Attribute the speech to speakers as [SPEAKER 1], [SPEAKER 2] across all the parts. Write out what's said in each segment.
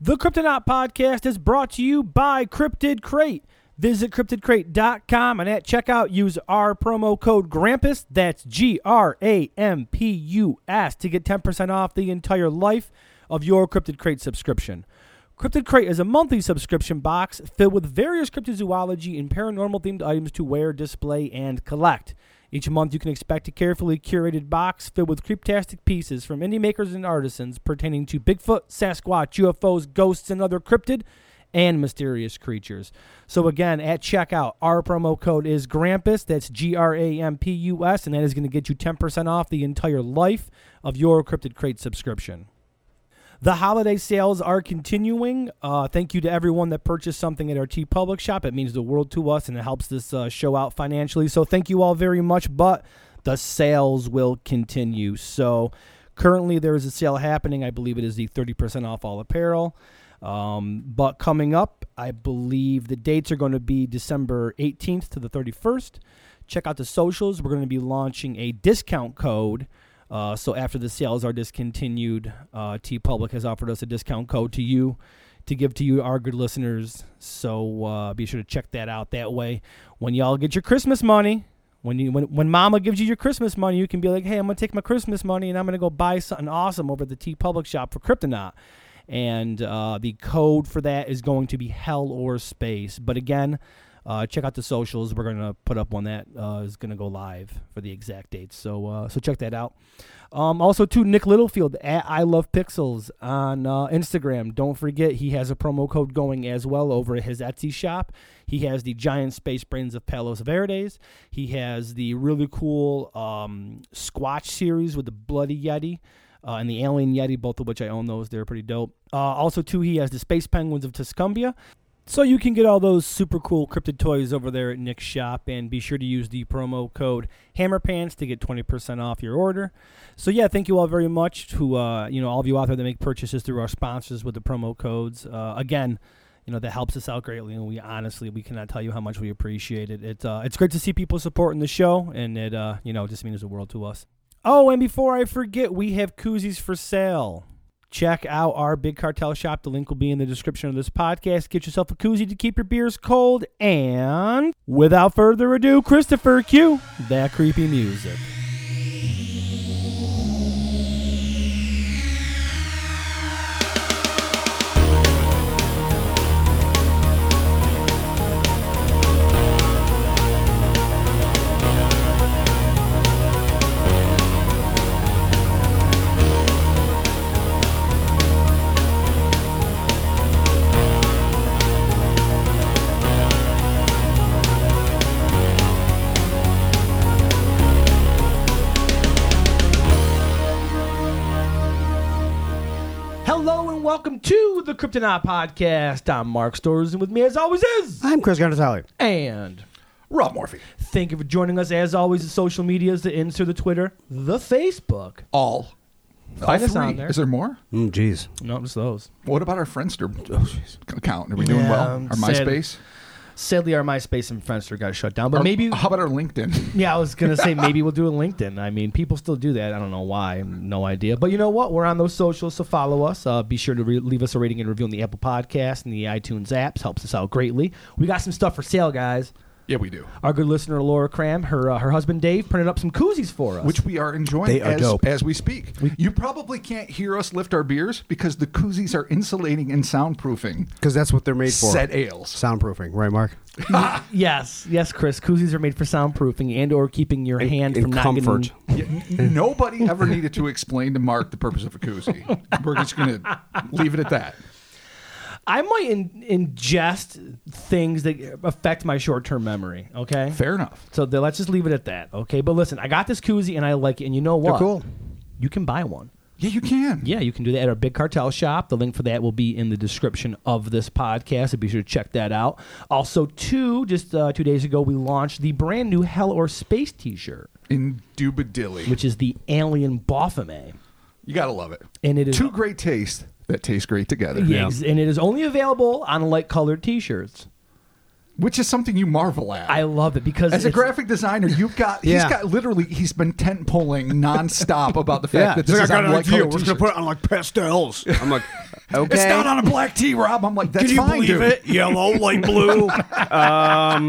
[SPEAKER 1] The Cryptonaut Podcast is brought to you by Cryptid Crate. Visit cryptidcrate.com and at checkout use our promo code GRAMPUS, that's G R A M P U S, to get 10% off the entire life of your Cryptid Crate subscription. Cryptid Crate is a monthly subscription box filled with various cryptozoology and paranormal themed items to wear, display, and collect. Each month, you can expect a carefully curated box filled with creeptastic pieces from indie makers and artisans pertaining to Bigfoot, Sasquatch, UFOs, ghosts, and other cryptid and mysterious creatures. So again, at checkout, our promo code is Grampus. That's G R A M P U S, and that is going to get you 10% off the entire life of your Cryptid Crate subscription. The holiday sales are continuing. Uh, thank you to everyone that purchased something at our T Public shop. It means the world to us and it helps this uh, show out financially. So thank you all very much. But the sales will continue. So currently there is a sale happening. I believe it is the 30% off all apparel. Um, but coming up, I believe the dates are going to be December 18th to the 31st. Check out the socials. We're going to be launching a discount code. Uh, so after the sales are discontinued, uh, T Public has offered us a discount code to you to give to you, our good listeners. So uh, be sure to check that out. That way, when y'all get your Christmas money, when you when, when Mama gives you your Christmas money, you can be like, hey, I'm gonna take my Christmas money and I'm gonna go buy something awesome over at the T Public shop for Kryptonaut. And uh, the code for that is going to be Hell or Space. But again. Uh, check out the socials. We're gonna put up one that uh, is gonna go live for the exact dates. So uh, so check that out. Um, also to Nick Littlefield at I Love Pixels on uh, Instagram. Don't forget he has a promo code going as well over at his Etsy shop. He has the giant space brains of Palos Verdes. He has the really cool um, Squatch series with the Bloody Yeti. Uh, and the Alien Yeti, both of which I own those. They're pretty dope. Uh, also, too, he has the Space Penguins of Tuscumbia. So you can get all those super cool cryptid toys over there at Nick's shop, and be sure to use the promo code HammerPants to get 20% off your order. So yeah, thank you all very much to uh, you know all of you out there that make purchases through our sponsors with the promo codes. Uh, again, you know that helps us out greatly, and we honestly we cannot tell you how much we appreciate it. It's uh, it's great to see people supporting the show, and it uh, you know just means the world to us. Oh, and before I forget, we have koozies for sale check out our big cartel shop. The link will be in the description of this podcast. Get yourself a koozie to keep your beers cold. And without further ado, Christopher, cue that creepy music. Hello and welcome to the Kryptonaut Podcast. I'm Mark Storrs, and with me, as always, is
[SPEAKER 2] I'm Chris Gonzalez.
[SPEAKER 1] and.
[SPEAKER 3] Rob Morphy.
[SPEAKER 1] Thank you for joining us. As always, the social medias, the Insta, the Twitter, the Facebook.
[SPEAKER 3] All.
[SPEAKER 1] Find
[SPEAKER 3] All
[SPEAKER 1] us on
[SPEAKER 3] three.
[SPEAKER 1] there.
[SPEAKER 3] Is there more?
[SPEAKER 2] Mm, Jeez.
[SPEAKER 1] Not just those.
[SPEAKER 3] What about our Friendster oh, account? Are we doing
[SPEAKER 1] Yeah,
[SPEAKER 3] well?
[SPEAKER 1] I'm
[SPEAKER 3] Our
[SPEAKER 1] sad.
[SPEAKER 3] MySpace?
[SPEAKER 1] Sadly, our MySpace and Friendster got shut down, but
[SPEAKER 3] Or
[SPEAKER 1] maybe
[SPEAKER 3] How about our LinkedIn?
[SPEAKER 1] Yeah, I was gonna say maybe we'll do a LinkedIn. I mean, people still do that. I don't know why. No idea. But you know what? We're on those socials, so follow us. Uh, be sure to re- leave us a rating and review on the Apple Podcast and the iTunes apps. Helps us out greatly. We got some stuff for sale, guys.
[SPEAKER 3] yeah, we do.
[SPEAKER 1] Our good listener Laura Cram, her uh, her husband Dave, printed up some koozies for us.
[SPEAKER 3] Which we are enjoying
[SPEAKER 2] They are
[SPEAKER 3] as,
[SPEAKER 2] dope.
[SPEAKER 3] as we speak. you probably can't hear us lift our beers because the koozies are insulating and soundproofing
[SPEAKER 2] Because that's what they're made for.
[SPEAKER 3] set ales.
[SPEAKER 2] Soundproofing, right, Mark?
[SPEAKER 1] yes, yes, Chris. Koozies are made for soundproofing and or keeping your hand
[SPEAKER 2] in
[SPEAKER 1] from not
[SPEAKER 2] comfort.
[SPEAKER 1] getting
[SPEAKER 3] Yeah, n- Nobody ever needed to explain to Mark the purpose of a koozie. We're just going to leave it at that.
[SPEAKER 1] I might in- ingest things that affect my short term memory. Okay.
[SPEAKER 3] Fair enough.
[SPEAKER 1] So then let's just leave it at that. Okay. But listen, I got this koozie and I like it. And you know what?
[SPEAKER 2] They're cool.
[SPEAKER 1] You can buy one.
[SPEAKER 3] Yeah, you can.
[SPEAKER 1] Yeah, you can do that at our Big Cartel shop. The link for that will be in the description of this podcast. So be sure to check that out. Also, two just uh, two days ago, we launched the brand new Hell or Space T-shirt,
[SPEAKER 3] Indubitably.
[SPEAKER 1] which is the Alien Baphomet,
[SPEAKER 3] you got to love it.
[SPEAKER 1] and it is
[SPEAKER 3] Two great tastes that taste great together.
[SPEAKER 1] Yeah, ex- and it is only available on light-colored T-shirts.
[SPEAKER 3] Which is something you marvel at.
[SPEAKER 1] I love it because
[SPEAKER 3] As a
[SPEAKER 1] it's-
[SPEAKER 3] graphic designer, you've got
[SPEAKER 2] Yeah.
[SPEAKER 3] he's got literally he's been tent polling nonstop about the fact that this
[SPEAKER 2] It's
[SPEAKER 3] is
[SPEAKER 2] like,
[SPEAKER 3] on light colored
[SPEAKER 2] We're just
[SPEAKER 3] t-shirts.
[SPEAKER 2] on like pastels. I'm like, Okay.
[SPEAKER 3] It's not on a black tee, Rob. I'm like, that's fine, dude.
[SPEAKER 2] Yellow, light blue. um,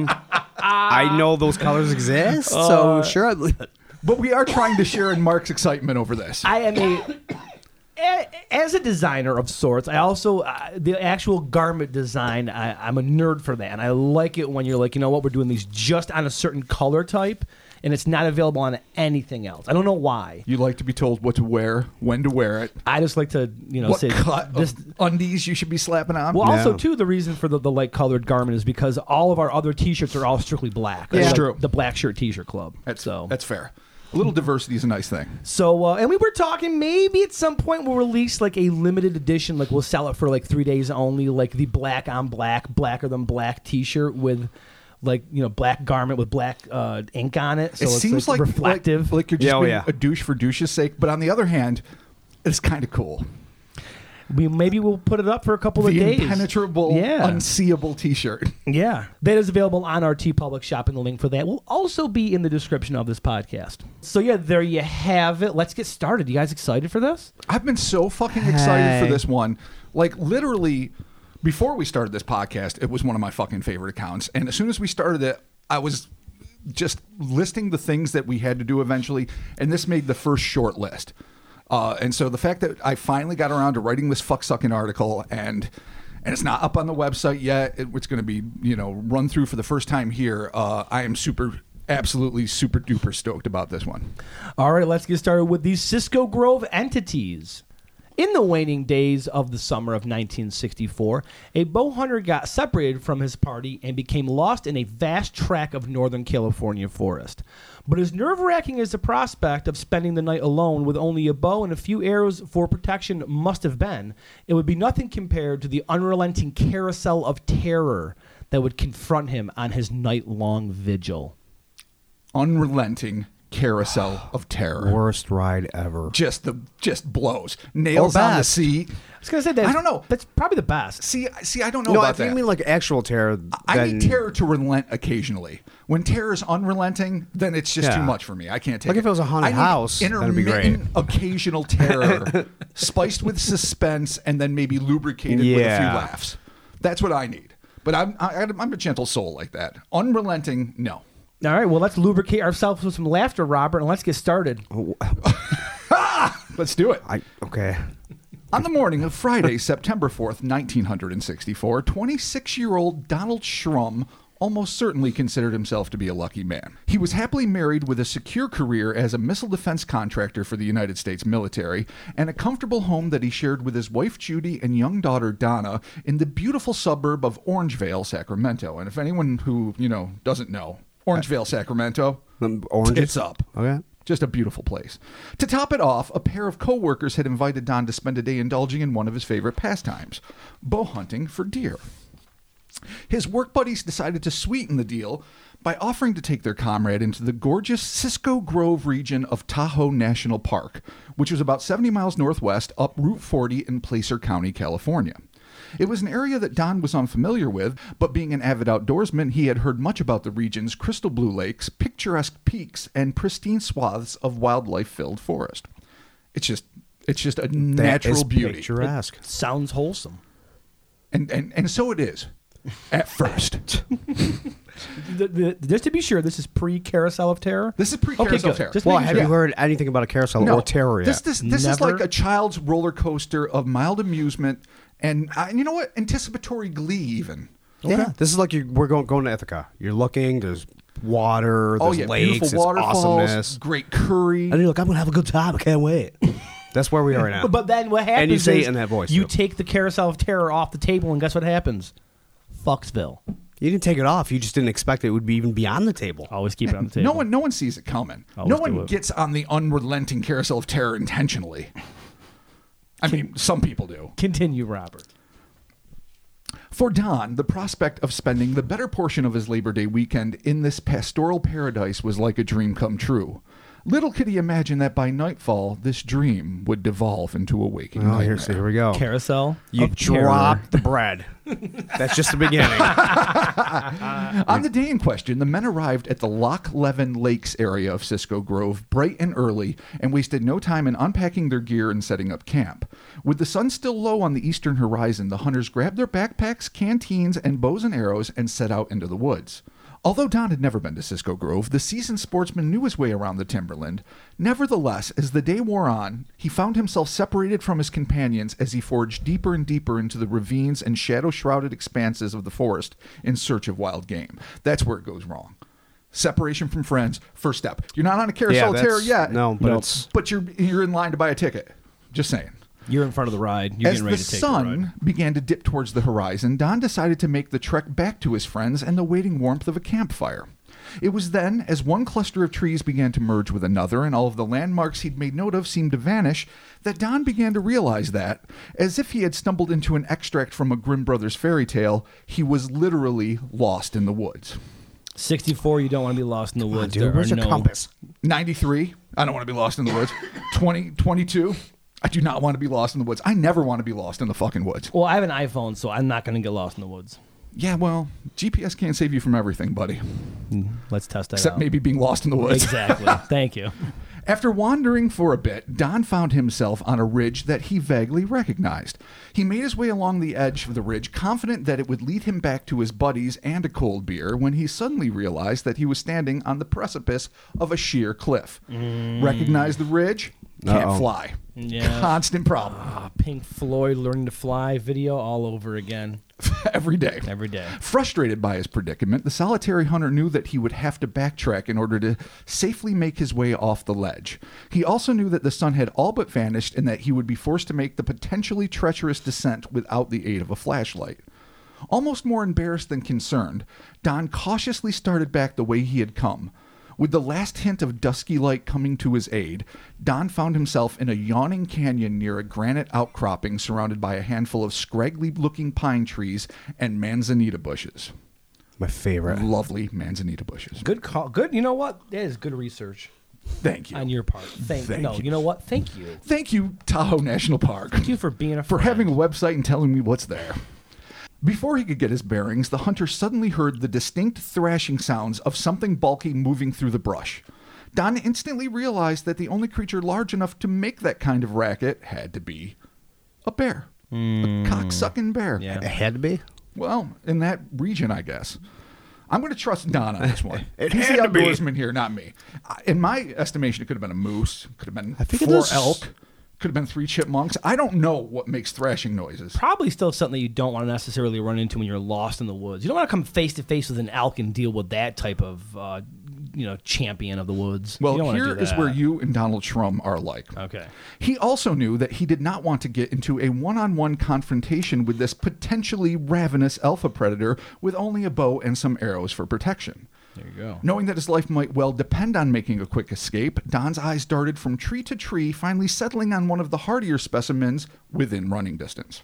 [SPEAKER 2] I know those colors exist, so sure. I believe it.
[SPEAKER 3] But we are trying to share in Mark's excitement over this.
[SPEAKER 1] I am a, a- as a designer of sorts. I also uh, the actual garment design. I, I'm a nerd for that, and I like it when you're like, you know what, we're doing these just on a certain color type, and it's not available on anything else. I don't know why.
[SPEAKER 3] you like to be told what to wear, when to wear it,
[SPEAKER 1] I just like to, you know,
[SPEAKER 3] what
[SPEAKER 1] say
[SPEAKER 3] cut
[SPEAKER 1] this.
[SPEAKER 3] of undies you should be slapping on.
[SPEAKER 1] Well, also
[SPEAKER 2] Yeah.
[SPEAKER 1] too, the reason for the, the light colored garment is because all of our other T-shirts are all strictly black.
[SPEAKER 3] That's
[SPEAKER 1] Like
[SPEAKER 3] true.
[SPEAKER 1] The black shirt T-shirt club.
[SPEAKER 3] that's,
[SPEAKER 1] so
[SPEAKER 3] that's fair. A little diversity is a nice thing.
[SPEAKER 1] So, uh, and we were talking maybe at some point we'll release like a limited edition, like we'll sell it for like three days only, like the black on black, blacker than black t shirt with like, you know, black garment with black uh, ink on it. So
[SPEAKER 3] it
[SPEAKER 1] it's
[SPEAKER 3] seems like,
[SPEAKER 1] like,
[SPEAKER 3] like-
[SPEAKER 1] reflective.
[SPEAKER 3] Like, you're just
[SPEAKER 2] Yeah, oh,
[SPEAKER 3] being
[SPEAKER 2] yeah.
[SPEAKER 3] a douche for douche's sake. But on the other hand, it's kind of cool.
[SPEAKER 1] we maybe we'll put it up for a couple of
[SPEAKER 3] the
[SPEAKER 1] days.
[SPEAKER 3] impenetrable,
[SPEAKER 1] Yeah.
[SPEAKER 3] unseeable T-shirt.
[SPEAKER 1] yeah. That is available on our T Public shop, and the link for that will also be in the description of this podcast. So, yeah, there you have it. Let's get started. You guys excited for this?
[SPEAKER 3] I've been so fucking excited for
[SPEAKER 2] Hey.
[SPEAKER 3] this one. Like literally, before we started this podcast, it was one of my fucking favorite accounts. And as soon as we started it, I was just listing the things that we had to do eventually, and this made the first short list. Uh, and so the fact that I finally got around to writing this fuck sucking article and and it's not up on the website yet. It, it's going to be you know run through for the first time here. Uh, I am super, absolutely super duper stoked about this one.
[SPEAKER 1] All right, let's get started with these Cisco Grove entities. In the waning days of the summer of 1964, a bow hunter got separated from his party and became lost in a vast tract of northern California forest. But as nerve wracking as the prospect of spending the night alone with only a bow and a few arrows for protection must have been, it would be nothing compared to the unrelenting carousel of terror that would confront him on his night long vigil.
[SPEAKER 3] Unrelenting carousel of terror.
[SPEAKER 2] Worst ride ever.
[SPEAKER 3] just the just blows nails
[SPEAKER 2] Or
[SPEAKER 3] on the
[SPEAKER 2] best.
[SPEAKER 3] seat.
[SPEAKER 1] I was going to say that.
[SPEAKER 3] I don't know.
[SPEAKER 1] That's probably the best.
[SPEAKER 3] See, see, I don't know
[SPEAKER 2] No,
[SPEAKER 3] about
[SPEAKER 2] if you
[SPEAKER 3] that.
[SPEAKER 2] mean like actual terror,
[SPEAKER 3] I
[SPEAKER 2] then,
[SPEAKER 3] need terror to relent occasionally. When terror is unrelenting, then it's just too
[SPEAKER 2] Yeah.
[SPEAKER 3] much for me. I can't take
[SPEAKER 2] Like
[SPEAKER 3] it.
[SPEAKER 2] if it was a haunted
[SPEAKER 3] I need
[SPEAKER 2] house, that'd be great.
[SPEAKER 3] intermittent Occasional terror, spiced with suspense, and then maybe lubricated with a few
[SPEAKER 2] Yeah.
[SPEAKER 3] laughs. That's what I need. But I'm I, I'm a gentle soul like that. Unrelenting, no.
[SPEAKER 1] All right, well, let's lubricate ourselves with some laughter, Robert, and let's get started.
[SPEAKER 2] Oh.
[SPEAKER 3] Let's do it.
[SPEAKER 2] I, okay.
[SPEAKER 3] On the morning of Friday, September 4th, 1964, 26 year old Donald Schrum almost certainly considered himself to be a lucky man. He was happily married with a secure career as a missile defense contractor for the United States military and a comfortable home that he shared with his wife Judy and young daughter Donna in the beautiful suburb of Orangevale, Sacramento. And if anyone who, you know, doesn't know, Orangevale, Sacramento,
[SPEAKER 2] Um, oranges?
[SPEAKER 3] it's up.
[SPEAKER 2] Okay.
[SPEAKER 3] Just a beautiful place. To top it off, a pair of coworkers had invited Don to spend a day indulging in one of his favorite pastimes, bow hunting for deer. His work buddies decided to sweeten the deal by offering to take their comrade into the gorgeous Cisco Grove region of Tahoe National Park, which was about 70 miles northwest up Route 40 in Placer County, California. It was an area that Don was unfamiliar with, but being an avid outdoorsman, he had heard much about the region's crystal blue lakes, picturesque peaks, and pristine swaths of wildlife filled forest. It's just it's just a
[SPEAKER 2] That
[SPEAKER 3] natural
[SPEAKER 2] is
[SPEAKER 3] beauty.
[SPEAKER 2] Picturesque.
[SPEAKER 1] Sounds wholesome.
[SPEAKER 3] And, and and so it is. At first.
[SPEAKER 1] The- the- just to be sure, this is pre Carousel of Terror.
[SPEAKER 3] This is pre
[SPEAKER 1] Okay,
[SPEAKER 3] Carousel
[SPEAKER 1] good.
[SPEAKER 3] of Terror.
[SPEAKER 1] Just
[SPEAKER 2] Well,
[SPEAKER 1] making
[SPEAKER 2] have
[SPEAKER 1] sure.
[SPEAKER 2] you heard anything about a carousel or terror yet?
[SPEAKER 3] This this this is
[SPEAKER 1] Never.
[SPEAKER 3] like a child's roller coaster of mild amusement and, uh, and you know what? Anticipatory glee even.
[SPEAKER 2] Yeah, this is like you, we're going going to Ithaca. You're looking. There's water. There's
[SPEAKER 3] Oh yeah,
[SPEAKER 2] lakes.
[SPEAKER 3] beautiful
[SPEAKER 2] it's
[SPEAKER 3] waterfalls,
[SPEAKER 2] awesomeness.
[SPEAKER 3] great curry.
[SPEAKER 2] And you're like, I'm gonna have a good time. I can't wait. That's where we are right now.
[SPEAKER 1] But then what happens
[SPEAKER 2] And you say
[SPEAKER 1] is
[SPEAKER 2] it in that voice.
[SPEAKER 1] you
[SPEAKER 2] too.
[SPEAKER 1] take the Carousel of Terror off the table, and guess what happens? Fucksville.
[SPEAKER 2] you didn't take it off. You just didn't expect it would be even be on the table. Oh,
[SPEAKER 1] Always keep it on the table.
[SPEAKER 3] No one no one sees it coming.
[SPEAKER 1] Always
[SPEAKER 3] no
[SPEAKER 1] do
[SPEAKER 3] one
[SPEAKER 1] it.
[SPEAKER 3] gets on the unrelenting carousel of terror intentionally. I mean, some people do.
[SPEAKER 1] Continue, Robert.
[SPEAKER 3] For Don, the prospect of spending the better portion of his Labor Day weekend in this pastoral paradise was like a dream come true. Little could he imagine that by nightfall, this dream would devolve into a waking
[SPEAKER 2] Oh,
[SPEAKER 3] nightmare.
[SPEAKER 2] here, so here we go.
[SPEAKER 1] Carousel.
[SPEAKER 2] You
[SPEAKER 1] of terror.
[SPEAKER 2] drop the bread. That's just the beginning.
[SPEAKER 3] On the day in question, the men arrived at the Loch Leven Lakes area of Cisco Grove bright and early and wasted no time in unpacking their gear and setting up camp. With the sun still low on the eastern horizon, the hunters grabbed their backpacks, canteens, and bows and arrows and set out into the woods. Although Don had never been to Cisco Grove, the seasoned sportsman knew his way around the timberland. Nevertheless, as the day wore on, he found himself separated from his companions as he forged deeper and deeper into the ravines and shadow shrouded expanses of the forest in search of wild game. That's where it goes wrong. Separation from friends, first step. You're not on a carousel
[SPEAKER 2] that's-
[SPEAKER 3] terror yet.
[SPEAKER 2] no, but
[SPEAKER 4] Nope.
[SPEAKER 2] it's
[SPEAKER 3] But you're you're in line to buy a ticket. Just saying.
[SPEAKER 4] You're in front of the ride. You're
[SPEAKER 3] As
[SPEAKER 4] getting ready
[SPEAKER 3] the
[SPEAKER 4] to take the ride.
[SPEAKER 3] sun began to dip towards the horizon, Don decided to make the trek back to his friends and the waiting warmth of a campfire. It was then, as one cluster of trees began to merge with another and all of the landmarks he'd made note of seemed to vanish, that Don began to realize that, as if he had stumbled into an extract from a Grimm Brothers fairy tale, he was literally lost in the woods.
[SPEAKER 1] 64. You don't want to be lost in the woods.
[SPEAKER 2] Ah, dude,
[SPEAKER 1] there
[SPEAKER 2] where's
[SPEAKER 1] are
[SPEAKER 2] your
[SPEAKER 1] no,
[SPEAKER 2] compass?
[SPEAKER 3] 93, I don't want to be lost in the woods. 20, 22, I do not want to be lost in the woods. I never want to be lost in the fucking woods.
[SPEAKER 1] Well, I have an iPhone, so I'm not going to get lost in the woods.
[SPEAKER 3] Yeah, well, GPS can't save you from everything, buddy.
[SPEAKER 1] Let's test that
[SPEAKER 3] Except
[SPEAKER 1] out.
[SPEAKER 3] maybe being lost in the woods.
[SPEAKER 1] Exactly. Thank you.
[SPEAKER 3] After wandering for a bit, Don found himself on a ridge that he vaguely recognized. He made his way along the edge of the ridge, confident that it would lead him back to his buddies and a cold beer, when he suddenly realized that he was standing on the precipice of a sheer cliff. Recognize the ridge? Can't
[SPEAKER 2] Uh-oh.
[SPEAKER 3] fly.
[SPEAKER 1] Mm. Yeah.
[SPEAKER 3] Constant problem
[SPEAKER 1] Ah, Pink Floyd learning to fly video all over again
[SPEAKER 3] every day.
[SPEAKER 1] every day.
[SPEAKER 3] Frustrated by his predicament, the solitary hunter knew that he would have to backtrack in order to safely make his way off the ledge. He also knew that the sun had all but vanished and that he would be forced to make the potentially treacherous descent without the aid of a flashlight. Almost more embarrassed than concerned, Don cautiously started back the way he had come. With the last hint of dusky light coming to his aid, Don found himself in a yawning canyon near a granite outcropping surrounded by a handful of scraggly looking pine trees and manzanita bushes.
[SPEAKER 2] my favorite.
[SPEAKER 3] Lovely manzanita bushes.
[SPEAKER 1] Good call. Good. You know what? That is good research
[SPEAKER 3] Thank you.
[SPEAKER 1] on your part. Thank,
[SPEAKER 3] Thank
[SPEAKER 1] no.
[SPEAKER 3] you.
[SPEAKER 1] You. know what? Thank you.
[SPEAKER 3] Thank you, Tahoe National Park.
[SPEAKER 1] Thank you for being a
[SPEAKER 3] for
[SPEAKER 1] friend.
[SPEAKER 3] having a website and telling me what's there. Before he could get his bearings, the hunter suddenly heard the distinct thrashing sounds of something bulky moving through the brush. Don instantly realized that the only creature large enough to make that kind of racket had to be a bear. A cocksucking bear.
[SPEAKER 1] Yeah.
[SPEAKER 2] It had to be.
[SPEAKER 3] Well, in that region, I guess. I'm going to trust Don on this one.
[SPEAKER 2] It
[SPEAKER 3] He's the
[SPEAKER 2] had to be.
[SPEAKER 3] outdoorsman here, not me. I- In my estimation, it could have been a moose, could have been
[SPEAKER 2] think it
[SPEAKER 3] four
[SPEAKER 2] is-
[SPEAKER 3] elk, could have been three chipmunks. I don't know what makes thrashing noises.
[SPEAKER 1] Probably still something that you don't want to necessarily run into when you're lost in the woods. You don't want to come face to face with an elk and deal with that type of, uh, you know, champion of the woods. You don't
[SPEAKER 3] Well,
[SPEAKER 1] wanna do
[SPEAKER 3] here is
[SPEAKER 1] that.
[SPEAKER 3] where you and Donald Trump are alike.
[SPEAKER 1] Okay.
[SPEAKER 3] He also knew that he did not want to get into a one on one confrontation with this potentially ravenous alpha predator with only a bow and some arrows for protection.
[SPEAKER 1] There you go.
[SPEAKER 3] Knowing that his life might well depend on making a quick escape, Don's eyes darted from tree to tree, finally settling on one of the hardier specimens within running distance.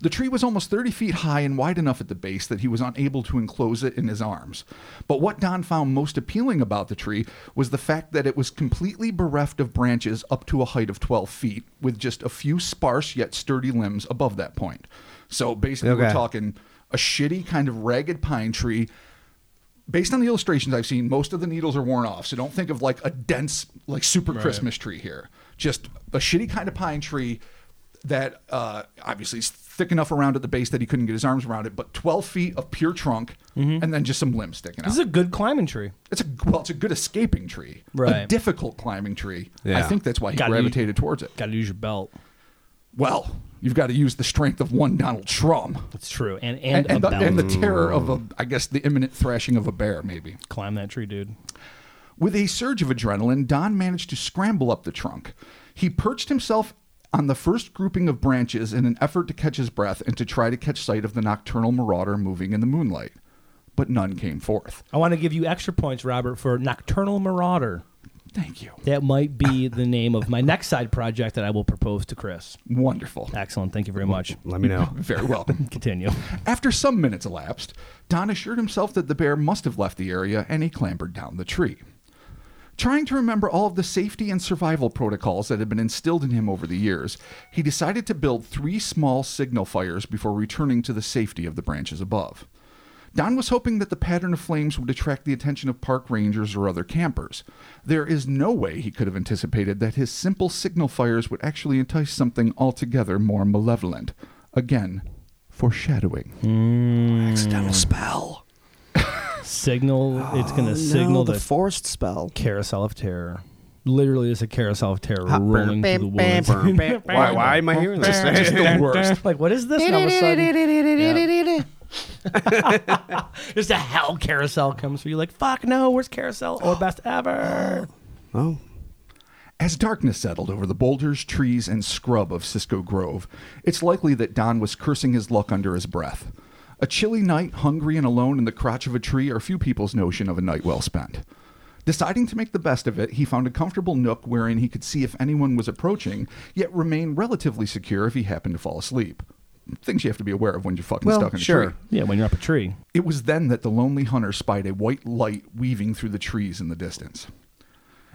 [SPEAKER 3] The tree was almost 30 feet high and wide enough at the base that he was unable to enclose it in his arms. But what Don found most appealing about the tree was the fact that it was completely bereft of branches up to a height of 12 feet, with just a few sparse yet sturdy limbs above that point. So basically, we're
[SPEAKER 2] Okay.
[SPEAKER 3] talking a shitty kind of ragged pine tree. Based on the illustrations I've seen, most of the needles are worn off. So don't think of like a dense, like super Christmas tree here. Just a shitty kind of pine tree that uh, obviously is thick enough around at the base that he couldn't get his arms around it, but 12 feet of pure trunk and then just some limbs sticking out.
[SPEAKER 1] This Mm-hmm. is a good climbing tree.
[SPEAKER 3] it's a well, it's a good escaping tree, a
[SPEAKER 1] Right.
[SPEAKER 3] difficult climbing tree. I
[SPEAKER 2] Yeah.
[SPEAKER 3] think that's why he
[SPEAKER 1] Gotta be-
[SPEAKER 3] gravitated towards it.
[SPEAKER 1] Got to use your belt.
[SPEAKER 3] Well, you've got to use the strength of one Donald Trump.
[SPEAKER 1] It's true. And and,
[SPEAKER 3] And, and,
[SPEAKER 1] a
[SPEAKER 3] the,
[SPEAKER 1] belt.
[SPEAKER 3] and the terror of a, I guess, the imminent thrashing of a bear, maybe.
[SPEAKER 1] Climb that tree, dude.
[SPEAKER 3] With a surge of adrenaline, Don managed to scramble up the trunk. He perched himself on the first grouping of branches in an effort to catch his breath and to try to catch sight of the nocturnal marauder moving in the moonlight. But none came forth.
[SPEAKER 1] I want to give you extra points, Robert, for Nocturnal Marauder.
[SPEAKER 3] Thank you.
[SPEAKER 1] That might be the name of my next side project that I will propose to Chris.
[SPEAKER 3] Wonderful.
[SPEAKER 1] Excellent. Thank you very much.
[SPEAKER 2] Let me know.
[SPEAKER 3] Very welcome.
[SPEAKER 1] Continue.
[SPEAKER 3] After some minutes elapsed, Don assured himself that the bear must have left the area and he clambered down the tree. Trying to remember all of the safety and survival protocols that had been instilled in him over the years, he decided to build three small signal fires before returning to the safety of the branches above. Don was hoping that the pattern of flames would attract the attention of park rangers or other campers. There is no way he could have anticipated that his simple signal fires would actually entice something altogether more malevolent. Again, foreshadowing.
[SPEAKER 2] Accidental spell.
[SPEAKER 1] Signal. it's
[SPEAKER 5] Oh,
[SPEAKER 1] gonna
[SPEAKER 5] no,
[SPEAKER 1] signal
[SPEAKER 5] the
[SPEAKER 1] the,
[SPEAKER 5] forest spell.
[SPEAKER 1] carousel of terror. Literally, it's a carousel of terror
[SPEAKER 2] Hot
[SPEAKER 1] rolling through the woods.
[SPEAKER 2] Why, why am I hearing this?
[SPEAKER 3] Just the worst.
[SPEAKER 1] like, what is this? And all of a sudden, just a hell carousel comes for you. Like, fuck no, worst carousel or best ever.
[SPEAKER 2] oh,
[SPEAKER 3] As darkness settled over the boulders, trees, and scrub of Cisco Grove, it's likely that Don was cursing his luck under his breath. A chilly night, hungry and alone in the crotch of a tree, are few people's notion of a night well spent. Deciding to make the best of it, he found a comfortable nook wherein he could see if anyone was approaching, yet remain relatively secure if he happened to fall asleep. Things you have to be aware of when you're fucking
[SPEAKER 2] Well,
[SPEAKER 3] stuck in a
[SPEAKER 2] sure.
[SPEAKER 3] tree.
[SPEAKER 1] Yeah, when you're up a tree.
[SPEAKER 3] It was then that the lonely hunter spied a white light weaving through the trees in the distance.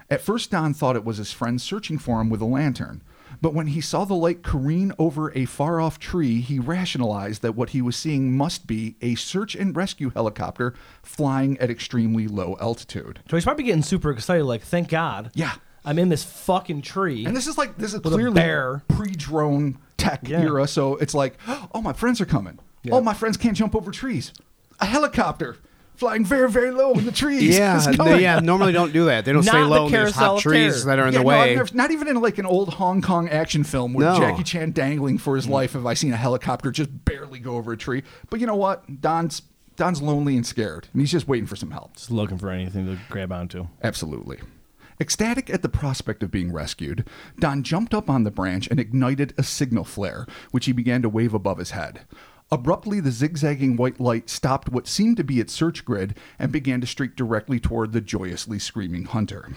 [SPEAKER 3] At first, Don thought it was his friend searching for him with a lantern, but when he saw the light careen over a far off tree, he rationalized that what he was seeing must be a search and rescue helicopter flying at extremely low altitude.
[SPEAKER 1] So he's probably getting super excited. Like, thank God.
[SPEAKER 3] Yeah.
[SPEAKER 1] I'm in this fucking tree.
[SPEAKER 3] And this is like, this is
[SPEAKER 1] a
[SPEAKER 3] clearly
[SPEAKER 1] bear.
[SPEAKER 3] pre drone tech
[SPEAKER 1] Yeah.
[SPEAKER 3] era, so it's like, oh, my friends are coming.
[SPEAKER 1] Yeah.
[SPEAKER 3] Oh, my friends can't jump over trees. A helicopter flying very, very low in the trees.
[SPEAKER 2] yeah,
[SPEAKER 3] is
[SPEAKER 2] they,
[SPEAKER 3] coming.
[SPEAKER 2] yeah. Normally don't do that. They don't stay
[SPEAKER 1] Not the
[SPEAKER 2] low and there's
[SPEAKER 1] carousel
[SPEAKER 2] hot
[SPEAKER 1] of
[SPEAKER 2] trees
[SPEAKER 1] terror.
[SPEAKER 2] that are in
[SPEAKER 3] Yeah,
[SPEAKER 2] the
[SPEAKER 3] no, I've
[SPEAKER 2] way.
[SPEAKER 3] never- not even in like an old Hong Kong action film with
[SPEAKER 2] No.
[SPEAKER 3] Jackie Chan dangling for
[SPEAKER 2] Mm.
[SPEAKER 3] his life have I seen a helicopter just barely go over a tree. But you know what? Don's Don's lonely and scared, and he's just waiting for some help.
[SPEAKER 1] just looking for anything to grab onto.
[SPEAKER 3] Absolutely. Ecstatic at the prospect of being rescued, Don jumped up on the branch and ignited a signal flare, which he began to wave above his head. Abruptly, the zigzagging white light stopped what seemed to be its search grid and began to streak directly toward the joyously screaming hunter.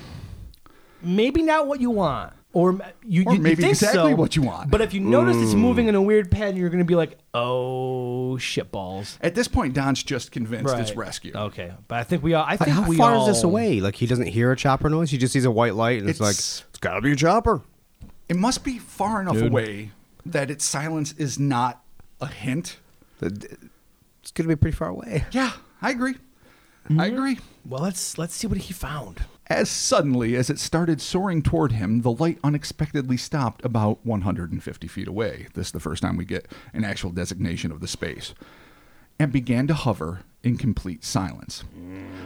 [SPEAKER 1] Maybe not what you want. Or m- you,
[SPEAKER 3] Or
[SPEAKER 1] you- you
[SPEAKER 3] maybe
[SPEAKER 1] think
[SPEAKER 3] exactly
[SPEAKER 1] so,
[SPEAKER 3] what you want.
[SPEAKER 1] But if you notice it's moving in a weird pattern, you're going to be like, "Oh shit, balls!"
[SPEAKER 3] At this point, Don's just convinced it's
[SPEAKER 1] Right.
[SPEAKER 3] rescue.
[SPEAKER 1] Okay, but I think we all. I
[SPEAKER 2] Like,
[SPEAKER 1] think
[SPEAKER 2] how
[SPEAKER 1] we
[SPEAKER 2] far
[SPEAKER 1] all,
[SPEAKER 2] is this away? Like he doesn't hear a chopper noise. He just sees a white light, and it's, like
[SPEAKER 3] It's-
[SPEAKER 2] it's gotta be a chopper.
[SPEAKER 3] It must be far enough away that its silence is not a hint.
[SPEAKER 2] It's gonna be pretty far away.
[SPEAKER 3] Yeah, I agree. I agree.
[SPEAKER 1] Well, let's let's see what he found.
[SPEAKER 3] Mm-hmm. As suddenly as it started soaring toward him, the light unexpectedly stopped about 150 feet away. This is the first time we get an actual designation of the space. And began to hover in complete silence.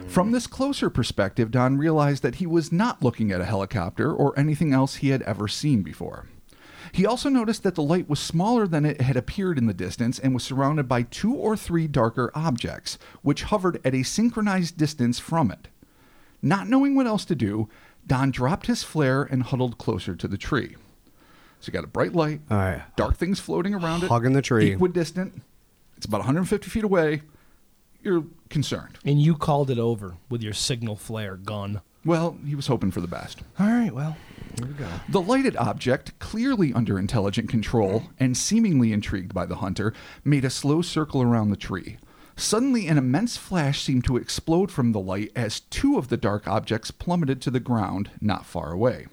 [SPEAKER 3] From this closer perspective, Don realized that he was not looking at a helicopter or anything else he had ever seen before. He also noticed that the light was smaller than it had appeared in the distance and was surrounded by two or three darker objects, which hovered at a synchronized distance from it. Not knowing what else to do, Don dropped his flare and huddled closer to the tree. So you got a bright light,
[SPEAKER 2] All right.
[SPEAKER 3] dark things floating around it,
[SPEAKER 2] Hugging the tree.
[SPEAKER 3] equidistant. It's about 150 feet away. You're concerned.
[SPEAKER 1] And you called it over with your signal flare gun.
[SPEAKER 3] Well, he was hoping for the best.
[SPEAKER 1] All right, well,
[SPEAKER 3] The lighted object, clearly under intelligent control and seemingly intrigued by the hunter, made a slow circle around the tree. Suddenly, an immense flash seemed to explode from the light as two of the dark objects plummeted to the ground not far away.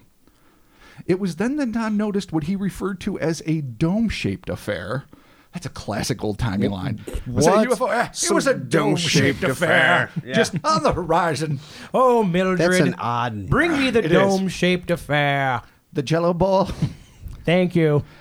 [SPEAKER 3] It was then that Don noticed what he referred to as a dome shaped affair. That's a classic old timey line. Was
[SPEAKER 2] What?
[SPEAKER 3] that UFO? Ah, It
[SPEAKER 2] Some
[SPEAKER 3] was a dome shaped
[SPEAKER 2] dome-shaped
[SPEAKER 3] affair.
[SPEAKER 2] affair. Yeah.
[SPEAKER 3] Just on the horizon.
[SPEAKER 1] oh Mildred,
[SPEAKER 2] That's an odd-
[SPEAKER 1] Bring me the
[SPEAKER 3] It is.
[SPEAKER 1] dome-shaped affair.
[SPEAKER 3] The jello ball.
[SPEAKER 1] Thank you.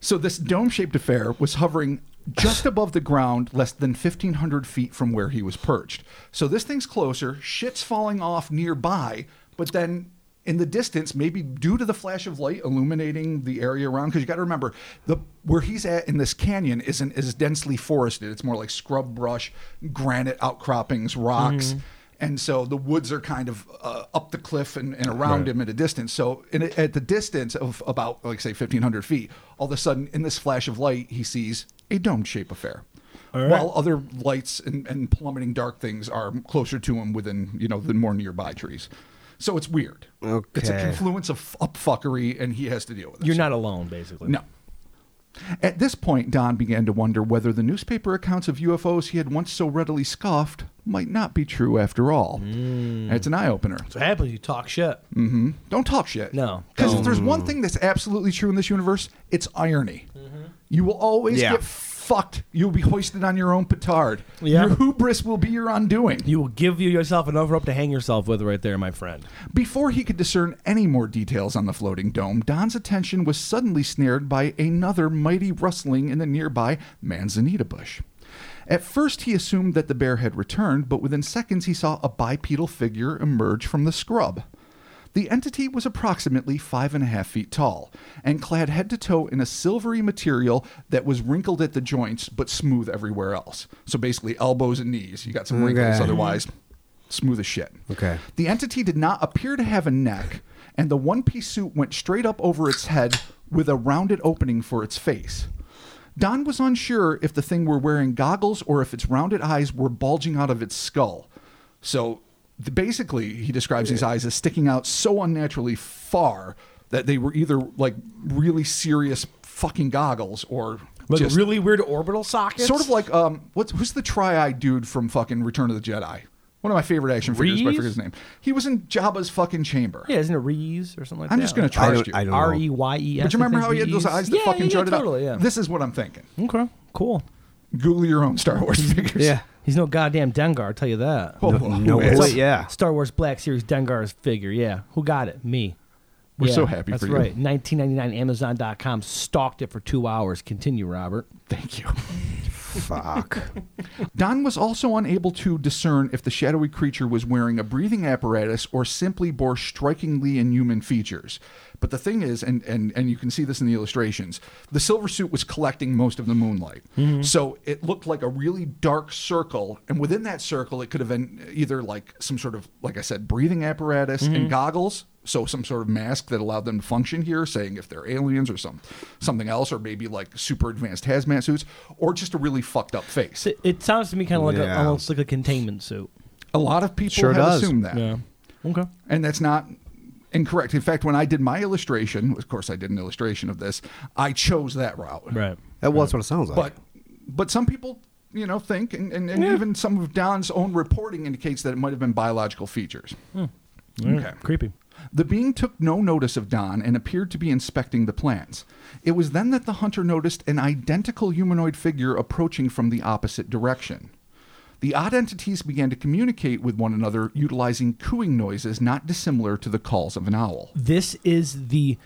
[SPEAKER 3] So this dome-shaped affair was hovering just above the ground, less than 1,500 feet from where he was perched. So this thing's closer. Shit's falling off nearby, but then in the distance, maybe due to the flash of light illuminating the area around, because you got to remember the where he's at in this canyon isn't as densely forested. It's more like scrub brush, granite outcroppings, rocks. And so the woods are kind of uh, up the cliff and, and around him at a distance. So in, at the distance of about, like, say, 1,500 feet, all of a sudden, in this flash of light, he sees a dome shape affair. While other lights and, and plummeting dark things are closer to him within, you know, the more nearby trees. So it's weird. It's a
[SPEAKER 2] Okay.
[SPEAKER 3] confluence of up fuckery, and he has to deal with it.
[SPEAKER 1] You're not alone, basically.
[SPEAKER 3] No. At this point, Don began to wonder whether the newspaper accounts of UFOs he had once so readily scoffed might not be true after all.
[SPEAKER 1] Hmm.
[SPEAKER 3] And It's an eye opener.
[SPEAKER 1] So it happens. You talk shit.
[SPEAKER 3] hmm Don't talk shit.
[SPEAKER 1] No.
[SPEAKER 3] Because if there's one thing that's absolutely true in this universe, it's irony.
[SPEAKER 1] Mm-hmm.
[SPEAKER 3] You will always
[SPEAKER 2] Yeah.
[SPEAKER 3] get fucked. You'll be hoisted on your own petard.
[SPEAKER 1] Yeah.
[SPEAKER 3] Your hubris will be your undoing.
[SPEAKER 1] You will give you yourself enough rope to hang yourself with, right there, my friend.
[SPEAKER 3] Before he could discern any more details on the floating dome, Don's attention was suddenly snared by another mighty rustling in the nearby manzanita bush. At first, he assumed that the bear had returned, but within seconds, he saw a bipedal figure emerge from the scrub. The entity was approximately five and a half feet tall and clad head to toe in a silvery material that was wrinkled at the joints but smooth everywhere else. So basically, elbows and knees. You got some wrinkles
[SPEAKER 2] Okay.
[SPEAKER 3] otherwise. Smooth as shit.
[SPEAKER 2] Okay.
[SPEAKER 3] The entity did not appear to have a neck, and the one piece suit went straight up over its head with a rounded opening for its face. Don was unsure if the thing were wearing goggles or if its rounded eyes were bulging out of its skull. So th- basically, he describes these eyes as sticking out so unnaturally far that they were either like really serious fucking goggles or
[SPEAKER 1] Like
[SPEAKER 3] just
[SPEAKER 1] really weird orbital sockets.
[SPEAKER 3] sort of like um, what's who's the tri-eyed dude from fucking Return of the Jedi? One of my favorite action figures, but I
[SPEAKER 1] Reeves?
[SPEAKER 3] forget his name. He was in Jabba's fucking chamber.
[SPEAKER 1] yeah, isn't it Reese or something like
[SPEAKER 3] I'm
[SPEAKER 1] that?
[SPEAKER 3] just gonna
[SPEAKER 1] Like,
[SPEAKER 2] I
[SPEAKER 3] trust
[SPEAKER 2] don't,
[SPEAKER 3] you.
[SPEAKER 2] I don't know.
[SPEAKER 1] R e y e s.
[SPEAKER 3] but you
[SPEAKER 1] I
[SPEAKER 3] remember
[SPEAKER 1] think
[SPEAKER 3] how he had those
[SPEAKER 1] Reeves?
[SPEAKER 3] eyes that
[SPEAKER 1] Yeah,
[SPEAKER 3] fucking
[SPEAKER 1] yeah,
[SPEAKER 3] jutted
[SPEAKER 1] totally,
[SPEAKER 3] out?
[SPEAKER 1] Yeah.
[SPEAKER 3] This is what I'm thinking.
[SPEAKER 1] Okay. Cool.
[SPEAKER 3] Google your own Star Wars figures.
[SPEAKER 2] yeah.
[SPEAKER 1] He's no goddamn Dengar. I'll tell you that.
[SPEAKER 3] Oh,
[SPEAKER 2] No,
[SPEAKER 3] who
[SPEAKER 2] no
[SPEAKER 3] is?
[SPEAKER 2] way. Yeah.
[SPEAKER 1] Star Wars Black Series Dengar's figure. Yeah. Who got it? Me.
[SPEAKER 3] We're
[SPEAKER 1] Yeah,
[SPEAKER 3] so happy
[SPEAKER 1] That's
[SPEAKER 3] for you.
[SPEAKER 1] right. 1999 Amazon.com stalked it for two hours. Continue, Robert.
[SPEAKER 3] Thank you.
[SPEAKER 2] Fuck.
[SPEAKER 3] Don was also unable to discern if the shadowy creature was wearing a breathing apparatus or simply bore strikingly inhuman features. But the thing is, and, and, and you can see this in the illustrations, the silver suit was collecting most of the moonlight. So it looked like a really dark circle. And within that circle, it could have been either like some sort of, like I said, breathing apparatus and goggles. So some sort of mask that allowed them to function here, saying if they're aliens or some something else, or maybe like super advanced hazmat suits, or just a really fucked up face.
[SPEAKER 1] So it sounds to me kind of like
[SPEAKER 2] Yeah.
[SPEAKER 1] a, almost like a containment suit.
[SPEAKER 3] A lot of people
[SPEAKER 2] Sure
[SPEAKER 3] have
[SPEAKER 2] does.
[SPEAKER 3] assumed that.
[SPEAKER 1] Okay.
[SPEAKER 3] And that's not incorrect. In fact, when I did my illustration, of course I did an illustration of this, I chose that route.
[SPEAKER 1] Right.
[SPEAKER 2] That was what it sounds like.
[SPEAKER 3] But but some people, you know, think and, and, and even some of Don's own reporting indicates that it might have been biological features. Okay.
[SPEAKER 1] Hmm. Creepy.
[SPEAKER 3] The being took no notice of Don and appeared to be inspecting the plants. It was then that the hunter noticed an identical humanoid figure approaching from the opposite direction. The odd entities began to communicate with one another utilizing cooing noises not dissimilar to the calls of an owl.
[SPEAKER 1] This is the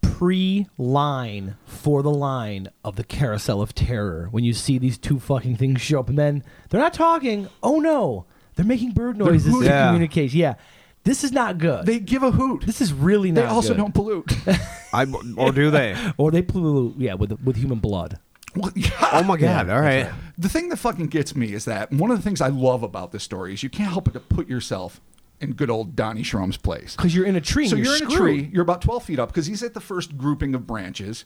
[SPEAKER 1] pre-line for the line of the carousel of terror when you see these two fucking things show up and then they're not talking oh no they're making bird noises to
[SPEAKER 3] hooting.
[SPEAKER 2] Yeah.
[SPEAKER 1] communicate yeah this is not good
[SPEAKER 3] They give a hoot.
[SPEAKER 1] this is really not
[SPEAKER 3] They also
[SPEAKER 1] good.
[SPEAKER 3] don't pollute.
[SPEAKER 2] I, or do they?
[SPEAKER 1] or they pollute yeah with with human blood
[SPEAKER 3] Well, yeah.
[SPEAKER 2] Oh my god! all right.
[SPEAKER 3] The thing that fucking gets me is that one of the things I love about this story is you can't help but to put yourself in good old Donnie Shrum's place.
[SPEAKER 1] because you're in a tree and
[SPEAKER 3] So you're, in a
[SPEAKER 1] screwed.
[SPEAKER 3] tree. You're about twelve feet up because he's at the first grouping of branches,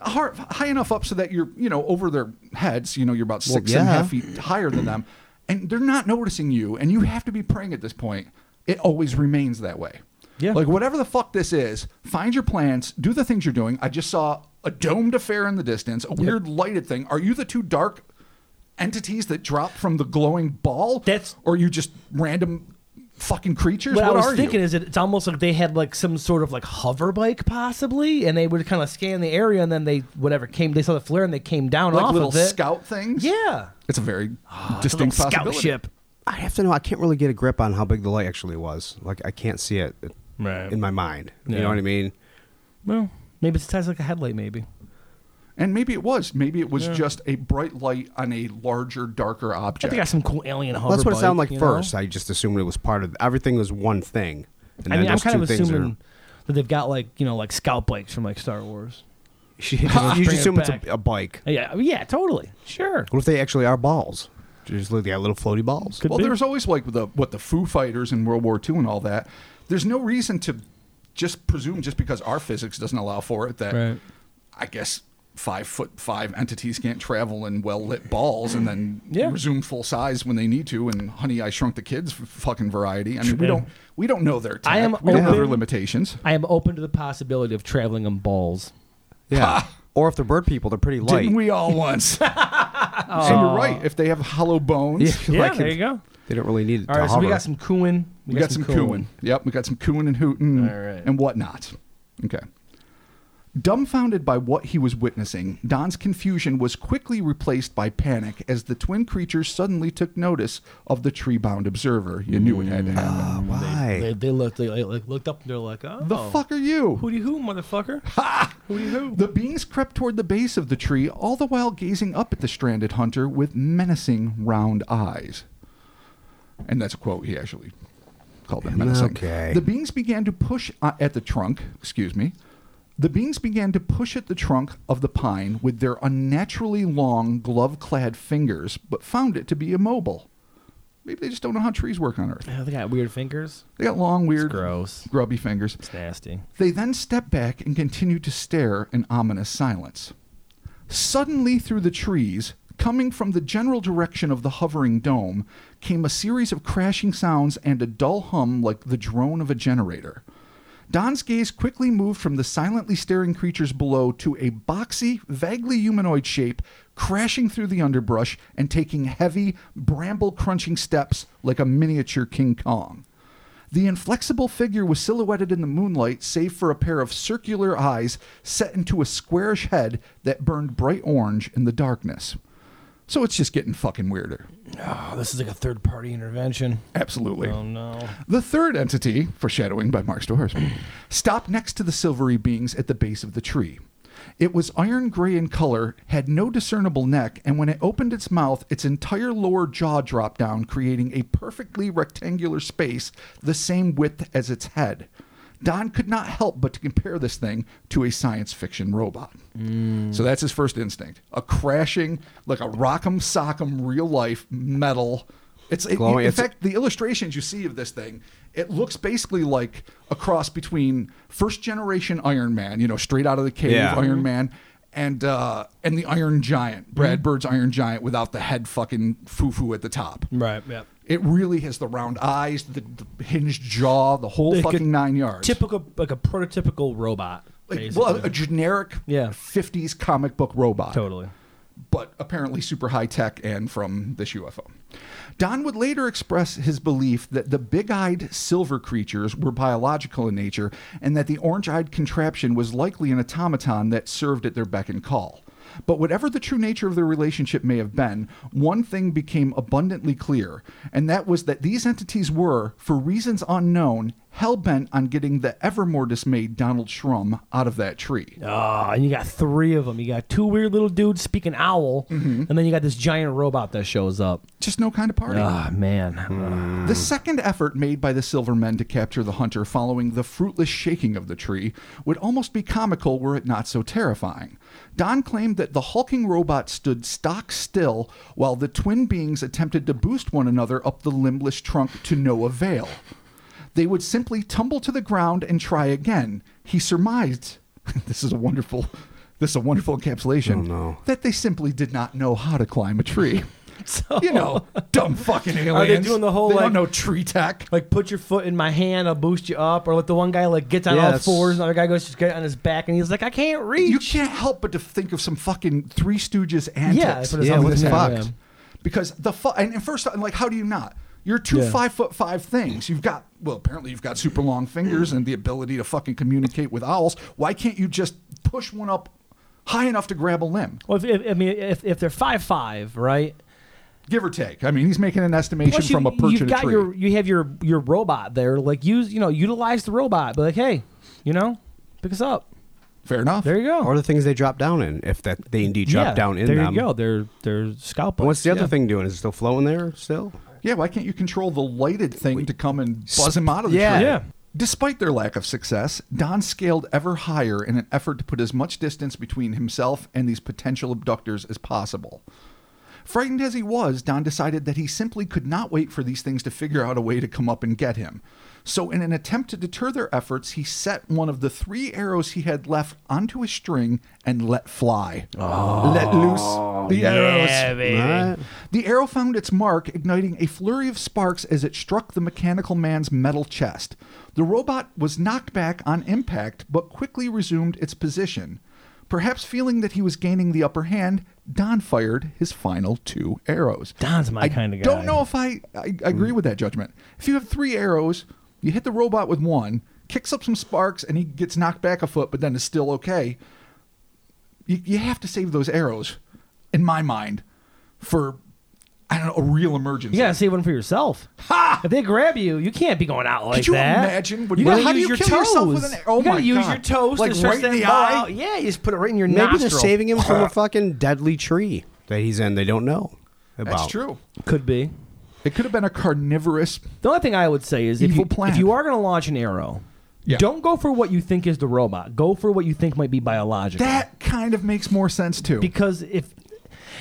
[SPEAKER 3] hard, high enough up so that you're you know over their heads. You know you're about
[SPEAKER 2] Well,
[SPEAKER 3] six and a
[SPEAKER 2] yeah.
[SPEAKER 3] half feet higher than them, and they're not noticing you. And you have to be praying at this point. It always remains that way.
[SPEAKER 1] Yeah.
[SPEAKER 3] Like whatever the fuck this is, find your plants, do the things you're doing. I just saw a domed affair in the distance, a weird lighted thing. Are you the two dark entities that drop from the glowing ball?
[SPEAKER 1] That's-
[SPEAKER 3] or are you just random fucking creatures?
[SPEAKER 1] what,
[SPEAKER 3] What,
[SPEAKER 1] I
[SPEAKER 3] are
[SPEAKER 1] was thinking
[SPEAKER 3] you?
[SPEAKER 1] is that it's almost like they had like some sort of like hover bike possibly, and they would kind of scan the area, and then they whatever came, they saw the flare, and they came down
[SPEAKER 3] like
[SPEAKER 1] off
[SPEAKER 3] little
[SPEAKER 1] of it.
[SPEAKER 3] scout things.
[SPEAKER 1] Yeah,
[SPEAKER 3] It's a very
[SPEAKER 1] Ah, It's a little
[SPEAKER 3] distinct possibility.
[SPEAKER 2] I have to know. I can't really get a grip on how big the light actually was. Like I can't see it
[SPEAKER 1] Right.
[SPEAKER 2] in my mind.
[SPEAKER 1] Yeah.
[SPEAKER 2] You know what I mean?
[SPEAKER 1] Well, maybe it's the size of like a headlight. Maybe
[SPEAKER 3] And maybe it was. Maybe it was just a bright light on a larger, darker
[SPEAKER 1] I
[SPEAKER 3] object.
[SPEAKER 1] think I got some cool alien hover.
[SPEAKER 2] Well, that's what it sounded like
[SPEAKER 1] bike, you know?
[SPEAKER 2] first. I just assumed it was part of everything was one thing. And
[SPEAKER 1] I mean,
[SPEAKER 2] then
[SPEAKER 1] I'm
[SPEAKER 2] those
[SPEAKER 1] kind of
[SPEAKER 2] two things
[SPEAKER 1] assuming that they've got like you know like scout bikes from like Star Wars.
[SPEAKER 2] Are, you
[SPEAKER 1] Bring
[SPEAKER 2] just
[SPEAKER 1] it
[SPEAKER 2] assume it's
[SPEAKER 1] back.
[SPEAKER 2] a, a bike.
[SPEAKER 1] Yeah, yeah, totally, sure.
[SPEAKER 2] What if they actually are balls? Just look, they got little floaty balls.
[SPEAKER 1] Could
[SPEAKER 3] well,
[SPEAKER 1] be.
[SPEAKER 3] there's always like the what the Foo Fighters in World War II and all that. There's no reason to just presume just because our physics doesn't allow for it that
[SPEAKER 1] Right.
[SPEAKER 3] I guess five foot five entities can't travel in well lit balls and then
[SPEAKER 1] Yeah.
[SPEAKER 3] resume full size when they need to. And Honey, I Shrunk the Kids f- fucking variety. I mean, we
[SPEAKER 1] Yeah.
[SPEAKER 3] don't we don't know their tech.
[SPEAKER 1] I am
[SPEAKER 3] we don't know their
[SPEAKER 1] open-
[SPEAKER 3] limitations.
[SPEAKER 1] I am open to the possibility of traveling on balls.
[SPEAKER 2] Yeah. or if they're bird people, they're pretty light.
[SPEAKER 3] Didn't we all once? So you're right. If they have hollow bones,
[SPEAKER 4] Yeah,
[SPEAKER 3] like
[SPEAKER 4] there
[SPEAKER 3] it-
[SPEAKER 4] you go.
[SPEAKER 2] They don't really need it
[SPEAKER 1] All
[SPEAKER 2] to
[SPEAKER 1] right, so
[SPEAKER 2] hover.
[SPEAKER 1] we got some cooing.
[SPEAKER 3] We got some cooing. Yep, we got some cooing and hooting
[SPEAKER 1] All right.
[SPEAKER 3] and whatnot. Okay. Dumbfounded by what he was witnessing, Don's confusion was quickly replaced by panic as the twin creatures suddenly took notice of the tree-bound observer. You knew it had to happen.
[SPEAKER 1] Mm.
[SPEAKER 2] Why?
[SPEAKER 1] They, they looked. They like looked up and they're like, "Oh,
[SPEAKER 3] the fuck are you?
[SPEAKER 1] Who do you who, motherfucker?
[SPEAKER 3] The beings crept toward the base of the tree, all the while gazing up at the stranded hunter with menacing round eyes. And that's a quote he actually called them menacing.
[SPEAKER 2] Okay.
[SPEAKER 3] The beings began to push uh, at the trunk, excuse me. The beings began to push at the trunk of the pine with their unnaturally long, glove clad fingers, but found it to be immobile. Maybe they just don't know how trees work on Earth.
[SPEAKER 1] Yeah, they got weird fingers.
[SPEAKER 3] They got long, weird,
[SPEAKER 1] gross.
[SPEAKER 3] grubby fingers.
[SPEAKER 1] It's nasty.
[SPEAKER 3] They then stepped back and continued to stare in ominous silence. Suddenly, through the trees, coming from the general direction of the hovering dome, came a series of crashing sounds and a dull hum like the drone of a generator. Don's gaze quickly moved from the silently staring creatures below to a boxy, vaguely humanoid shape crashing through the underbrush and taking heavy, bramble crunching steps like a miniature King Kong. The inflexible figure was silhouetted in the moonlight, save for a pair of circular eyes set into a squarish head that burned bright orange in the darkness. So it's just getting fucking weirder.
[SPEAKER 1] Oh, this is like a third party intervention.
[SPEAKER 3] Absolutely.
[SPEAKER 1] Oh no.
[SPEAKER 3] The third entity, foreshadowing by Mark Storrs, stopped next to the silvery beings at the base of the tree. It was iron gray in color, had no discernible neck, and when it opened its mouth, its entire lower jaw dropped down, creating a perfectly rectangular space the same width as its head. Don could not help but to compare this thing to a science fiction robot. So that's his first instinct. A crashing, like a rock'em sock'em real life metal. It's it,
[SPEAKER 2] Glowing,
[SPEAKER 3] in
[SPEAKER 2] it's-
[SPEAKER 3] fact the illustrations you see of this thing, it looks basically like a cross between first generation Iron Man, you know, straight out of the cave
[SPEAKER 2] Yeah.
[SPEAKER 1] Mm-hmm.
[SPEAKER 3] Iron Man, and uh, and the Iron Giant, Brad Bird's Iron Giant, without the head fucking foo foo at the top.
[SPEAKER 1] Right. Yep.
[SPEAKER 3] It really has the round eyes, the, the hinged jaw, the whole
[SPEAKER 1] Like a
[SPEAKER 3] fucking nine yards.
[SPEAKER 1] Typical, like a prototypical robot.
[SPEAKER 3] like,
[SPEAKER 1] basically.
[SPEAKER 3] well, a generic
[SPEAKER 1] Yeah.
[SPEAKER 3] 50s comic book robot.
[SPEAKER 1] totally.
[SPEAKER 3] but apparently super high tech and from this UFO. Don would later express his belief that the big eyed silver creatures were biological in nature and that the orange eyed contraption was likely an automaton that served at their beck and call. But whatever the true nature of their relationship may have been, one thing became abundantly clear, and that was that these entities were, for reasons unknown, hell bent on getting the ever more dismayed Donald Shrum out of that tree.
[SPEAKER 1] Ah, and you got three of them. You got two weird little dudes speaking owl, and then you got this giant robot that shows up.
[SPEAKER 3] Just no kind of party.
[SPEAKER 1] Ah, man.
[SPEAKER 3] The second effort made by the Silver Men to capture the hunter following the fruitless shaking of the tree would almost be comical were it not so terrifying. Don claimed that the hulking robot stood stock still while the twin beings attempted to boost one another up the limbless trunk to no avail. They would simply tumble to the ground and try again. He surmised this is a wonderful this is a wonderful encapsulation
[SPEAKER 2] no.
[SPEAKER 3] that they simply did not know how to climb a tree.
[SPEAKER 1] So-
[SPEAKER 3] you know, dumb fucking aliens.
[SPEAKER 1] Are they doing the whole,
[SPEAKER 3] They don't
[SPEAKER 1] like-
[SPEAKER 3] know tree tech.
[SPEAKER 1] Like put your foot in my hand, I'll boost you up. Or let the one guy like gets on
[SPEAKER 2] Yeah,
[SPEAKER 1] all
[SPEAKER 2] that's-
[SPEAKER 1] fours, another guy goes just get on his back, and he's like, I can't reach.
[SPEAKER 3] You can't help but to think of some fucking Three Stooges antics.
[SPEAKER 1] that's what it
[SPEAKER 2] Yeah,
[SPEAKER 1] sounds
[SPEAKER 2] what
[SPEAKER 1] like.
[SPEAKER 2] the
[SPEAKER 1] Yeah,
[SPEAKER 3] fucked.
[SPEAKER 1] yeah.
[SPEAKER 3] Because the fu- and, and first, I'm like, how do you not? You're two
[SPEAKER 1] Yeah.
[SPEAKER 3] five foot five things. You've got well, apparently you've got super long fingers and the ability to fucking communicate with owls. Why can't you just push one up high enough to grab a limb,
[SPEAKER 1] Well, if, if, I mean, if, if they're five five, right?
[SPEAKER 3] give or take? I mean, he's making an estimation from a perch
[SPEAKER 1] you've
[SPEAKER 3] and a
[SPEAKER 1] got
[SPEAKER 3] tree.
[SPEAKER 1] your you have your your robot there. Like use you know utilize the robot. Be like, hey, you know, pick us up.
[SPEAKER 3] Fair enough.
[SPEAKER 1] There you go.
[SPEAKER 2] Or the things they drop down in, if that they indeed drop
[SPEAKER 1] Yeah,
[SPEAKER 2] down in
[SPEAKER 1] there
[SPEAKER 2] them.
[SPEAKER 1] you go. They're they're scalping.
[SPEAKER 2] And What's the other thing doing? Is it still floating there still?
[SPEAKER 3] Yeah, why can't you control the lighted thing to come and buzz him out of the
[SPEAKER 2] Yeah.
[SPEAKER 3] tree?
[SPEAKER 1] Yeah.
[SPEAKER 3] Despite their lack of success, Don scaled ever higher in an effort to put as much distance between himself and these potential abductors as possible. Frightened as he was, Don decided that he simply could not wait for these things to figure out a way to come up and get him. So, in an attempt to deter their efforts, he set one of the three arrows he had left onto a string and let fly. let
[SPEAKER 2] Oh,
[SPEAKER 3] loose the arrows.
[SPEAKER 2] Right.
[SPEAKER 3] The arrow found its mark, igniting a flurry of sparks as it struck the mechanical man's metal chest. The robot was knocked back on impact, but quickly resumed its position. Perhaps feeling that he was gaining the upper hand, Don fired his final two arrows.
[SPEAKER 1] Don's my
[SPEAKER 3] I
[SPEAKER 1] kinda guy.
[SPEAKER 3] Don't know if I, I agree with that judgment. If you have three arrows, you hit the robot with one, kicks up some sparks, and he gets knocked back a foot, but then is still okay. You, you have to save those arrows, in my mind, for I don't know a real emergency.
[SPEAKER 1] You gotta save one for yourself.
[SPEAKER 3] Ha!
[SPEAKER 1] If they grab you, you can't be going out like
[SPEAKER 3] you
[SPEAKER 1] that.
[SPEAKER 3] imagine what-
[SPEAKER 1] you
[SPEAKER 3] well,
[SPEAKER 1] gotta
[SPEAKER 3] how do
[SPEAKER 1] use
[SPEAKER 3] you
[SPEAKER 1] your
[SPEAKER 3] kill yourself with
[SPEAKER 1] toes.
[SPEAKER 3] an- oh
[SPEAKER 1] you gotta
[SPEAKER 3] my
[SPEAKER 1] use
[SPEAKER 3] God.
[SPEAKER 1] your toes
[SPEAKER 3] Like,
[SPEAKER 1] to stretch
[SPEAKER 3] right in
[SPEAKER 1] that
[SPEAKER 3] the
[SPEAKER 1] ball
[SPEAKER 3] eye?
[SPEAKER 1] out. Yeah, you just put it right in your
[SPEAKER 2] Maybe
[SPEAKER 1] nostril.
[SPEAKER 2] they're saving him from a fucking deadly tree that he's in. They don't know about.
[SPEAKER 3] That's true.
[SPEAKER 1] Could be.
[SPEAKER 3] It could have been a carnivorous.
[SPEAKER 1] The only thing I would say is if
[SPEAKER 3] Evil
[SPEAKER 1] you,
[SPEAKER 3] plan.
[SPEAKER 1] if you are going to launch an arrow,
[SPEAKER 3] Yeah.
[SPEAKER 1] don't go for what you think is the robot. Go for what you think might be biological.
[SPEAKER 3] That kind of makes more sense too.
[SPEAKER 1] because if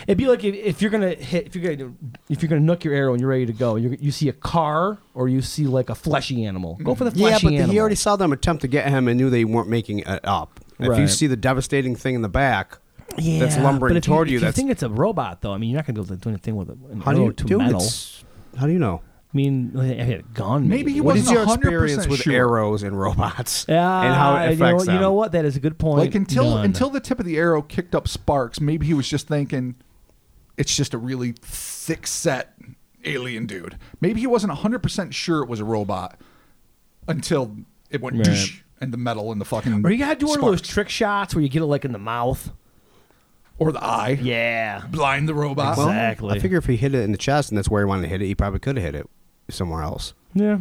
[SPEAKER 1] it'd be like if, if you're gonna hit if you're gonna if you're gonna nook your arrow and you're ready to go, you you see a car or you see like a fleshy animal. Go for the
[SPEAKER 2] Yeah,
[SPEAKER 1] fleshy
[SPEAKER 2] but
[SPEAKER 1] animal.
[SPEAKER 2] he already saw them attempt to get him and knew they weren't making it up. If you
[SPEAKER 1] Right.
[SPEAKER 2] see the devastating thing in the back
[SPEAKER 1] yeah,
[SPEAKER 2] that's
[SPEAKER 1] but
[SPEAKER 2] lumbering
[SPEAKER 1] if
[SPEAKER 2] toward
[SPEAKER 1] you.
[SPEAKER 2] you,
[SPEAKER 1] If
[SPEAKER 2] that's
[SPEAKER 1] you think it's a robot though, I mean you're not gonna be able to do anything with it. an
[SPEAKER 2] how do
[SPEAKER 1] arrow
[SPEAKER 2] you
[SPEAKER 1] to
[SPEAKER 2] do
[SPEAKER 1] metal.
[SPEAKER 2] it? How do you know?
[SPEAKER 1] I mean, like, I had a gun.
[SPEAKER 3] Maybe he
[SPEAKER 2] What
[SPEAKER 3] wasn't
[SPEAKER 2] is your
[SPEAKER 3] 100%
[SPEAKER 2] experience with
[SPEAKER 3] sure.
[SPEAKER 2] arrows and robots
[SPEAKER 1] Yeah,
[SPEAKER 2] and how it
[SPEAKER 1] Ah, you know,
[SPEAKER 2] affects
[SPEAKER 1] you know
[SPEAKER 2] them?
[SPEAKER 1] what? That is a good point.
[SPEAKER 3] like until
[SPEAKER 1] None.
[SPEAKER 3] until the tip of the arrow kicked up sparks, maybe he was just thinking it's just a really thick set alien dude. Maybe he wasn't 100% sure it was a robot until it went
[SPEAKER 1] Right.
[SPEAKER 3] doosh and the metal and the fucking
[SPEAKER 1] or you gotta do one of those
[SPEAKER 3] sparks.
[SPEAKER 1] trick shots where you get it like in the mouth.
[SPEAKER 3] or the eye.
[SPEAKER 1] Yeah,
[SPEAKER 3] Blind the robot.
[SPEAKER 2] Well,
[SPEAKER 1] Exactly.
[SPEAKER 2] I figure if he hit it in the chest and that's where he wanted to hit it, he probably could have hit it somewhere else.
[SPEAKER 1] yeah.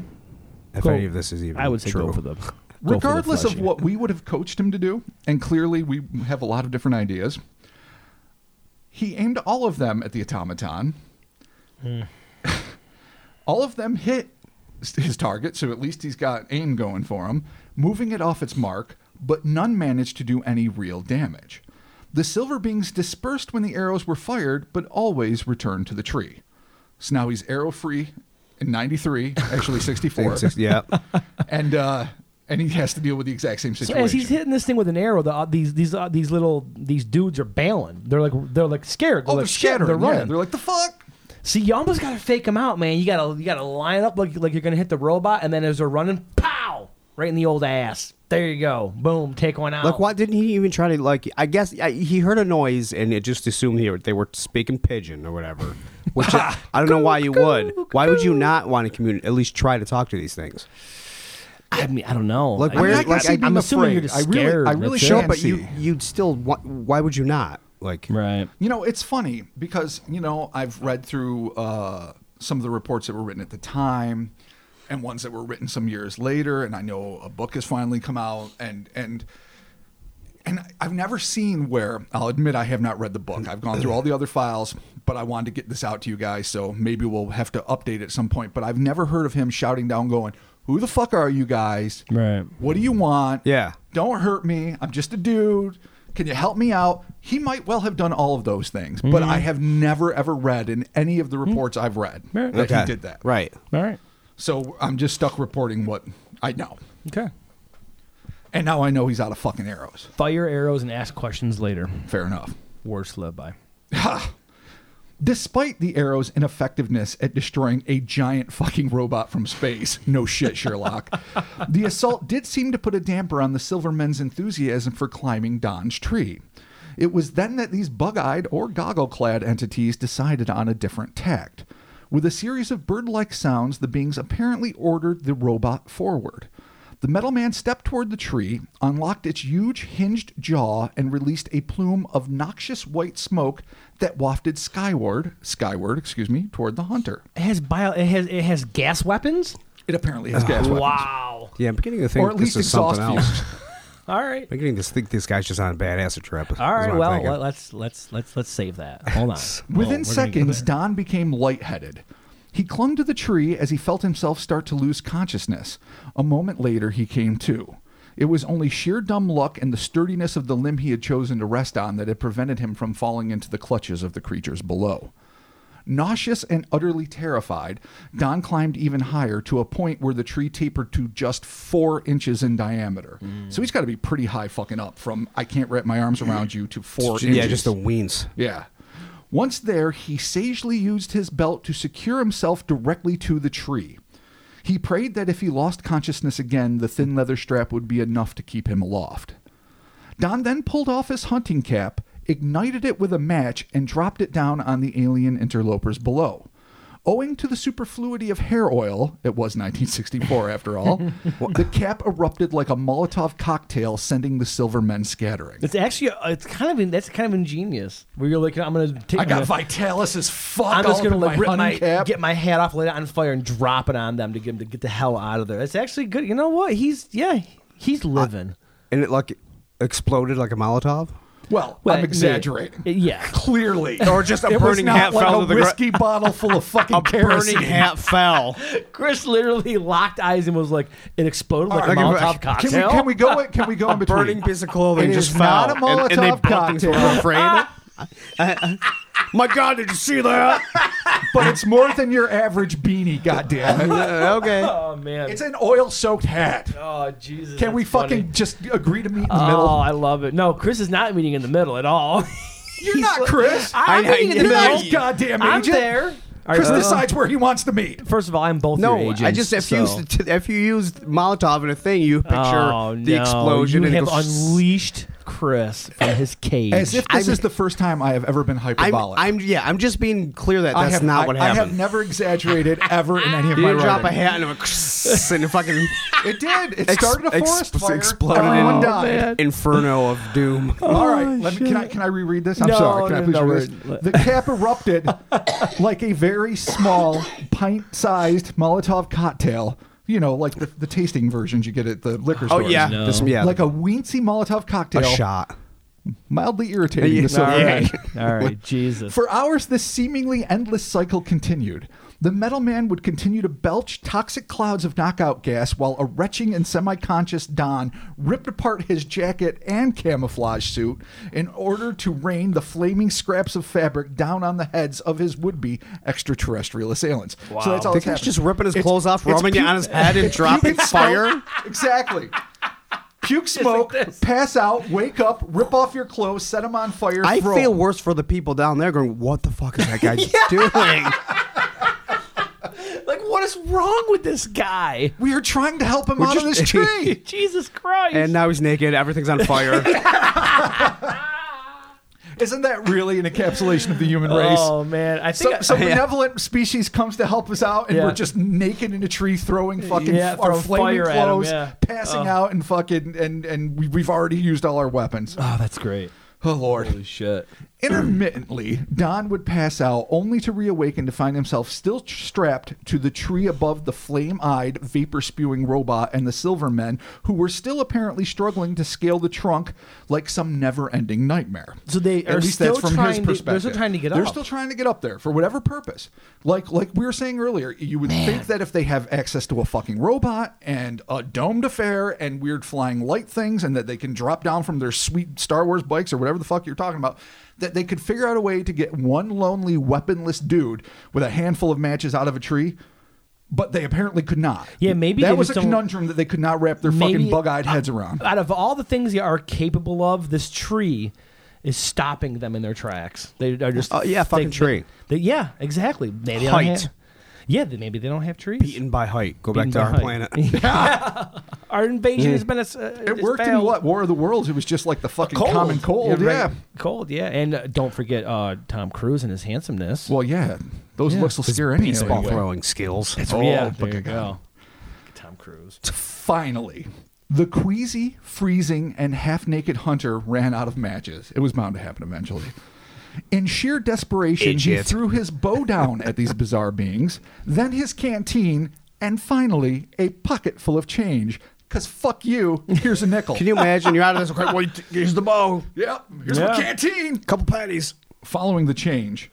[SPEAKER 2] If
[SPEAKER 1] Go-
[SPEAKER 2] any of this is even
[SPEAKER 1] I would say
[SPEAKER 2] true.
[SPEAKER 1] go for the.
[SPEAKER 3] regardless of what we would have coached him to do, and clearly we have a lot of different ideas, he aimed all of them at the automaton.
[SPEAKER 1] Hmm.
[SPEAKER 3] all of them hit s- his target, so at least he's got aim going for him, moving it off its mark, but none managed to do any real damage. The silver beings dispersed when the arrows were fired, but always returned to the tree. So now he's arrow free in 93, actually 64
[SPEAKER 2] Six- yeah.
[SPEAKER 3] and uh, and he has to deal with the exact same
[SPEAKER 1] So
[SPEAKER 3] situation.
[SPEAKER 1] as he's hitting this thing with an arrow, the, uh, these these uh, these little these dudes are bailing. They're like they're like scared.
[SPEAKER 3] oh,
[SPEAKER 1] like,
[SPEAKER 3] they're
[SPEAKER 1] shit,
[SPEAKER 3] scattering.
[SPEAKER 1] They're running.
[SPEAKER 3] Yeah, they're like the fuck.
[SPEAKER 1] See, you almost gotta fake them out, man. You gotta you gotta line up like like you're gonna hit the robot, and then as they're running, pow, right in the old ass. There you go. Boom, take one out.
[SPEAKER 2] Like, why didn't he even try to like? I guess I, he heard a noise and it just assumed he, they were speaking pigeon or whatever. Which I, I don't know why you would. Why would you not want to communicate? At least try to talk to these things.
[SPEAKER 1] I mean, I don't know.
[SPEAKER 2] Like,
[SPEAKER 1] I
[SPEAKER 2] where-
[SPEAKER 1] mean,
[SPEAKER 2] I can like, see
[SPEAKER 1] I'm
[SPEAKER 3] being
[SPEAKER 1] assuming you're
[SPEAKER 3] afraid.
[SPEAKER 1] just
[SPEAKER 3] I really-
[SPEAKER 1] scared.
[SPEAKER 3] I really
[SPEAKER 1] that's it.
[SPEAKER 3] should-
[SPEAKER 2] Sure, but you
[SPEAKER 3] Fancy.
[SPEAKER 2] you'd still. wa- Why would you not? Like,
[SPEAKER 1] Right.
[SPEAKER 3] You know, it's funny because you know I've read through uh, some of the reports that were written at the time, and ones that were written some years later, and I know a book has finally come out, and and. And I've never seen where I'll admit I have not read the book. I've gone through all the other files, but I wanted to get this out to you guys, so maybe we'll have to update at some point. But I've never heard of him shouting down, going, "Who the fuck are you guys?
[SPEAKER 1] Right.
[SPEAKER 3] What do you want?
[SPEAKER 2] Yeah.
[SPEAKER 3] Don't hurt me. I'm just a dude. Can you help me out? He might well have done all of those things, but
[SPEAKER 2] Mm-hmm.
[SPEAKER 3] I have never ever read in any of the reports I've read
[SPEAKER 1] Right.
[SPEAKER 3] that
[SPEAKER 2] okay,
[SPEAKER 3] he did that.
[SPEAKER 2] right?
[SPEAKER 1] All right.
[SPEAKER 3] So I'm just stuck reporting what I know.
[SPEAKER 1] Okay.
[SPEAKER 3] And now I know he's out of fucking arrows.
[SPEAKER 1] Fire arrows and ask questions later.
[SPEAKER 3] Fair enough.
[SPEAKER 1] Words to live by.
[SPEAKER 3] Despite the arrow's ineffectiveness at destroying a giant fucking robot from space, no shit, Sherlock, the assault did seem to put a damper on the Silvermen's enthusiasm for climbing Don's tree. It was then that these bug eyed or goggle clad entities decided on a different tact. With a series of bird like sounds, the beings apparently ordered the robot forward. The metal man stepped toward the tree, unlocked its huge hinged jaw, and released a plume of noxious white smoke that wafted skyward, skyward, excuse me, toward the hunter.
[SPEAKER 1] It has bio. It has it has gas weapons.
[SPEAKER 3] It apparently has gas weapons.
[SPEAKER 1] Wow.
[SPEAKER 2] Yeah, I'm beginning to think
[SPEAKER 3] Or at
[SPEAKER 2] this
[SPEAKER 3] least
[SPEAKER 2] is something
[SPEAKER 3] exhaust
[SPEAKER 2] else.
[SPEAKER 3] fumes.
[SPEAKER 1] All right.
[SPEAKER 2] I'm beginning to think this guy's just on a bad acid trip. is
[SPEAKER 1] All
[SPEAKER 2] what
[SPEAKER 1] right,
[SPEAKER 2] I'm
[SPEAKER 1] well,
[SPEAKER 2] thinking.
[SPEAKER 1] let, let's let's let's let's save that. Hold on. Well, we're
[SPEAKER 3] Within
[SPEAKER 1] gonna get
[SPEAKER 3] seconds,
[SPEAKER 1] there.
[SPEAKER 3] Don became lightheaded. He clung to the tree as he felt himself start to lose consciousness. A moment later, he came to. It was only sheer dumb luck and the sturdiness of the limb he had chosen to rest on that had prevented him from falling into the clutches of the creatures below. Nauseous and utterly terrified, Don climbed even higher to a point where the tree tapered to just four inches in diameter. So he's got to be pretty high fucking up from I can't wrap my arms around you to four inches.
[SPEAKER 2] yeah, just the weens.
[SPEAKER 3] Yeah. Once there, he sagely used his belt to secure himself directly to the tree. He prayed that if he lost consciousness again, the thin leather strap would be enough to keep him aloft. Don then pulled off his hunting cap, ignited it with a match, and dropped it down on the alien interlopers below. Owing to the superfluity of hair oil, it was 1964 after all, the cap erupted like a Molotov cocktail, sending the silver men scattering.
[SPEAKER 1] It's actually uh, it's kind of in- that's kind of ingenious. Where you're like, I'm gonna take.
[SPEAKER 3] I got
[SPEAKER 1] I'm gonna-
[SPEAKER 3] Vitalis as fuck.
[SPEAKER 1] I'm just
[SPEAKER 3] all up
[SPEAKER 1] gonna
[SPEAKER 3] in
[SPEAKER 1] like rip
[SPEAKER 3] hunting
[SPEAKER 1] my
[SPEAKER 3] cap.
[SPEAKER 1] get my hat off, light it on fire, and drop it on them to get them to get the hell out of there. That's actually good. You know what? He's yeah, he's living.
[SPEAKER 2] and it like exploded like a Molotov.
[SPEAKER 3] Well,
[SPEAKER 1] Well,
[SPEAKER 3] I'm exaggerating.
[SPEAKER 1] Yeah. yeah.
[SPEAKER 3] Clearly,
[SPEAKER 2] Or just a
[SPEAKER 3] It was
[SPEAKER 2] burning
[SPEAKER 3] not
[SPEAKER 2] hat
[SPEAKER 3] like
[SPEAKER 2] fell
[SPEAKER 3] a
[SPEAKER 2] to the gro-
[SPEAKER 3] whiskey bottle full of fucking kerosene.
[SPEAKER 2] fell.
[SPEAKER 1] Chris literally locked eyes and was like, it exploded like
[SPEAKER 2] All
[SPEAKER 1] a
[SPEAKER 2] right, okay,
[SPEAKER 1] Molotov
[SPEAKER 2] but-
[SPEAKER 1] cocktail.
[SPEAKER 3] Can we, can we go? Can we go
[SPEAKER 2] a
[SPEAKER 3] in between?
[SPEAKER 2] burning piece of clothing
[SPEAKER 3] It
[SPEAKER 2] just
[SPEAKER 3] is
[SPEAKER 2] fell.
[SPEAKER 3] not a
[SPEAKER 2] and, and they
[SPEAKER 3] Molotov
[SPEAKER 2] bumped into
[SPEAKER 3] cocktail.
[SPEAKER 2] a frame. Ah! My God, did you see that?
[SPEAKER 3] but it's more than your average beanie. Goddamn it!
[SPEAKER 2] Uh, okay.
[SPEAKER 1] oh man.
[SPEAKER 3] It's an oil-soaked hat.
[SPEAKER 1] oh Jesus.
[SPEAKER 3] Can
[SPEAKER 1] that's
[SPEAKER 3] we fucking
[SPEAKER 1] funny.
[SPEAKER 3] just agree to meet in the
[SPEAKER 1] Oh,
[SPEAKER 3] middle?
[SPEAKER 1] I love it. No, Chris is not meeting in the middle at all.
[SPEAKER 3] You're not Chris.
[SPEAKER 1] I'm
[SPEAKER 2] I-
[SPEAKER 1] meeting in the
[SPEAKER 2] you're
[SPEAKER 3] You're
[SPEAKER 2] not
[SPEAKER 1] middle.
[SPEAKER 3] not his goddamn
[SPEAKER 1] I'm
[SPEAKER 3] agent.
[SPEAKER 1] there.
[SPEAKER 3] Chris
[SPEAKER 1] Uh,
[SPEAKER 3] decides where he wants to meet.
[SPEAKER 1] First of all, I'm both
[SPEAKER 2] No,
[SPEAKER 1] your agents.
[SPEAKER 2] I just if
[SPEAKER 1] so-
[SPEAKER 2] you to, if you use Molotov in a thing, you picture
[SPEAKER 1] Oh,
[SPEAKER 2] the
[SPEAKER 1] no.
[SPEAKER 2] explosion
[SPEAKER 1] You
[SPEAKER 2] and it
[SPEAKER 1] have
[SPEAKER 2] goes
[SPEAKER 1] unleashed Chris from his cage.
[SPEAKER 3] As if this
[SPEAKER 2] I'm-
[SPEAKER 3] is the first time I have ever been
[SPEAKER 2] I'm,
[SPEAKER 3] hyperbolic.
[SPEAKER 2] I'm yeah, I'm just being clear that
[SPEAKER 3] I
[SPEAKER 2] that's
[SPEAKER 3] have,
[SPEAKER 2] not
[SPEAKER 3] I,
[SPEAKER 2] what
[SPEAKER 3] I have
[SPEAKER 2] happened.
[SPEAKER 3] never exaggerated ever in any of
[SPEAKER 2] you
[SPEAKER 3] my
[SPEAKER 2] didn't drop a
[SPEAKER 3] writing.
[SPEAKER 2] hat and it went and it fucking
[SPEAKER 3] It did. It
[SPEAKER 2] ex-
[SPEAKER 3] started a
[SPEAKER 2] ex-
[SPEAKER 3] forest fire.
[SPEAKER 2] exploded Oh,
[SPEAKER 3] Everyone
[SPEAKER 2] in
[SPEAKER 3] died. Oh,
[SPEAKER 2] inferno of doom.
[SPEAKER 3] All right, let me, can I can I reread this? I'm
[SPEAKER 1] No,
[SPEAKER 3] sorry. Can I
[SPEAKER 1] no,
[SPEAKER 3] please
[SPEAKER 1] no,
[SPEAKER 3] read
[SPEAKER 1] we're-
[SPEAKER 3] this? The cap erupted like a very small pint-sized Molotov cocktail. You know, like the, the tasting versions you get at the liquor
[SPEAKER 2] Oh
[SPEAKER 3] store.
[SPEAKER 2] yeah,
[SPEAKER 1] No.
[SPEAKER 2] this, yeah,
[SPEAKER 3] like a weensy Molotov cocktail.
[SPEAKER 2] a shot.
[SPEAKER 3] mildly irritating.
[SPEAKER 2] Yeah,
[SPEAKER 3] the silver
[SPEAKER 2] all
[SPEAKER 3] man.
[SPEAKER 2] right.
[SPEAKER 1] All right, Jesus.
[SPEAKER 3] For hours, this seemingly endless cycle continued. The metal man would continue to belch toxic clouds of knockout gas while a retching and semi conscious Don ripped apart his jacket and camouflage suit in order to rain the flaming scraps of fabric down on the heads of his would be extraterrestrial assailants. Wow. So that's all
[SPEAKER 2] The
[SPEAKER 3] that's
[SPEAKER 2] guy's
[SPEAKER 3] happening.
[SPEAKER 2] just ripping his
[SPEAKER 3] It's-
[SPEAKER 2] clothes off,
[SPEAKER 3] it's
[SPEAKER 2] rubbing it
[SPEAKER 3] pu-
[SPEAKER 2] on his head, and dropping
[SPEAKER 3] puke
[SPEAKER 2] fire.
[SPEAKER 3] smoke. Exactly. Puke smoke, pass out, wake up, rip off your clothes, set them on fire.
[SPEAKER 2] I
[SPEAKER 3] throw
[SPEAKER 2] feel
[SPEAKER 3] 'em.
[SPEAKER 2] worse for the people down there going, "What the fuck is that guy doing?"
[SPEAKER 1] like, what is wrong with this guy?
[SPEAKER 3] We are trying to help him out of
[SPEAKER 2] just-
[SPEAKER 3] this tree.
[SPEAKER 1] Jesus Christ.
[SPEAKER 2] And now he's naked. Everything's on fire.
[SPEAKER 3] Isn't that really an encapsulation of the human race?
[SPEAKER 1] oh man, I think
[SPEAKER 3] Some,
[SPEAKER 1] I-
[SPEAKER 3] some
[SPEAKER 2] Yeah.
[SPEAKER 3] benevolent species comes to help us out, and
[SPEAKER 1] Yeah.
[SPEAKER 3] we're just naked in a tree, throwing fucking
[SPEAKER 1] Yeah,
[SPEAKER 3] our
[SPEAKER 1] throwing
[SPEAKER 3] flaming
[SPEAKER 1] fire at 'em,
[SPEAKER 3] clothes,
[SPEAKER 1] yeah.
[SPEAKER 3] passing
[SPEAKER 1] Oh.
[SPEAKER 3] out, and fucking and and we, we've already used all our weapons.
[SPEAKER 1] oh, that's great.
[SPEAKER 3] Oh lord!
[SPEAKER 1] Holy shit.
[SPEAKER 3] Intermittently, Don would pass out only to reawaken to find himself still tr- strapped to the tree above the flame eyed, vapor spewing robot and the silver men, who were still apparently struggling to scale the trunk like some never ending nightmare.
[SPEAKER 1] So they
[SPEAKER 3] At
[SPEAKER 1] are
[SPEAKER 3] least
[SPEAKER 1] still
[SPEAKER 3] that's from his
[SPEAKER 1] trying to- they're
[SPEAKER 3] perspective.
[SPEAKER 1] still trying to get
[SPEAKER 3] They're
[SPEAKER 1] up.
[SPEAKER 3] still trying to get up there for whatever purpose. Like like we were saying earlier, you would think that if they have access to a fucking robot and a domed affair and weird flying light things and that they can drop down from their sweet Star Wars bikes or whatever the fuck you're talking about, that they could figure out a way to get one lonely weaponless dude with a handful of matches out of a tree. But they apparently could not.
[SPEAKER 1] Yeah, maybe
[SPEAKER 3] that
[SPEAKER 1] they
[SPEAKER 3] was a
[SPEAKER 1] just don't-
[SPEAKER 3] conundrum that they could not wrap their fucking
[SPEAKER 1] Maybe-
[SPEAKER 3] bug-eyed heads around.
[SPEAKER 1] Out of all the things they are capable of, this tree is stopping them in their tracks. They are just
[SPEAKER 2] Oh, yeah, fucking
[SPEAKER 1] they-
[SPEAKER 2] tree.
[SPEAKER 1] they- yeah, exactly. Maybe They
[SPEAKER 2] Height.
[SPEAKER 1] don't have, yeah, they- maybe they don't have trees.
[SPEAKER 2] Beaten by height. Go
[SPEAKER 1] Beaten
[SPEAKER 2] back to
[SPEAKER 1] by
[SPEAKER 2] our
[SPEAKER 1] height.
[SPEAKER 2] planet.
[SPEAKER 1] Our invasion
[SPEAKER 2] Mm.
[SPEAKER 1] has been a, s- uh,
[SPEAKER 3] It
[SPEAKER 1] has
[SPEAKER 3] worked in
[SPEAKER 1] failed.
[SPEAKER 3] what War of the Worlds? It was just like the fucking
[SPEAKER 1] Cold.
[SPEAKER 3] common cold.
[SPEAKER 1] right.
[SPEAKER 3] yeah.
[SPEAKER 1] cold. Yeah, and uh, don't forget uh, Tom Cruise and his handsomeness.
[SPEAKER 3] Well, yeah, those looks will scare any
[SPEAKER 2] Baseball
[SPEAKER 3] away.
[SPEAKER 2] throwing skills.
[SPEAKER 3] Oh,
[SPEAKER 1] yeah,
[SPEAKER 3] but
[SPEAKER 1] there you
[SPEAKER 3] God.
[SPEAKER 1] go. Tom Cruise.
[SPEAKER 3] Finally, the queasy, freezing, and half-naked hunter ran out of matches. It was bound to happen eventually. In sheer desperation, he
[SPEAKER 2] Idiot.
[SPEAKER 3] threw his bow down at these bizarre beings, then his canteen, and finally a pocket full of change. Cause fuck you. Here's a nickel.
[SPEAKER 2] Can you imagine? You're out of this. Okay, well, you t- here's the bow.
[SPEAKER 3] Yep. Here's my
[SPEAKER 1] Yeah.
[SPEAKER 3] canteen.
[SPEAKER 2] Couple patties.
[SPEAKER 3] Following the change,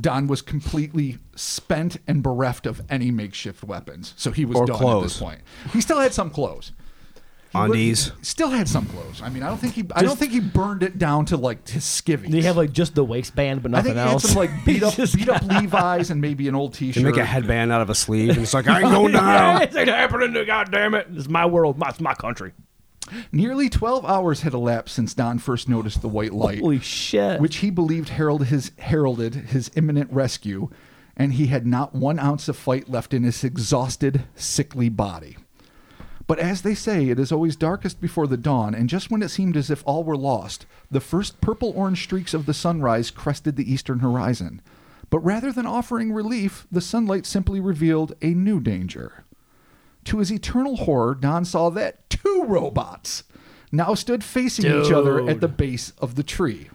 [SPEAKER 3] Don was completely spent and bereft of any makeshift weapons. So he was
[SPEAKER 2] Or
[SPEAKER 3] done at
[SPEAKER 2] clothes.
[SPEAKER 3] this point. He still had some clothes.
[SPEAKER 2] Undies.
[SPEAKER 3] Still had some clothes. I mean, I don't think he. I don't
[SPEAKER 1] Just-
[SPEAKER 3] think he burned it down to like his skivvies.
[SPEAKER 1] They have like just the waistband, but
[SPEAKER 3] I
[SPEAKER 1] nothing
[SPEAKER 3] think he had
[SPEAKER 1] else.
[SPEAKER 3] some like beat up,
[SPEAKER 1] Just-
[SPEAKER 3] beat up Levi's and maybe an old
[SPEAKER 2] You
[SPEAKER 3] T-shirt.
[SPEAKER 2] make a headband out of a sleeve, and it's like I ain't
[SPEAKER 1] Oh,
[SPEAKER 2] going down.
[SPEAKER 1] This ain't happening. to- God damn it! This is my world. My, it's my country.
[SPEAKER 3] Nearly twelve hours had elapsed since Don first noticed the white light.
[SPEAKER 1] Holy shit!
[SPEAKER 3] which he believed herald his, heralded his imminent rescue, and he had not one ounce of fight left in his exhausted, sickly body. But as they say, it is always darkest before the dawn, and just when it seemed as if all were lost, the first purple orange streaks of the sunrise crested the eastern horizon. But rather than offering relief, the sunlight simply revealed a new danger. To his eternal horror, Don saw that two robots now stood facing each other at the base of the tree.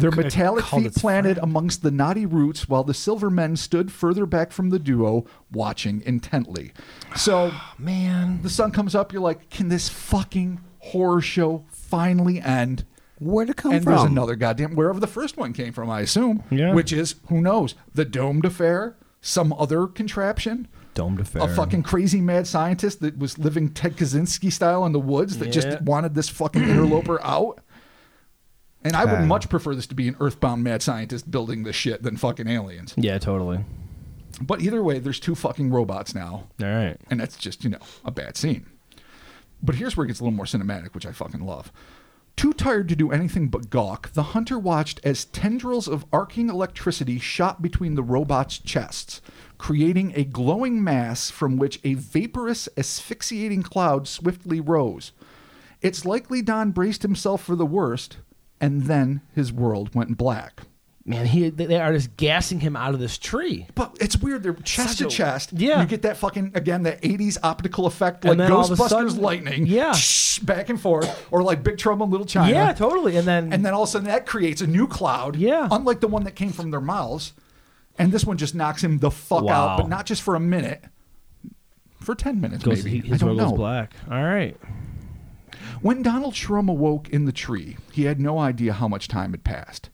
[SPEAKER 3] Their metallic
[SPEAKER 4] called
[SPEAKER 3] feet
[SPEAKER 4] its
[SPEAKER 3] planted amongst the knotty roots, while the silver men stood further back from the duo, watching intently. So
[SPEAKER 4] Man.
[SPEAKER 3] the sun comes up, you're like, can this fucking horror show finally end?
[SPEAKER 2] Where'd it come
[SPEAKER 3] And there's
[SPEAKER 2] from?
[SPEAKER 3] another goddamn wherever the first one came from, I assume.
[SPEAKER 4] Yeah.
[SPEAKER 3] Which is who knows? The domed affair, some other contraption,
[SPEAKER 1] Domed affair.
[SPEAKER 3] a fucking crazy mad scientist that was living Ted Kaczynski style in the woods that
[SPEAKER 1] Yeah.
[SPEAKER 3] just wanted this fucking interloper out. And I would
[SPEAKER 2] Uh.
[SPEAKER 3] much prefer this to be an earthbound mad scientist building this shit than fucking aliens.
[SPEAKER 1] Yeah, totally.
[SPEAKER 3] But either way, there's two fucking robots now
[SPEAKER 1] All right.
[SPEAKER 3] and that's just you know a bad scene but here's where it gets a little more cinematic which i fucking love too tired to do anything but gawk the hunter watched as tendrils of arcing electricity shot between the robot's chests creating a glowing mass from which a vaporous asphyxiating cloud swiftly rose it's likely don braced himself for the worst and then his world went black
[SPEAKER 1] Man, he they they are just gassing him out of this tree.
[SPEAKER 3] but it's weird. They're chest
[SPEAKER 1] Such
[SPEAKER 3] to
[SPEAKER 1] a-
[SPEAKER 3] chest.
[SPEAKER 1] yeah.
[SPEAKER 3] You get that fucking again that '80s optical effect, like
[SPEAKER 1] And then all of a
[SPEAKER 3] Ghostbusters
[SPEAKER 1] sudden-
[SPEAKER 3] lightning.
[SPEAKER 1] Yeah.
[SPEAKER 3] back and forth, or like Big Trouble in Little China.
[SPEAKER 1] Yeah, totally. And then
[SPEAKER 3] And then all of a sudden that creates a new cloud.
[SPEAKER 1] Yeah.
[SPEAKER 3] Unlike the one that came from their mouths, and this one just knocks him the fuck
[SPEAKER 1] Wow.
[SPEAKER 3] out, but not just for a minute. For ten minutes,
[SPEAKER 1] goes,
[SPEAKER 3] maybe.
[SPEAKER 1] he,
[SPEAKER 3] I
[SPEAKER 1] his
[SPEAKER 3] don't
[SPEAKER 1] world
[SPEAKER 3] know.
[SPEAKER 1] goes black. All right.
[SPEAKER 3] When Donald Shrum awoke in the tree, he had no idea how much time had passed.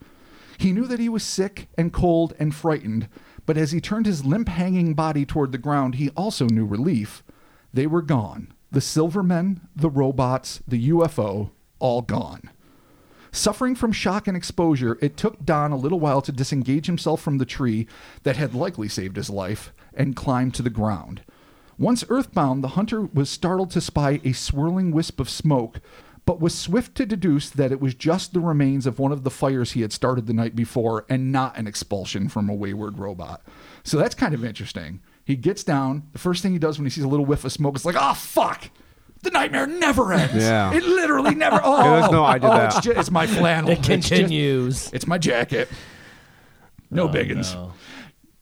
[SPEAKER 3] He knew that he was sick and cold and frightened, but as he turned his limp hanging body toward the ground, he also knew relief. They were gone. The Silvermen, the robots, the UFO, all gone. Suffering from shock and exposure, it took Don a little while to disengage himself from the tree that had likely saved his life and climb to the ground. Once earthbound, the hunter was startled to spy a swirling wisp of smoke, but was swift to deduce that it was just the remains of one of the fires he had started the night before and not an expulsion from a wayward robot. So that's kind of interesting. He gets down. The first thing he does when he sees a little whiff of smoke is like, oh, fuck! The nightmare never ends.
[SPEAKER 2] Yeah.
[SPEAKER 3] It literally never. Oh,
[SPEAKER 2] there's no- I did
[SPEAKER 3] oh,
[SPEAKER 2] that.
[SPEAKER 3] It's, ju- it's my flannel.
[SPEAKER 1] It
[SPEAKER 3] It's just-
[SPEAKER 1] continues.
[SPEAKER 3] it's my jacket. No biggins.
[SPEAKER 1] no.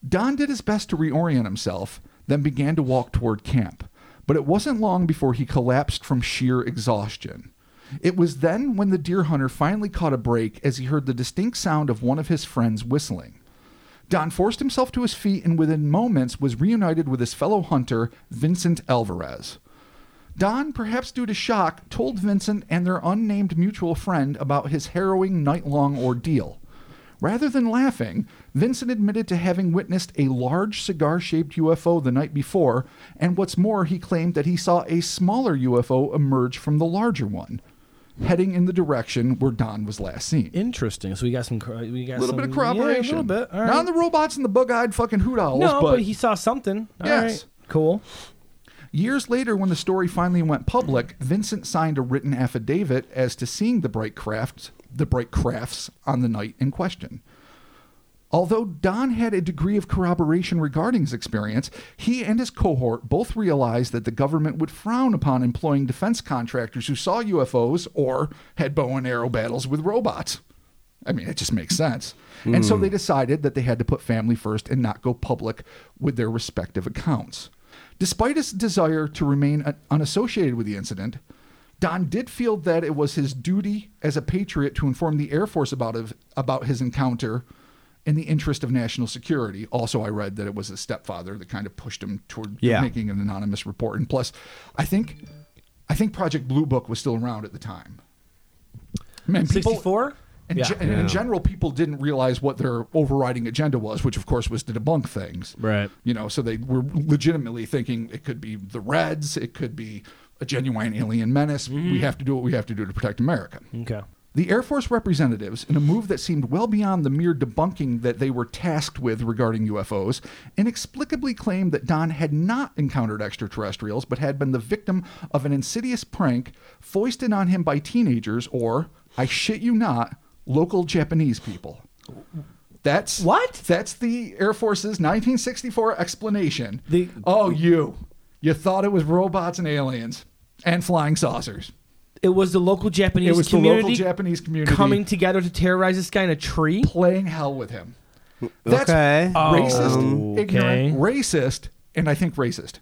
[SPEAKER 3] Don did his best to reorient himself, then began to walk toward camp. But it wasn't long before he collapsed from sheer exhaustion. It was then when the deer hunter finally caught a break as he heard the distinct sound of one of his friends whistling. Don forced himself to his feet and within moments was reunited with his fellow hunter, Vincent Alvarez. Don, perhaps due to shock, told Vincent and their unnamed mutual friend about his harrowing night-long ordeal. Rather than laughing, Vincent admitted to having witnessed a large cigar shaped UFO the night before, and what's more, he claimed that he saw a smaller UFO emerge from the larger one, heading in the direction where Don was last seen.
[SPEAKER 1] Interesting. So we got some. cor- We got
[SPEAKER 3] A little
[SPEAKER 1] some,
[SPEAKER 3] bit of
[SPEAKER 1] yeah,
[SPEAKER 3] corroboration.
[SPEAKER 1] a little bit. All right.
[SPEAKER 3] Not on the robots and the bug eyed fucking hoot owls,
[SPEAKER 1] no, but,
[SPEAKER 3] but
[SPEAKER 1] he saw something. All right.
[SPEAKER 3] Yes.
[SPEAKER 1] Cool.
[SPEAKER 3] Years later, when the story finally went public, Vincent signed a written affidavit as to seeing the bright crafts, the bright crafts on the night in question. Although Don had a degree of corroboration regarding his experience, he and his cohort both realized that the government would frown upon employing defense contractors who saw UFOs or had bow and arrow battles with robots. I mean, it just makes sense. And so they decided that they had to put family first and not go public with their respective accounts. Despite his desire to remain un- unassociated with the incident, Don did feel that it was his duty as a patriot to inform the Air Force about of, about his encounter in the interest of national security. Also, I read that it was his stepfather that kind of pushed him toward
[SPEAKER 2] Yeah.
[SPEAKER 3] making an anonymous report. And plus, I think I think Project Blue Book was still around at the time. Man, people-
[SPEAKER 1] 64?
[SPEAKER 3] and,
[SPEAKER 1] Yeah.
[SPEAKER 3] ge- and in general, people didn't realize what their overriding agenda was, which of course was to debunk things.
[SPEAKER 1] Right.
[SPEAKER 3] You know, so they were legitimately thinking it could be the Reds, it could be a genuine alien menace.
[SPEAKER 1] Mm-hmm.
[SPEAKER 3] We have to do what we have to do to protect America.
[SPEAKER 1] Okay.
[SPEAKER 3] The Air Force representatives, in a move that seemed well beyond the mere debunking that they were tasked with regarding UFOs, inexplicably claimed that Don had not encountered extraterrestrials but had been the victim of an insidious prank foisted on him by teenagers or, I shit you not, local Japanese people. That's
[SPEAKER 1] What?
[SPEAKER 3] That's the Air Force's 1964 explanation.
[SPEAKER 1] The-
[SPEAKER 3] oh, you. You thought it was robots and aliens. and flying saucers.
[SPEAKER 1] It was the local Japanese
[SPEAKER 3] It was the
[SPEAKER 1] community
[SPEAKER 3] local Japanese community
[SPEAKER 1] coming together to terrorize this guy in a tree.
[SPEAKER 3] playing hell with him. That's
[SPEAKER 2] Okay.
[SPEAKER 3] racist,
[SPEAKER 1] Oh, okay.
[SPEAKER 3] ignorant, racist, and I think racist.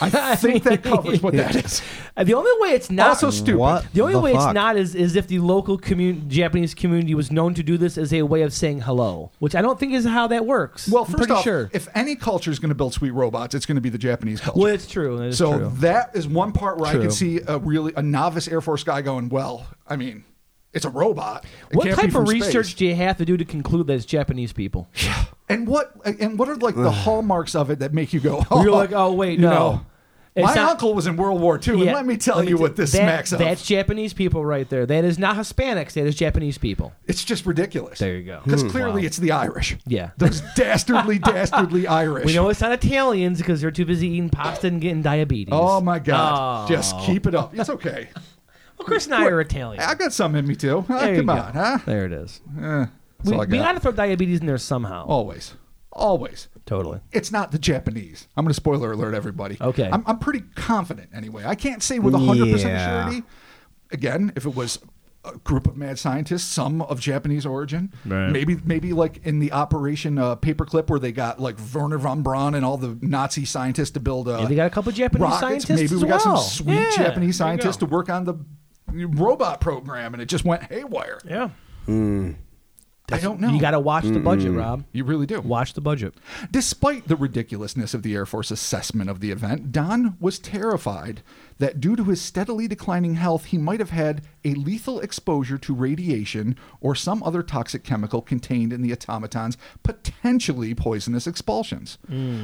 [SPEAKER 3] I think that covers what that is.
[SPEAKER 1] Uh, The only way it's not
[SPEAKER 3] Also stupid.
[SPEAKER 2] What
[SPEAKER 1] Mm. The only way
[SPEAKER 2] fuck?
[SPEAKER 1] it's not is, is if the local commun- Japanese community was known to do this as a way of saying hello, which I don't think is how that works.
[SPEAKER 3] Well,
[SPEAKER 1] I'm
[SPEAKER 3] first
[SPEAKER 1] pretty
[SPEAKER 3] off,
[SPEAKER 1] sure.
[SPEAKER 3] if any culture is going to build sweet robots, it's going to be the Japanese culture.
[SPEAKER 1] well, it's true. It's
[SPEAKER 3] so
[SPEAKER 1] true.
[SPEAKER 3] that is one part where I
[SPEAKER 1] True.
[SPEAKER 3] can see a really a novice Air Force guy going, "Well, I mean, it's a robot. It
[SPEAKER 1] what
[SPEAKER 3] can't be
[SPEAKER 1] type of
[SPEAKER 3] from
[SPEAKER 1] research
[SPEAKER 3] space."
[SPEAKER 1] do you have to do to conclude that it's Japanese people?
[SPEAKER 3] And what and what are like the hallmarks of it that make you go? Oh,
[SPEAKER 1] You're like, oh wait,
[SPEAKER 3] you
[SPEAKER 1] no.
[SPEAKER 3] know,
[SPEAKER 1] It's
[SPEAKER 3] my
[SPEAKER 1] not-
[SPEAKER 3] uncle was in World War II, and
[SPEAKER 1] Yeah,
[SPEAKER 3] let me tell
[SPEAKER 1] let
[SPEAKER 3] you
[SPEAKER 1] t-
[SPEAKER 3] what this
[SPEAKER 1] that-
[SPEAKER 3] smacks of.
[SPEAKER 1] That's Japanese people right there. That is not Hispanics. That is Japanese people.
[SPEAKER 3] It's just ridiculous.
[SPEAKER 1] There you go.
[SPEAKER 3] Because
[SPEAKER 1] Hmm.
[SPEAKER 3] clearly
[SPEAKER 1] Wow.
[SPEAKER 3] it's the Irish.
[SPEAKER 1] Yeah.
[SPEAKER 3] Those dastardly, dastardly Irish.
[SPEAKER 1] We know it's not Italians because they're too busy eating pasta and getting diabetes.
[SPEAKER 3] Oh my God!
[SPEAKER 1] Oh.
[SPEAKER 3] Just keep it up. It's okay.
[SPEAKER 1] Well, Chris and I are Italian.
[SPEAKER 3] I got some in me too. Ah,
[SPEAKER 1] There you
[SPEAKER 3] come
[SPEAKER 1] go.
[SPEAKER 3] on, huh?
[SPEAKER 1] There it is.
[SPEAKER 3] Eh, that's
[SPEAKER 1] We,
[SPEAKER 3] all I
[SPEAKER 1] we
[SPEAKER 3] got. Oh.
[SPEAKER 1] gotta throw diabetes in there somehow.
[SPEAKER 3] Always, always.
[SPEAKER 1] totally.
[SPEAKER 3] It's not the Japanese. I'm going to spoiler alert everybody.
[SPEAKER 1] Okay.
[SPEAKER 3] I'm, I'm pretty confident anyway. I can't say with 100
[SPEAKER 2] Yeah.
[SPEAKER 3] percent surety. Again, if it was a group of mad scientists, some of Japanese origin,
[SPEAKER 1] Right.
[SPEAKER 3] maybe maybe like in the Operation uh, Paperclip where they got like Werner von Braun and all the Nazi scientists to build. Uh,
[SPEAKER 1] Yeah, they got a couple Japanese
[SPEAKER 3] rockets.
[SPEAKER 1] scientists
[SPEAKER 3] Maybe
[SPEAKER 1] as
[SPEAKER 3] we got some
[SPEAKER 1] well. Yeah,
[SPEAKER 3] sweet
[SPEAKER 1] there you
[SPEAKER 3] Japanese scientists
[SPEAKER 1] go.
[SPEAKER 3] to work on the robot program, and it just went haywire.
[SPEAKER 1] Yeah.
[SPEAKER 3] I don't know.
[SPEAKER 1] You gotta watch the budget, Rob.
[SPEAKER 3] You really do.
[SPEAKER 1] Watch the budget.
[SPEAKER 3] Despite the ridiculousness of the Air Force assessment of the event, Don was terrified that due to his steadily declining health, he might have had a lethal exposure to radiation or some other toxic chemical contained in the automaton's potentially poisonous expulsions.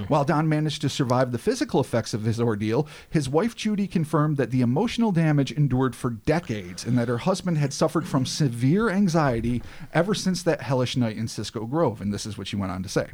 [SPEAKER 3] While Don managed to survive the physical effects of his ordeal, his wife Judy confirmed that the emotional damage endured for decades and that her husband had suffered from severe anxiety ever since that hellish night in Cisco Grove. And this is what she went on to say.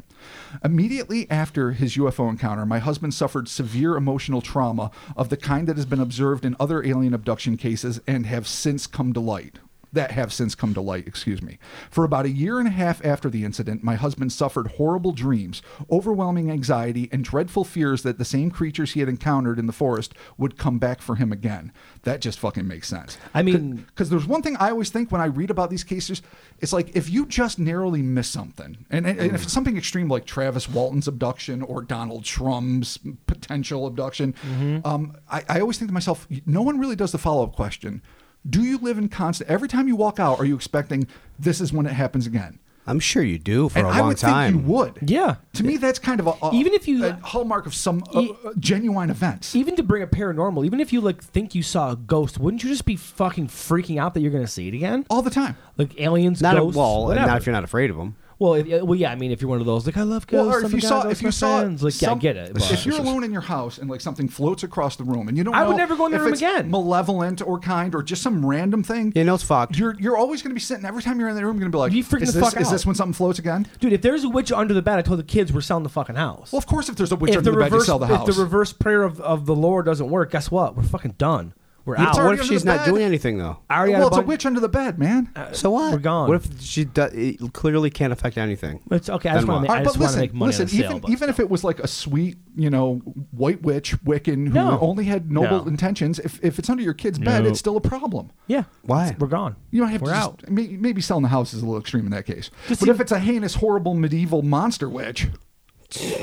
[SPEAKER 3] Immediately after his UFO encounter, my husband suffered severe emotional trauma of the kind that has been observed in other alien abduction cases and have since come to light that have since come to light, excuse me. For about a year and a half after the incident, my husband suffered horrible dreams, overwhelming anxiety, and dreadful fears that the same creatures he had encountered in the forest would come back for him again. That just fucking makes sense.
[SPEAKER 1] I mean-
[SPEAKER 3] because there's one thing I always think when I read about these cases, it's like if you just narrowly miss something, and, and, and if it's
[SPEAKER 1] Mm.
[SPEAKER 3] something extreme like Travis Walton's abduction or Donald Trump's potential abduction,
[SPEAKER 1] Mm-hmm.
[SPEAKER 3] um, I, I always think to myself, no one really does the follow up question. Do you live in constant? Every time you walk out, are you expecting this is when it happens again?
[SPEAKER 2] I'm sure you do for
[SPEAKER 3] And
[SPEAKER 2] a
[SPEAKER 3] I
[SPEAKER 2] long
[SPEAKER 3] would
[SPEAKER 2] time.
[SPEAKER 3] think you would.
[SPEAKER 1] Yeah.
[SPEAKER 3] To me, that's kind of a, a-
[SPEAKER 1] Even if you-
[SPEAKER 3] a hallmark of some uh,
[SPEAKER 1] E-
[SPEAKER 3] uh, genuine events.
[SPEAKER 1] Even to bring up paranormal, even if you like think you saw a ghost, wouldn't you just be fucking freaking out that you're gonna see it again?
[SPEAKER 3] all the time.
[SPEAKER 1] Like aliens,
[SPEAKER 2] Not
[SPEAKER 1] ghosts,
[SPEAKER 2] a, well,
[SPEAKER 1] whatever.
[SPEAKER 2] not if you're not afraid of them.
[SPEAKER 1] Well, if, well, yeah. I mean, if you're one of those, like I love ghosts.
[SPEAKER 3] Well, or if
[SPEAKER 1] I'm
[SPEAKER 3] you
[SPEAKER 1] a guy,
[SPEAKER 3] saw
[SPEAKER 1] ghosts
[SPEAKER 3] if
[SPEAKER 1] my
[SPEAKER 3] you saw
[SPEAKER 1] friends. like yeah, I
[SPEAKER 3] some-
[SPEAKER 1] get it. but-
[SPEAKER 3] If you're alone in your house and like something floats across the room and you don't,
[SPEAKER 1] I would
[SPEAKER 3] know
[SPEAKER 1] never go in the
[SPEAKER 3] if
[SPEAKER 1] room
[SPEAKER 3] it's
[SPEAKER 1] again.
[SPEAKER 3] Malevolent or kind or just some random thing.
[SPEAKER 2] You know it's fucked.
[SPEAKER 3] You're you're always going to be sitting every time you're in the room. Going to be like,
[SPEAKER 1] You freaking
[SPEAKER 3] is
[SPEAKER 1] the
[SPEAKER 3] this
[SPEAKER 1] fuck
[SPEAKER 3] is
[SPEAKER 1] out.
[SPEAKER 3] this when something floats again?
[SPEAKER 1] dude, if there's a witch under the bed, I told the kids we're selling the fucking house.
[SPEAKER 3] Well, of course, if there's a witch
[SPEAKER 1] if
[SPEAKER 3] under
[SPEAKER 1] the
[SPEAKER 3] the bed, you
[SPEAKER 1] reverse
[SPEAKER 3] sell the house.
[SPEAKER 1] if the reverse prayer of, of the Lord doesn't work, guess what? We're fucking done. We're out.
[SPEAKER 3] It's
[SPEAKER 2] What
[SPEAKER 3] already
[SPEAKER 2] if
[SPEAKER 3] under
[SPEAKER 2] she's
[SPEAKER 3] the
[SPEAKER 2] not
[SPEAKER 3] bed.
[SPEAKER 2] doing anything though?
[SPEAKER 1] I already had
[SPEAKER 3] well, it's a
[SPEAKER 1] bunch-
[SPEAKER 3] witch under the bed, man.
[SPEAKER 1] Uh,
[SPEAKER 2] So what?
[SPEAKER 1] We're gone.
[SPEAKER 2] What if she do, it clearly can't affect anything?
[SPEAKER 1] It's okay. I
[SPEAKER 2] Then
[SPEAKER 1] just want
[SPEAKER 2] what?
[SPEAKER 1] to make, I just want to make money
[SPEAKER 3] listen.
[SPEAKER 1] on the sale.
[SPEAKER 3] even
[SPEAKER 1] but-
[SPEAKER 3] even if it was like a sweet, you know, white witch Wiccan who
[SPEAKER 1] No.
[SPEAKER 3] only had
[SPEAKER 1] No.
[SPEAKER 3] noble intentions, if, if it's under your kid's bed,
[SPEAKER 1] No.
[SPEAKER 3] it's still a problem.
[SPEAKER 1] yeah,
[SPEAKER 2] Why?
[SPEAKER 1] It's- we're gone.
[SPEAKER 3] You don't have
[SPEAKER 1] we're
[SPEAKER 3] to
[SPEAKER 1] out.
[SPEAKER 3] Just, may- maybe selling the house is a little extreme in that case.
[SPEAKER 1] Just
[SPEAKER 3] but
[SPEAKER 1] see-
[SPEAKER 3] if it's a heinous, horrible medieval monster witch,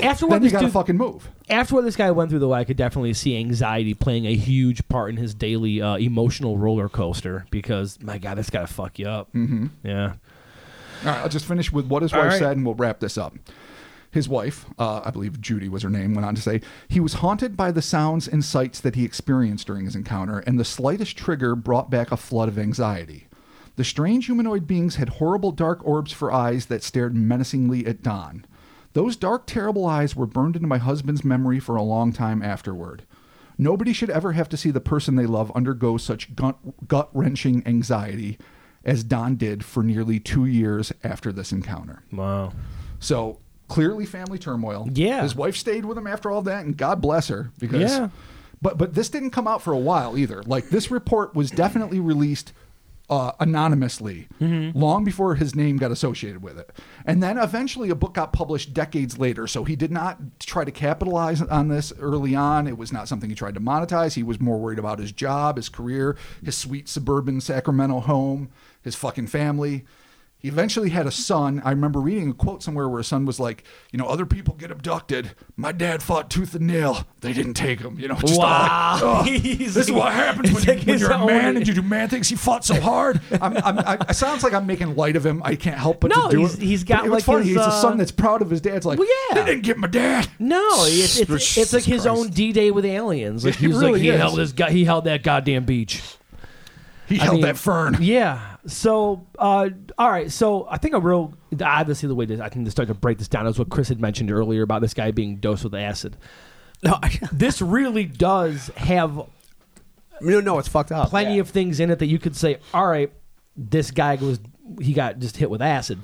[SPEAKER 1] After what
[SPEAKER 3] then you
[SPEAKER 1] this
[SPEAKER 3] got to
[SPEAKER 1] dude,
[SPEAKER 3] fucking move.
[SPEAKER 1] after what this guy went through, though, I could definitely see anxiety playing a huge part in his daily uh, emotional roller coaster. Because my God, that's gotta fuck you up. Mm-hmm. Yeah.
[SPEAKER 3] All right, I'll just finish with what his
[SPEAKER 1] All
[SPEAKER 3] wife
[SPEAKER 1] right.
[SPEAKER 3] said, and we'll wrap this up. His wife, uh, I believe Judy was her name, went on to say he was haunted by the sounds and sights that he experienced during his encounter, and the slightest trigger brought back a flood of anxiety. The strange humanoid beings had horrible dark orbs for eyes that stared menacingly at Don. Those dark, terrible eyes were burned into my husband's memory for a long time afterward. Nobody should ever have to see the person they love undergo such gut wrenching anxiety as Don did for nearly two years after this encounter.
[SPEAKER 1] Wow.
[SPEAKER 3] So clearly, family turmoil.
[SPEAKER 1] Yeah.
[SPEAKER 3] his wife stayed with him after all that, and God bless her because.
[SPEAKER 1] Yeah.
[SPEAKER 3] But but this didn't come out for a while either. Like this report was definitely released uh, anonymously
[SPEAKER 1] Mm-hmm.
[SPEAKER 3] long before his name got associated with it. And then eventually a book got published decades later. So he did not try to capitalize on this early on. It was not something he tried to monetize. He was more worried about his job, his career, his sweet suburban Sacramento home, his fucking family. He eventually had a son. I remember reading a quote somewhere where a son was like, "You know, other people get abducted. My dad fought tooth and nail. They didn't take him. You know, just all
[SPEAKER 1] Wow.
[SPEAKER 3] like, "Ugh,
[SPEAKER 1] He's
[SPEAKER 3] this is
[SPEAKER 1] like-
[SPEAKER 3] what happens when,
[SPEAKER 1] it's
[SPEAKER 3] you,
[SPEAKER 1] like
[SPEAKER 3] when
[SPEAKER 1] his
[SPEAKER 3] you're a
[SPEAKER 1] own-
[SPEAKER 3] man and you do man things. He fought so hard. I'm, I'm, I, it sounds like I'm making light of him. I can't help but
[SPEAKER 1] No,
[SPEAKER 3] to do
[SPEAKER 1] he's-
[SPEAKER 3] it.
[SPEAKER 1] he's got
[SPEAKER 3] But it was
[SPEAKER 1] like
[SPEAKER 3] funny.
[SPEAKER 1] his,
[SPEAKER 3] he's a
[SPEAKER 1] uh,
[SPEAKER 3] son that's proud of his dad's like,
[SPEAKER 1] Well, yeah.
[SPEAKER 3] they didn't get my dad.
[SPEAKER 1] No, it's, it's, it's like
[SPEAKER 2] Jesus
[SPEAKER 1] his own
[SPEAKER 2] Christ.
[SPEAKER 1] D Day with aliens. Like
[SPEAKER 3] It
[SPEAKER 1] he was
[SPEAKER 3] really
[SPEAKER 1] like he
[SPEAKER 3] is.
[SPEAKER 1] held this guy, he held that goddamn beach.
[SPEAKER 3] He
[SPEAKER 1] I
[SPEAKER 3] held
[SPEAKER 1] mean,
[SPEAKER 3] that fern.
[SPEAKER 1] Yeah. So, uh, all right. So, I think a real obviously the way to I think to start to break this down is what Chris had mentioned earlier about this guy being dosed with acid.
[SPEAKER 2] No,
[SPEAKER 1] This really does have
[SPEAKER 2] no, no, it's fucked up.
[SPEAKER 1] plenty of things in it that you could say, all right, this guy was he got just hit with acid,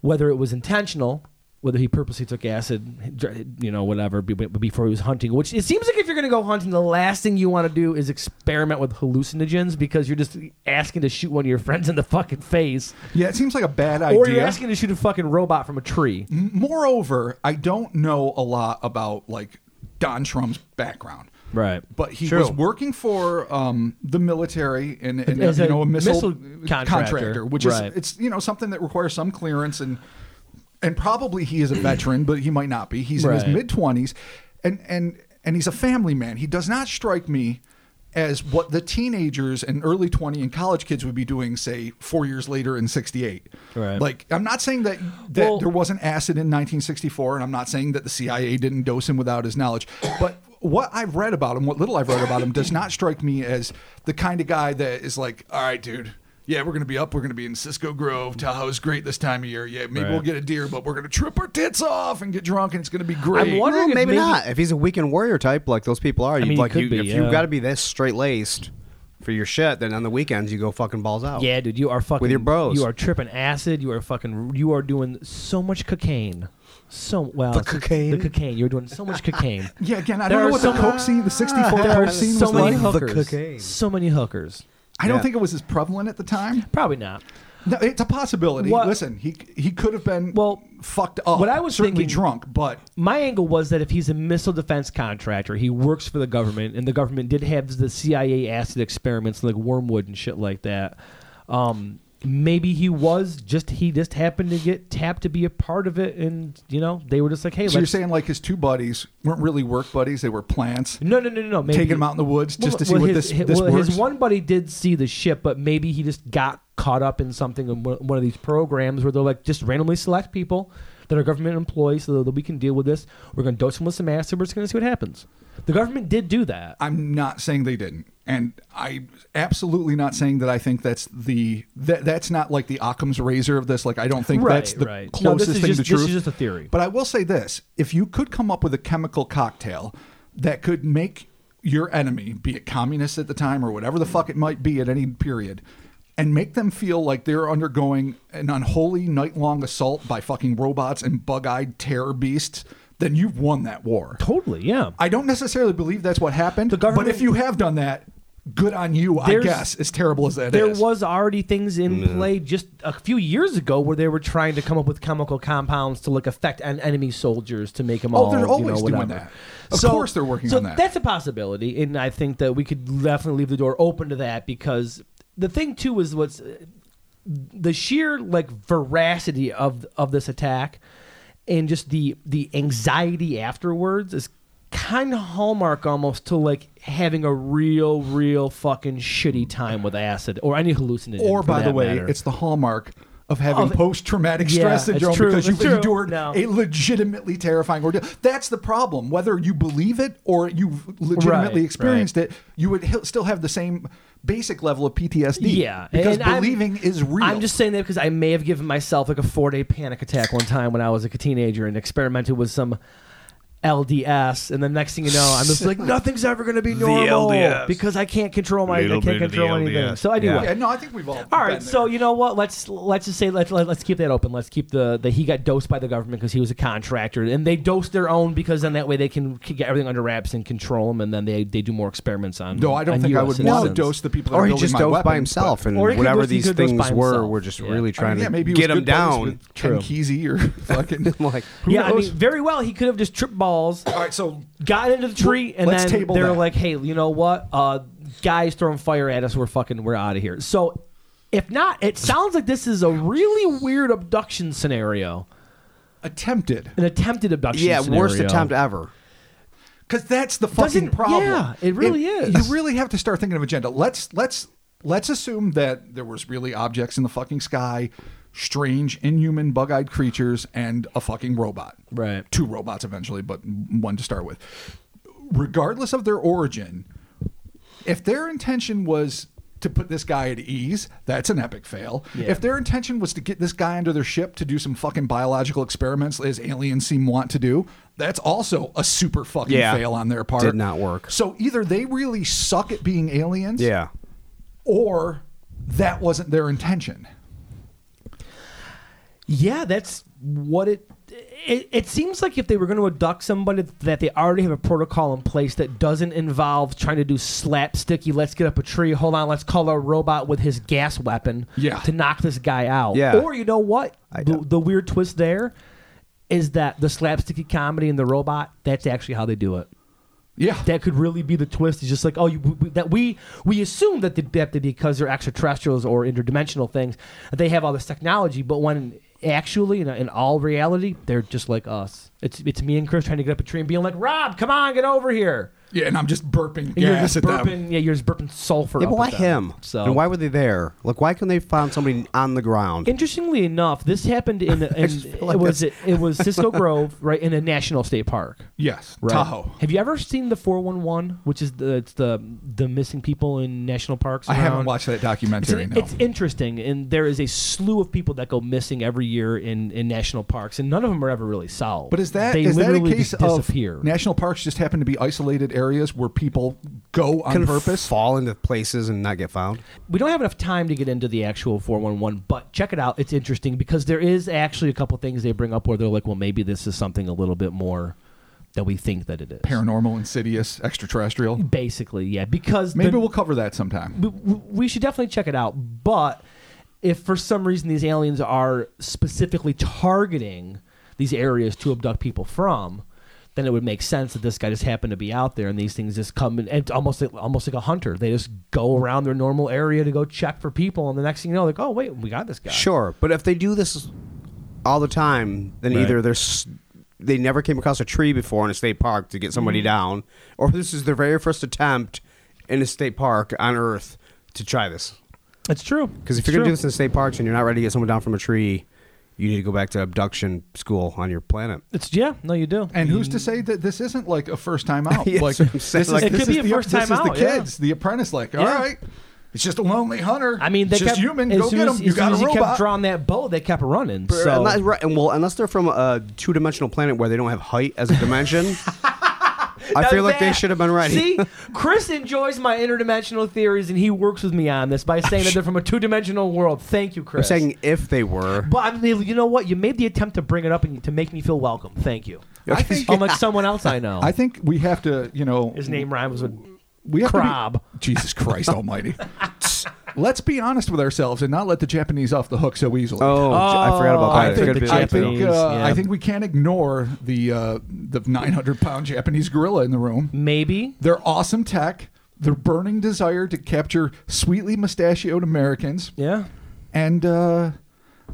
[SPEAKER 1] whether it was intentional, whether he purposely took acid, you know, whatever, be- be- before he was hunting. Which it seems like if you're going to go hunting, the last thing you want to do is experiment with hallucinogens because you're just asking to shoot one of your friends in the fucking face,
[SPEAKER 3] Yeah, it seems like a bad idea. Mm-hmm.
[SPEAKER 1] or you're asking to shoot a fucking robot from a tree.
[SPEAKER 3] Moreover, I don't know a lot about like Don Trump's background.
[SPEAKER 1] Right.
[SPEAKER 3] But he
[SPEAKER 2] True.
[SPEAKER 3] was working for um, the military and, and
[SPEAKER 1] As
[SPEAKER 3] you
[SPEAKER 1] a
[SPEAKER 3] know a missile,
[SPEAKER 1] missile contractor,
[SPEAKER 3] which
[SPEAKER 1] right.
[SPEAKER 3] is it's you know something that requires some clearance and and probably he is a veteran, but he might not be. He's in his
[SPEAKER 1] Right.
[SPEAKER 3] mid twenties, and and and he's a family man. He does not strike me as what the teenagers and early 20 and college kids would be doing say four years later in 68
[SPEAKER 1] Right.
[SPEAKER 3] like i'm not saying that that
[SPEAKER 1] Well-
[SPEAKER 3] there wasn't acid in 1964 and i'm not saying that the cia didn't dose him without his knowledge but what i've read about him what little i've read about him does not strike me as the kind of guy that is like all right dude yeah, we're gonna be up. We're gonna be in Cisco Grove. Tahoe's great this time of year. Yeah, maybe we'll get a deer, but we're gonna trip our tits off and get drunk, and it's gonna be great.
[SPEAKER 1] wondering-
[SPEAKER 2] Well,
[SPEAKER 1] if
[SPEAKER 2] maybe,
[SPEAKER 1] maybe-
[SPEAKER 2] not. If he's a weekend warrior type, like those people are, you
[SPEAKER 1] mean, he
[SPEAKER 2] like
[SPEAKER 1] could
[SPEAKER 2] you,
[SPEAKER 1] be,
[SPEAKER 2] if
[SPEAKER 1] yeah.
[SPEAKER 2] you've got to be this straight laced for your shit, then on the weekends you go fucking balls out.
[SPEAKER 1] Yeah, dude, you are fucking
[SPEAKER 2] your bros.
[SPEAKER 1] You are tripping acid. You are fucking. You are doing so much cocaine. So well, the
[SPEAKER 2] cocaine?
[SPEAKER 1] The cocaine. You're doing so much cocaine.
[SPEAKER 3] yeah, again, I
[SPEAKER 1] There
[SPEAKER 3] don't know
[SPEAKER 1] are
[SPEAKER 3] what
[SPEAKER 1] so
[SPEAKER 3] the coke
[SPEAKER 1] many-
[SPEAKER 3] scene, the '64
[SPEAKER 1] There are
[SPEAKER 3] coke scene
[SPEAKER 1] so
[SPEAKER 3] was
[SPEAKER 1] many
[SPEAKER 3] like.
[SPEAKER 2] the
[SPEAKER 1] hookers.
[SPEAKER 2] cocaine.
[SPEAKER 1] So many hookers.
[SPEAKER 3] I don't
[SPEAKER 2] Yeah.
[SPEAKER 3] think it was as prevalent at the time.
[SPEAKER 1] Probably not.
[SPEAKER 3] No, it's a possibility.
[SPEAKER 1] What-
[SPEAKER 3] Listen, he he could have been
[SPEAKER 1] Well,
[SPEAKER 3] well fucked up.
[SPEAKER 1] what I was
[SPEAKER 3] certainly
[SPEAKER 1] thinking-
[SPEAKER 3] drunk, but
[SPEAKER 1] My angle was that if he's a missile defense contractor, he works for the government, and the government did have the CIA acid experiments like wormwood and shit like that. Um, maybe he was just he just happened to get tapped to be a part of it, and you know they were just like, hey,
[SPEAKER 3] so you're
[SPEAKER 1] let's.
[SPEAKER 3] saying like his two buddies weren't really work buddies; they were plants.
[SPEAKER 1] No, no, no, no, no. Maybe
[SPEAKER 3] Taking him out in the woods just to see what
[SPEAKER 1] his,
[SPEAKER 3] this- this
[SPEAKER 1] well, His
[SPEAKER 3] works?
[SPEAKER 1] one buddy did see the ship, but maybe he just got caught up in something in one one of these programs where they're like, just randomly select people that are government employees so that we can deal with this. We're going to dose them with some acid. We're just going to see what happens. The government did do that.
[SPEAKER 3] I'm not saying they didn't, and I absolutely not saying that I think that's the that that's not like the Occam's razor of this. Like I don't think
[SPEAKER 1] Right,
[SPEAKER 3] that's the
[SPEAKER 1] right. No, this
[SPEAKER 3] closest
[SPEAKER 1] is
[SPEAKER 3] thing
[SPEAKER 1] just-
[SPEAKER 3] to
[SPEAKER 1] this is
[SPEAKER 3] truth.
[SPEAKER 1] just a theory.
[SPEAKER 3] But I will say this: if you could come up with a chemical cocktail that could make your enemy, be it communists at the time or whatever the fuck it might be at any period, and make them feel like they're undergoing an unholy night-long assault by fucking robots and bug-eyed terror beasts, then you've won that war.
[SPEAKER 1] Totally, yeah.
[SPEAKER 3] I don't necessarily believe that's what happened.
[SPEAKER 1] The government-
[SPEAKER 3] but if you have done that, good on you, I
[SPEAKER 1] There's-
[SPEAKER 3] guess, as terrible as that is.
[SPEAKER 1] there was already things in play just a few years ago where they were trying to come up with chemical compounds to like affect an enemy soldiers to make them
[SPEAKER 3] Oh,
[SPEAKER 1] all.
[SPEAKER 3] they're
[SPEAKER 1] you know,
[SPEAKER 3] always doing
[SPEAKER 1] whatever.
[SPEAKER 3] that. Of course they're working
[SPEAKER 1] so
[SPEAKER 3] on that.
[SPEAKER 1] That's a possibility, and I think that we could definitely leave the door open to that because the thing too is what's the sheer like veracity of of this attack and just the the anxiety afterwards is kind of hallmark almost to like having a real real fucking shitty time with acid or any hallucinogen
[SPEAKER 3] Or,
[SPEAKER 1] for
[SPEAKER 3] by the
[SPEAKER 1] that
[SPEAKER 3] way,
[SPEAKER 1] matter.
[SPEAKER 3] it's the hallmark of having
[SPEAKER 1] Of-
[SPEAKER 3] post-traumatic
[SPEAKER 1] Yeah,
[SPEAKER 3] stress
[SPEAKER 1] it's
[SPEAKER 3] syndrome
[SPEAKER 1] true,
[SPEAKER 3] because you've
[SPEAKER 1] it's true.
[SPEAKER 3] endured
[SPEAKER 1] No.
[SPEAKER 3] a legitimately terrifying ordeal. That's the problem. Whether you believe it or you've legitimately
[SPEAKER 1] Right,
[SPEAKER 3] experienced it, you would he- still have the same basic level of PTSD.
[SPEAKER 1] Yeah,
[SPEAKER 3] because
[SPEAKER 1] and I'm-
[SPEAKER 3] believing is real.
[SPEAKER 1] I'm just saying that because I may have given myself like a four day panic attack one time when I was like a teenager and experimented with some LDS, and the next thing you know, I'm just like nothing's ever gonna be normal
[SPEAKER 2] LDS.
[SPEAKER 1] because I can't control my I
[SPEAKER 2] Little
[SPEAKER 1] can't
[SPEAKER 2] bit of the
[SPEAKER 1] control anything.
[SPEAKER 2] LDS.
[SPEAKER 1] So anyway,
[SPEAKER 2] Yeah.
[SPEAKER 3] Yeah, no, I think we've all.
[SPEAKER 1] all right,
[SPEAKER 3] been
[SPEAKER 1] so
[SPEAKER 3] there.
[SPEAKER 1] you know what? Let's let's just say let's let, let's keep that open. Let's keep the that he got dosed by the government because he was a contractor, and they dose their own because then that way they can k- get everything under wraps and control them, and then they, they do more experiments on.
[SPEAKER 3] No, I don't
[SPEAKER 1] on
[SPEAKER 3] think I
[SPEAKER 1] US
[SPEAKER 3] would want to
[SPEAKER 1] citizens.
[SPEAKER 3] dose the people. That
[SPEAKER 2] Or
[SPEAKER 3] are
[SPEAKER 2] he
[SPEAKER 3] building
[SPEAKER 2] just
[SPEAKER 3] my
[SPEAKER 2] dosed
[SPEAKER 3] weapons,
[SPEAKER 2] by himself,
[SPEAKER 3] but-
[SPEAKER 2] and
[SPEAKER 1] Or he could
[SPEAKER 2] whatever
[SPEAKER 1] dose- he
[SPEAKER 2] these
[SPEAKER 1] could dose by
[SPEAKER 2] things were,
[SPEAKER 1] himself.
[SPEAKER 2] we're just
[SPEAKER 1] Yeah.
[SPEAKER 2] really
[SPEAKER 3] I
[SPEAKER 2] trying
[SPEAKER 3] mean, yeah, maybe
[SPEAKER 2] to
[SPEAKER 3] he was
[SPEAKER 2] get him
[SPEAKER 3] good buddies
[SPEAKER 2] down.
[SPEAKER 3] With Ken Kesey or fucking
[SPEAKER 2] like,
[SPEAKER 3] who
[SPEAKER 1] yeah,
[SPEAKER 3] knows?
[SPEAKER 1] I mean, very well he could have just tripped balls,
[SPEAKER 3] all right, so
[SPEAKER 1] got into the tree, and
[SPEAKER 3] Let's
[SPEAKER 1] then
[SPEAKER 3] table
[SPEAKER 1] they're
[SPEAKER 3] that.
[SPEAKER 1] like, "Hey, you know what? Uh, guys throwing fire at us. We're fucking. We're out of here." So, if not, it sounds like this is a really weird abduction scenario,
[SPEAKER 3] attempted
[SPEAKER 1] an attempted abduction.
[SPEAKER 2] yeah, worst
[SPEAKER 1] scenario.
[SPEAKER 2] attempt ever.
[SPEAKER 3] because that's the fucking
[SPEAKER 1] Doesn't-
[SPEAKER 3] problem.
[SPEAKER 1] yeah, it really
[SPEAKER 3] is.
[SPEAKER 1] is.
[SPEAKER 3] You really have to start thinking of agenda. Let's let's let's assume that there was really objects in the fucking sky, strange inhuman bug-eyed creatures, and a fucking robot.
[SPEAKER 1] Right.
[SPEAKER 3] two robots eventually, but one to start with. Regardless of their origin, if their intention was to put this guy at ease, that's an epic fail.
[SPEAKER 1] Yeah.
[SPEAKER 3] If their intention was to get this guy under their ship to do some fucking biological experiments, as aliens seem want to do, that's also a super fucking
[SPEAKER 2] Yeah.
[SPEAKER 3] fail on their part.
[SPEAKER 2] Did not work.
[SPEAKER 3] So either they really suck at being aliens,
[SPEAKER 2] Yeah,
[SPEAKER 3] or that wasn't their intention.
[SPEAKER 1] Yeah, that's what it. It, it seems like if they were going to abduct somebody, that they already have a protocol in place that doesn't involve trying to do slapsticky. Let's get up a tree. Hold on. Let's call a robot with his gas weapon.
[SPEAKER 3] Yeah.
[SPEAKER 1] To knock this guy out.
[SPEAKER 2] Yeah.
[SPEAKER 1] Or you know what? the, the weird twist there is that the slapsticky comedy and the robot. That's actually how they do it.
[SPEAKER 3] Yeah.
[SPEAKER 1] That could really be the twist. It's just like oh, you, we- that we we assume that the that they- because they're extraterrestrials or interdimensional things, that they have all this technology. But when actually, in, in all reality, they're just like us. It's it's me and Chris trying to get up a tree and being like, Rob, come on, get over here.
[SPEAKER 3] yeah, and I'm just burping
[SPEAKER 1] And you're
[SPEAKER 3] gas
[SPEAKER 1] just
[SPEAKER 3] at them.
[SPEAKER 1] burping. Yeah, you're just burping sulfur.
[SPEAKER 2] yeah,
[SPEAKER 1] up
[SPEAKER 2] but
[SPEAKER 1] at
[SPEAKER 2] why
[SPEAKER 1] them.
[SPEAKER 2] him?
[SPEAKER 1] So
[SPEAKER 2] and why were they there? Like, why couldn't they find somebody on the ground?
[SPEAKER 1] Interestingly enough, this happened in, in it was it, it was Cisco Grove, right in a national state park.
[SPEAKER 3] Yes.
[SPEAKER 1] Right.
[SPEAKER 3] Tahoe.
[SPEAKER 1] Have you ever seen the 411, which is the it's the the missing people in national parks?
[SPEAKER 3] I haven't
[SPEAKER 1] around?
[SPEAKER 3] watched that
[SPEAKER 1] It's,
[SPEAKER 3] documentary. no.
[SPEAKER 1] it's interesting, and there is a slew of people that go missing every year in, in national parks, and none of them are ever really solved.
[SPEAKER 3] But is that
[SPEAKER 1] they
[SPEAKER 3] is that a
[SPEAKER 1] literally
[SPEAKER 3] case
[SPEAKER 1] just disappear?
[SPEAKER 3] of national parks just happen to be isolated areas where people go on
[SPEAKER 2] Couldn't
[SPEAKER 3] purpose?
[SPEAKER 2] fall into places and not get found.
[SPEAKER 1] we don't have enough time to get into the actual 411 but check it out it's interesting because there is actually a couple things they bring up where they're like well maybe this is something a little bit more that we think that it is
[SPEAKER 3] Paranormal, insidious, extraterrestrial.
[SPEAKER 1] basically yeah because
[SPEAKER 3] Maybe
[SPEAKER 1] the-
[SPEAKER 3] we'll cover that sometime.
[SPEAKER 1] we, we should definitely check it out but if for some reason these aliens are specifically targeting these areas to abduct people from then it would make sense that this guy just happened to be out there and these things just come and it's almost like, almost like a hunter they just go around their normal area to go check for people and the next thing you know like oh wait we got this guy
[SPEAKER 2] Sure, but if they do this all the time, then
[SPEAKER 1] Right.
[SPEAKER 2] either there's they never came across a tree before in a state park to get somebody
[SPEAKER 1] Mm-hmm.
[SPEAKER 2] down, or this is their very first attempt in a state park on Earth to try this.
[SPEAKER 1] It's true.
[SPEAKER 2] Because if you're gonna do this in state parks and you're not ready to get someone down from a tree, you need to go back to abduction school on your planet.
[SPEAKER 1] it's yeah, no, you do.
[SPEAKER 3] And who's to say that this isn't like a first time out?
[SPEAKER 2] Yeah,
[SPEAKER 3] like
[SPEAKER 2] that's what I'm
[SPEAKER 3] this
[SPEAKER 2] saying.
[SPEAKER 3] is,
[SPEAKER 2] Like,
[SPEAKER 1] It
[SPEAKER 3] this
[SPEAKER 1] could be
[SPEAKER 3] is
[SPEAKER 1] a
[SPEAKER 3] the,
[SPEAKER 1] first
[SPEAKER 3] this
[SPEAKER 1] time
[SPEAKER 3] is
[SPEAKER 1] out,
[SPEAKER 3] the
[SPEAKER 1] yeah.
[SPEAKER 3] kids, the apprentice. Like, all
[SPEAKER 1] Yeah.
[SPEAKER 3] right, it's just a lonely hunter.
[SPEAKER 1] I mean, they
[SPEAKER 3] it's just
[SPEAKER 1] kept,
[SPEAKER 3] human.
[SPEAKER 1] As
[SPEAKER 3] Go
[SPEAKER 1] soon
[SPEAKER 3] get
[SPEAKER 1] as,
[SPEAKER 3] him. You
[SPEAKER 1] as soon
[SPEAKER 3] got
[SPEAKER 1] as
[SPEAKER 3] a
[SPEAKER 1] he kept
[SPEAKER 3] robot.
[SPEAKER 1] drawing that bow, they kept running.
[SPEAKER 2] So,
[SPEAKER 1] So
[SPEAKER 2] unless, right, and well, unless they're from a two-dimensional planet where they don't have height as a dimension, I
[SPEAKER 1] Now
[SPEAKER 2] feel like they
[SPEAKER 1] that-
[SPEAKER 2] should have been ready.
[SPEAKER 1] See, Chris enjoys my interdimensional theories, and he works with me on this by saying that they're from a two-dimensional world. Thank you,
[SPEAKER 2] I'm
[SPEAKER 1] Chris.
[SPEAKER 2] saying if they were.
[SPEAKER 1] but I mean, you know what? You made the attempt to bring it up and to make me feel welcome. Thank you.
[SPEAKER 3] I think
[SPEAKER 1] Unlike someone else I know.
[SPEAKER 3] I think we have to, you know,
[SPEAKER 1] His name rhymes with
[SPEAKER 3] we have
[SPEAKER 1] Crab.
[SPEAKER 3] To be, Jesus Christ Almighty. Let's be honest with ourselves and not let the Japanese off the hook so easily.
[SPEAKER 2] Oh, I forgot about that.
[SPEAKER 1] I
[SPEAKER 2] It
[SPEAKER 1] think
[SPEAKER 2] could
[SPEAKER 1] the
[SPEAKER 2] be
[SPEAKER 3] I
[SPEAKER 2] like that.
[SPEAKER 3] think, uh,
[SPEAKER 1] Japanese,
[SPEAKER 3] I
[SPEAKER 1] yeah.
[SPEAKER 3] think we can't ignore the uh, the 900 pound Japanese gorilla in the room.
[SPEAKER 1] maybe.
[SPEAKER 3] Their awesome tech, their burning desire to capture sweetly mustachioed Americans,
[SPEAKER 1] Yeah.
[SPEAKER 3] and uh,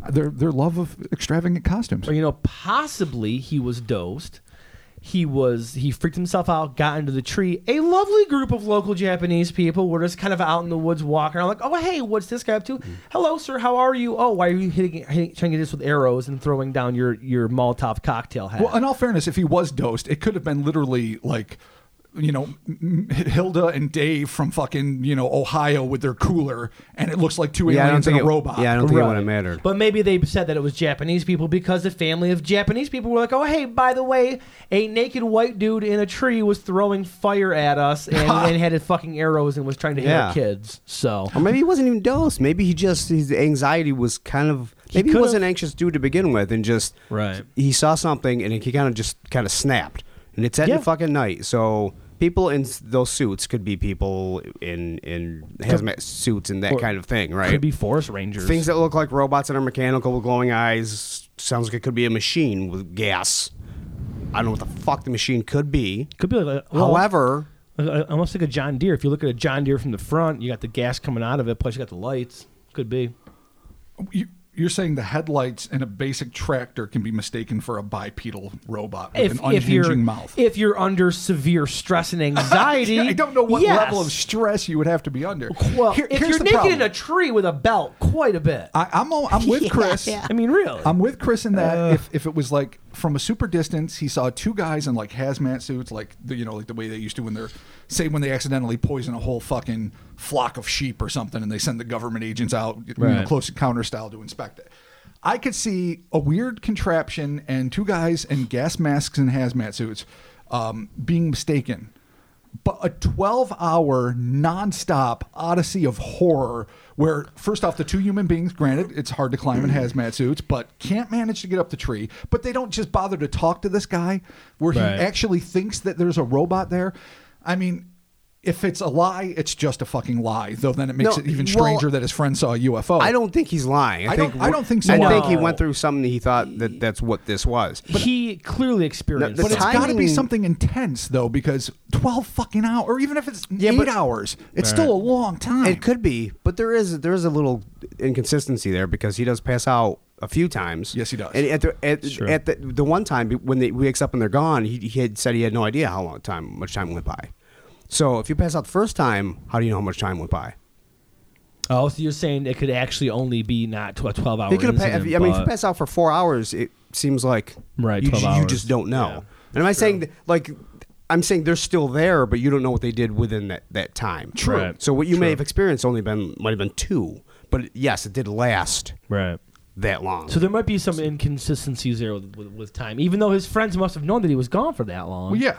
[SPEAKER 3] their their love of extravagant costumes.
[SPEAKER 1] Or you know, possibly he was dosed. He was he freaked himself out, got into the tree. A lovely group of local Japanese people were just kind of out in the woods walking around, like, oh hey, what's this guy up to?
[SPEAKER 2] Mm-hmm.
[SPEAKER 1] Hello, sir, how are you? Oh, why are you hitting, hitting trying to get this with arrows and throwing down your your Molotov cocktail hat?
[SPEAKER 3] Well, in all fairness, if he was dosed, it could have been literally like you know, M- M- Hilda and Dave from fucking, you know, Ohio with their cooler, and it looks like
[SPEAKER 2] Yeah,
[SPEAKER 3] two
[SPEAKER 2] I don't
[SPEAKER 3] aliens and
[SPEAKER 2] think
[SPEAKER 3] a
[SPEAKER 2] it-
[SPEAKER 3] robot.
[SPEAKER 2] yeah, I don't think it
[SPEAKER 1] Right.
[SPEAKER 2] would have mattered.
[SPEAKER 1] But maybe they said that it was Japanese people because the family of Japanese people were like, oh, hey, by the way, a naked white dude in a tree was throwing fire at us and, and had his fucking arrows and was trying to hit our
[SPEAKER 2] Yeah.
[SPEAKER 1] kids. So.
[SPEAKER 2] Or maybe he wasn't even dosed. Maybe he just his anxiety was kind of maybe he,
[SPEAKER 1] could've-
[SPEAKER 2] was an anxious dude to begin with, and just
[SPEAKER 4] Right.
[SPEAKER 2] He saw something and he kind of just kind of snapped, and it's at
[SPEAKER 1] Yeah.
[SPEAKER 2] fucking night. So people in s- those suits could be people in in hazmat suits and that kind of thing, right?
[SPEAKER 1] Could be forest rangers.
[SPEAKER 2] Things that look like robots and are mechanical with glowing eyes. Sounds like it could be a machine with gas. I don't know what the fuck the machine could be.
[SPEAKER 1] could be like a, well,
[SPEAKER 2] However,
[SPEAKER 1] Uh, almost like a John Deere. If you look at a John Deere from the front, you got the gas coming out of it, plus you got the lights. Could be.
[SPEAKER 3] You, you're saying the headlights in a basic tractor can be mistaken for a bipedal robot with
[SPEAKER 1] If,
[SPEAKER 3] an
[SPEAKER 1] if you're
[SPEAKER 3] unhinging mouth.
[SPEAKER 1] if you're under severe stress and anxiety,
[SPEAKER 3] I don't know what
[SPEAKER 1] yes.
[SPEAKER 3] level of stress you would have to be under.
[SPEAKER 1] Well,
[SPEAKER 3] Here-
[SPEAKER 1] if
[SPEAKER 3] here's
[SPEAKER 1] you're
[SPEAKER 3] the
[SPEAKER 1] naked
[SPEAKER 3] problem. Uh,
[SPEAKER 1] in a tree with a belt, quite a bit. I,
[SPEAKER 3] I, I'm all, I'm with Chris.
[SPEAKER 1] mean, really. Uh.
[SPEAKER 3] I'm with Chris in that if, if it was like from a super distance, he saw two guys in like hazmat suits, like the, you know, like the way they used to when they're say when they accidentally poison a whole fucking flock of sheep or something, and they send the government agents out, you know,
[SPEAKER 4] Right.
[SPEAKER 3] close encounter style to inspect it. I could see a weird contraption and two guys in gas masks and hazmat suits um, being mistaken. But a 12 hour nonstop odyssey of horror where, first off, the two human beings, granted, it's hard to climb in
[SPEAKER 2] Mm.
[SPEAKER 3] hazmat suits, but can't manage to get up the tree. But they don't just bother to talk to this guy where
[SPEAKER 4] Right.
[SPEAKER 3] he actually thinks that there's a robot there. I mean, if it's a lie, it's just a fucking lie, though then it makes
[SPEAKER 2] No,
[SPEAKER 3] it even
[SPEAKER 2] well,
[SPEAKER 3] stranger that his friend saw a UFO.
[SPEAKER 2] I don't think he's lying. I,
[SPEAKER 3] Oh. I don't-
[SPEAKER 2] think
[SPEAKER 3] I don't think so
[SPEAKER 2] I think
[SPEAKER 1] either.
[SPEAKER 2] he went through something he thought that that's what this was.
[SPEAKER 1] he clearly experienced.
[SPEAKER 2] No,
[SPEAKER 3] But
[SPEAKER 2] the
[SPEAKER 1] it.
[SPEAKER 3] it's got to be
[SPEAKER 2] timing-
[SPEAKER 3] something intense, though, because 12 fucking hours, or even if it's eight
[SPEAKER 2] but-
[SPEAKER 3] hours, it's still a long time.
[SPEAKER 2] It could be, but there is there is a little inconsistency there because he does pass out a few times.
[SPEAKER 3] Yes, he does.
[SPEAKER 2] And at the at, at the, the one time when they wakes up and they're gone, he, he had said he had no idea how long time much time went by. So if you pass out the first time, how do you know how much time went by?
[SPEAKER 1] oh, so you're saying it could actually only be not tw- a 12 hour
[SPEAKER 2] They could have. pa-
[SPEAKER 1] incident,
[SPEAKER 2] if- I mean, if you
[SPEAKER 1] but-
[SPEAKER 2] pass out for four hours, it seems like
[SPEAKER 4] Right,
[SPEAKER 2] You,
[SPEAKER 4] 12
[SPEAKER 2] ju- you
[SPEAKER 4] hours.
[SPEAKER 2] just don't know.
[SPEAKER 4] Yeah.
[SPEAKER 2] and am I saying that, like I'm saying they're still there, but you don't know what they did within that, that time.
[SPEAKER 4] True. Right.
[SPEAKER 2] So what you may have experienced only been might have been two, but yes, it did last
[SPEAKER 4] Right.
[SPEAKER 2] that long.
[SPEAKER 1] so there might be some inconsistencies there with, with, with time, even though his friends must have known that he was gone for that long.
[SPEAKER 3] well, yeah.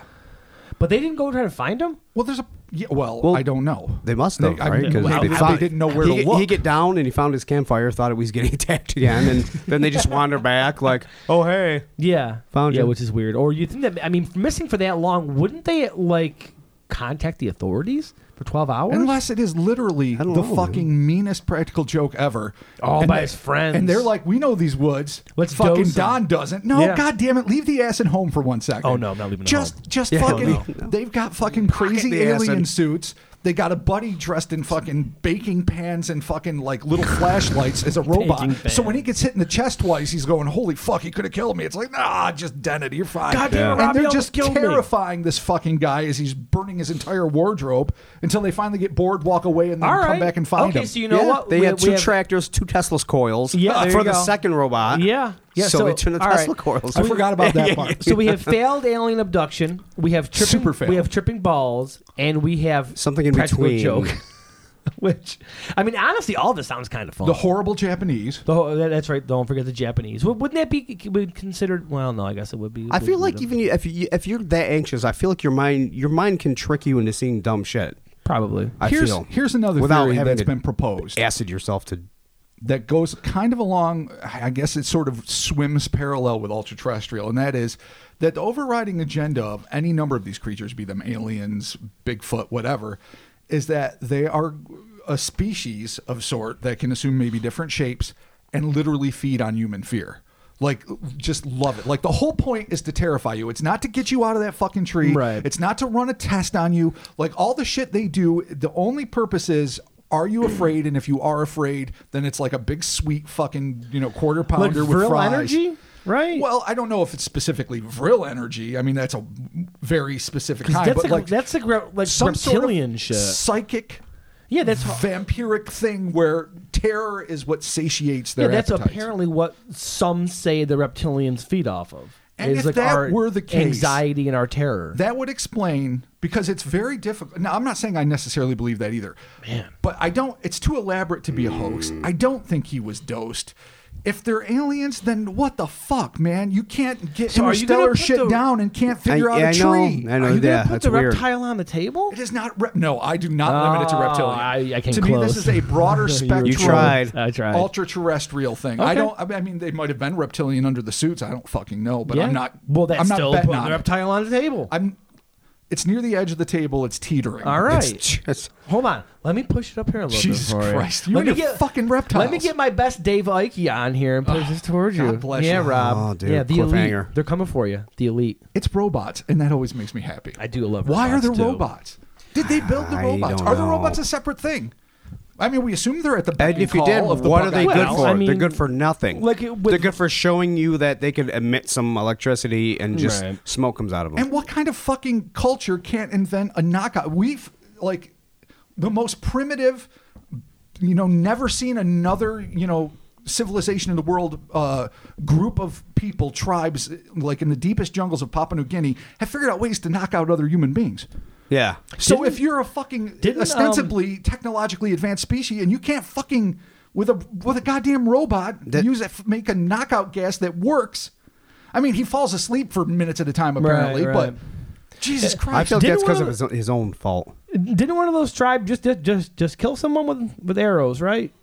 [SPEAKER 1] But they didn't go try to find him?
[SPEAKER 3] Well, there's a. Yeah, well,
[SPEAKER 2] Well,
[SPEAKER 3] I don't know.
[SPEAKER 2] they must have,
[SPEAKER 3] I-
[SPEAKER 2] right? 'Cause
[SPEAKER 3] well,
[SPEAKER 2] they
[SPEAKER 3] they
[SPEAKER 2] found-
[SPEAKER 3] didn't know where
[SPEAKER 2] he,
[SPEAKER 3] to
[SPEAKER 2] get-
[SPEAKER 3] look.
[SPEAKER 2] He get down and he found his campfire, thought it was getting attacked again, and then they just wandered back like, "Oh hey,
[SPEAKER 1] Yeah,
[SPEAKER 2] Found
[SPEAKER 1] yeah,
[SPEAKER 2] you.
[SPEAKER 1] which is weird. Or you think that I mean, missing for that long, wouldn't they like contact the authorities for twelve hours?
[SPEAKER 3] Unless it is literally the
[SPEAKER 2] don't know,
[SPEAKER 3] fucking meanest practical joke ever.
[SPEAKER 1] All
[SPEAKER 3] And
[SPEAKER 1] by
[SPEAKER 3] they-
[SPEAKER 1] his friends.
[SPEAKER 3] And they're like, we know these woods.
[SPEAKER 1] Let's
[SPEAKER 3] fucking
[SPEAKER 1] dose 'em."
[SPEAKER 3] Don doesn't. No,
[SPEAKER 1] Yeah.
[SPEAKER 3] god damn it, leave the ass at home for one second.
[SPEAKER 1] Oh, no, I'm not leaving it
[SPEAKER 3] Just
[SPEAKER 1] home.
[SPEAKER 3] just
[SPEAKER 2] Yeah,
[SPEAKER 3] fucking
[SPEAKER 2] no.
[SPEAKER 3] they've got fucking crazy
[SPEAKER 2] the ass
[SPEAKER 3] alien
[SPEAKER 2] and-
[SPEAKER 3] suits. They got a buddy dressed in fucking baking pans and fucking like little flashlights as a robot.
[SPEAKER 1] Baking
[SPEAKER 3] So when
[SPEAKER 1] pan.
[SPEAKER 3] he gets hit in the chest twice, he's going, "Holy fuck, he could have killed me!" It's like, nah, just dent it. You're fine.
[SPEAKER 1] God damn it, Robbie
[SPEAKER 3] And they're
[SPEAKER 1] almost
[SPEAKER 3] just
[SPEAKER 1] killed me.
[SPEAKER 3] terrified terrifying this fucking guy as he's burning his entire wardrobe until they finally get bored, walk away, and then
[SPEAKER 1] All
[SPEAKER 3] come
[SPEAKER 1] right.
[SPEAKER 3] back and find
[SPEAKER 1] Okay,
[SPEAKER 3] him.
[SPEAKER 1] so you know
[SPEAKER 2] Yeah,
[SPEAKER 1] what?
[SPEAKER 2] They
[SPEAKER 1] We-
[SPEAKER 2] had
[SPEAKER 1] we
[SPEAKER 2] two
[SPEAKER 1] have-
[SPEAKER 2] tractors, two Tesla's coils.
[SPEAKER 1] Yeah, there
[SPEAKER 2] for
[SPEAKER 1] you
[SPEAKER 2] the
[SPEAKER 1] go.
[SPEAKER 2] second robot.
[SPEAKER 1] Yeah, yeah,
[SPEAKER 2] So, they
[SPEAKER 1] so-
[SPEAKER 2] turned the
[SPEAKER 1] all
[SPEAKER 2] Tesla
[SPEAKER 1] right.
[SPEAKER 2] coils.
[SPEAKER 3] I forgot about that part.
[SPEAKER 1] so we have failed alien abduction. We have tripping.
[SPEAKER 3] Super fail.
[SPEAKER 1] We have tripping balls, and we have
[SPEAKER 2] Something in
[SPEAKER 1] practical
[SPEAKER 2] between.
[SPEAKER 1] joke. which, I mean, honestly, all of this sounds kind of fun.
[SPEAKER 3] The horrible Japanese.
[SPEAKER 1] The whole- that- that's right. Don't forget the Japanese. Well, wouldn't that be would considered? Well, no, I guess it would be.
[SPEAKER 2] I feel
[SPEAKER 1] would-
[SPEAKER 2] like
[SPEAKER 1] would-
[SPEAKER 2] even you- if you, if you're that anxious, I feel like your mind your mind can trick you into seeing dumb shit.
[SPEAKER 1] probably.
[SPEAKER 2] I
[SPEAKER 3] here's
[SPEAKER 2] feel
[SPEAKER 3] here's another
[SPEAKER 2] without
[SPEAKER 3] theory
[SPEAKER 2] having
[SPEAKER 3] that's
[SPEAKER 2] to
[SPEAKER 3] been proposed
[SPEAKER 2] acid yourself to.
[SPEAKER 3] that goes kind of along. I guess it sort of swims parallel with ultra-terrestrial, and that is that the overriding agenda of any number of these creatures, be them aliens, Bigfoot, whatever, is that they are a species of sort that can assume maybe different shapes and literally feed on human fear. Like, just love it. Like, the whole point is to terrify you. It's not to get you out of that fucking tree.
[SPEAKER 1] Right.
[SPEAKER 3] It's not to run a test on you. Like, all the shit they do, the only purpose is are you afraid? And if you are afraid, then it's like a big, sweet fucking, you know, quarter pounder with
[SPEAKER 1] Vril
[SPEAKER 3] fries.
[SPEAKER 1] Energy? Right.
[SPEAKER 3] Well, I don't know if it's specifically Vril energy. I mean, that's a very specific
[SPEAKER 1] 'Cause
[SPEAKER 3] kind,
[SPEAKER 1] that's
[SPEAKER 3] but
[SPEAKER 1] like,
[SPEAKER 3] like
[SPEAKER 1] that's like, re- like
[SPEAKER 3] some
[SPEAKER 1] reptilian
[SPEAKER 3] sort of
[SPEAKER 1] shit.
[SPEAKER 3] psychic
[SPEAKER 1] yeah, that's
[SPEAKER 3] vampiric thing where terror is what satiates
[SPEAKER 1] yeah,
[SPEAKER 3] their
[SPEAKER 1] that's
[SPEAKER 3] appetites.
[SPEAKER 1] apparently what some say the reptilians feed off of.
[SPEAKER 3] And
[SPEAKER 1] is
[SPEAKER 3] if
[SPEAKER 1] like
[SPEAKER 3] that
[SPEAKER 1] our
[SPEAKER 3] were the case-
[SPEAKER 1] anxiety and our terror.
[SPEAKER 3] That would explain because it's very difficult. Now, I'm not saying I necessarily believe that either. Man. But I don't, it's too elaborate to be a hoax. I don't think he was dosed. If they're aliens, then what the fuck, man? You can't get
[SPEAKER 1] So are you gonna
[SPEAKER 3] interstellar
[SPEAKER 1] put
[SPEAKER 3] shit
[SPEAKER 1] the-
[SPEAKER 3] down and can't figure
[SPEAKER 2] I,
[SPEAKER 3] out
[SPEAKER 2] yeah,
[SPEAKER 3] a
[SPEAKER 2] I
[SPEAKER 3] tree.
[SPEAKER 2] know. I know.
[SPEAKER 1] Are you
[SPEAKER 2] yeah,
[SPEAKER 1] gonna put
[SPEAKER 2] that's
[SPEAKER 1] the
[SPEAKER 2] weird.
[SPEAKER 1] reptile on the table?
[SPEAKER 3] It is not. Re- no, I do not limit it to
[SPEAKER 1] Oh,
[SPEAKER 3] reptilian.
[SPEAKER 1] I- I came
[SPEAKER 3] to me,
[SPEAKER 1] close.
[SPEAKER 3] this is a broader spectrum.
[SPEAKER 2] tried.
[SPEAKER 1] I tried.
[SPEAKER 3] Ultra terrestrial thing. I don't. I mean- I mean, they might have been reptilian under the suits. I don't fucking know, but
[SPEAKER 1] Yeah.
[SPEAKER 3] I'm not.
[SPEAKER 1] Well, that's
[SPEAKER 3] I'm not
[SPEAKER 1] still
[SPEAKER 3] betting
[SPEAKER 1] putting
[SPEAKER 3] on
[SPEAKER 1] the
[SPEAKER 3] it.
[SPEAKER 1] reptile on the table.
[SPEAKER 3] I'm. It's near the edge of the table. It's teetering.
[SPEAKER 1] All right.
[SPEAKER 2] It's-
[SPEAKER 1] Hold on. Let me push it up here a little
[SPEAKER 3] Jesus
[SPEAKER 1] bit. for
[SPEAKER 3] Christ,
[SPEAKER 1] You
[SPEAKER 3] you
[SPEAKER 1] let
[SPEAKER 3] and
[SPEAKER 1] me
[SPEAKER 3] your
[SPEAKER 1] get
[SPEAKER 3] fucking reptiles. Ah,
[SPEAKER 1] Let me get my best Dave Icke on here and push this towards you.
[SPEAKER 3] God bless
[SPEAKER 1] yeah,
[SPEAKER 3] you.
[SPEAKER 1] Rob.
[SPEAKER 2] Oh, dude,
[SPEAKER 1] yeah, the elite.
[SPEAKER 2] cliffhanger.
[SPEAKER 1] They're coming for you. The elite.
[SPEAKER 3] It's robots, and that always makes me happy.
[SPEAKER 1] I do love
[SPEAKER 3] Why are
[SPEAKER 1] robots,
[SPEAKER 3] there
[SPEAKER 1] too.
[SPEAKER 3] robots? Did they build the
[SPEAKER 2] I
[SPEAKER 3] robots?
[SPEAKER 2] don't
[SPEAKER 3] Are the
[SPEAKER 2] know.
[SPEAKER 3] robots a separate thing? I mean, we assume they're at the beck
[SPEAKER 2] And
[SPEAKER 3] and
[SPEAKER 2] if you
[SPEAKER 3] call
[SPEAKER 2] did,
[SPEAKER 3] of the
[SPEAKER 2] what are they
[SPEAKER 3] Buckeye
[SPEAKER 2] good
[SPEAKER 1] Well,
[SPEAKER 2] for?
[SPEAKER 1] I
[SPEAKER 3] Council.
[SPEAKER 1] mean,
[SPEAKER 2] They're good for nothing.
[SPEAKER 1] like it- with-
[SPEAKER 2] They're good for showing you that they could emit some electricity and just
[SPEAKER 1] Right.
[SPEAKER 2] smoke comes out of them.
[SPEAKER 3] And what kind of fucking culture can't invent a knockout? We've like the most primitive, you know, never seen another, you know, civilization in the world, uh, group of people, tribes, like in the deepest jungles of Papua New Guinea, have figured out ways to knock out other human beings.
[SPEAKER 2] yeah.
[SPEAKER 3] So
[SPEAKER 1] Didn't-
[SPEAKER 3] if you're a fucking
[SPEAKER 1] didn't, um,
[SPEAKER 3] ostensibly technologically advanced species and you can't fucking with a with a goddamn robot
[SPEAKER 2] That-
[SPEAKER 3] use that make a knockout gas that works, I mean he falls asleep for minutes at a time apparently,
[SPEAKER 1] Right, right.
[SPEAKER 3] but Jesus Christ,
[SPEAKER 2] I feel
[SPEAKER 1] Didn't
[SPEAKER 2] that's because
[SPEAKER 1] one
[SPEAKER 2] of
[SPEAKER 1] of
[SPEAKER 2] his, his own fault.
[SPEAKER 1] Didn't one of those tribes just just just, just kill someone with with arrows? Right?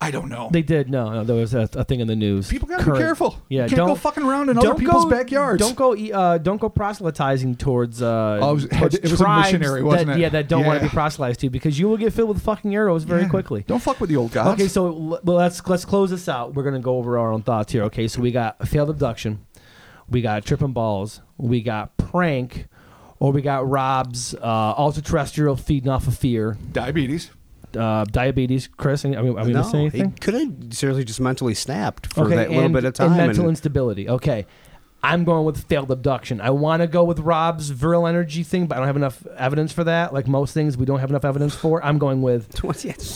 [SPEAKER 3] I don't know.
[SPEAKER 1] They did. No, no there was a, a thing in the news.
[SPEAKER 3] People gotta be careful.
[SPEAKER 1] Yeah,
[SPEAKER 3] You can't
[SPEAKER 1] don't
[SPEAKER 3] go fucking around in other
[SPEAKER 1] don't
[SPEAKER 3] people's
[SPEAKER 1] go-
[SPEAKER 3] backyards.
[SPEAKER 1] Don't go. e- Uh, don't go proselytizing towards. Uh,
[SPEAKER 3] Oh, it was-
[SPEAKER 1] towards
[SPEAKER 3] it was a
[SPEAKER 1] tribes
[SPEAKER 3] missionary, wasn't
[SPEAKER 1] that,
[SPEAKER 3] it?
[SPEAKER 1] Yeah, that don't want to
[SPEAKER 3] Yeah.
[SPEAKER 1] be proselytized to because you will get filled with fucking arrows very
[SPEAKER 3] Yeah.
[SPEAKER 1] quickly.
[SPEAKER 3] Don't fuck with the old gods.
[SPEAKER 1] Okay, so l- well, let's let's close this out. We're gonna go over our own thoughts here. Okay, so we got failed abduction, we got tripping balls, we got prank, or we got Rob's uh, ultra terrestrial feeding off of fear,
[SPEAKER 3] diabetes.
[SPEAKER 1] uh, diabetes. Chris, any- I mean, I mean,
[SPEAKER 2] no,
[SPEAKER 1] to say
[SPEAKER 2] he
[SPEAKER 1] anything?
[SPEAKER 2] could have seriously just mentally snapped for that
[SPEAKER 1] and,
[SPEAKER 2] little bit of time.
[SPEAKER 1] and mental
[SPEAKER 2] and-
[SPEAKER 1] instability. Okay, I'm going with failed abduction. I want to go with Rob's virile energy thing, but I don't have enough evidence for that. Like most things, we don't have enough evidence for. I'm going with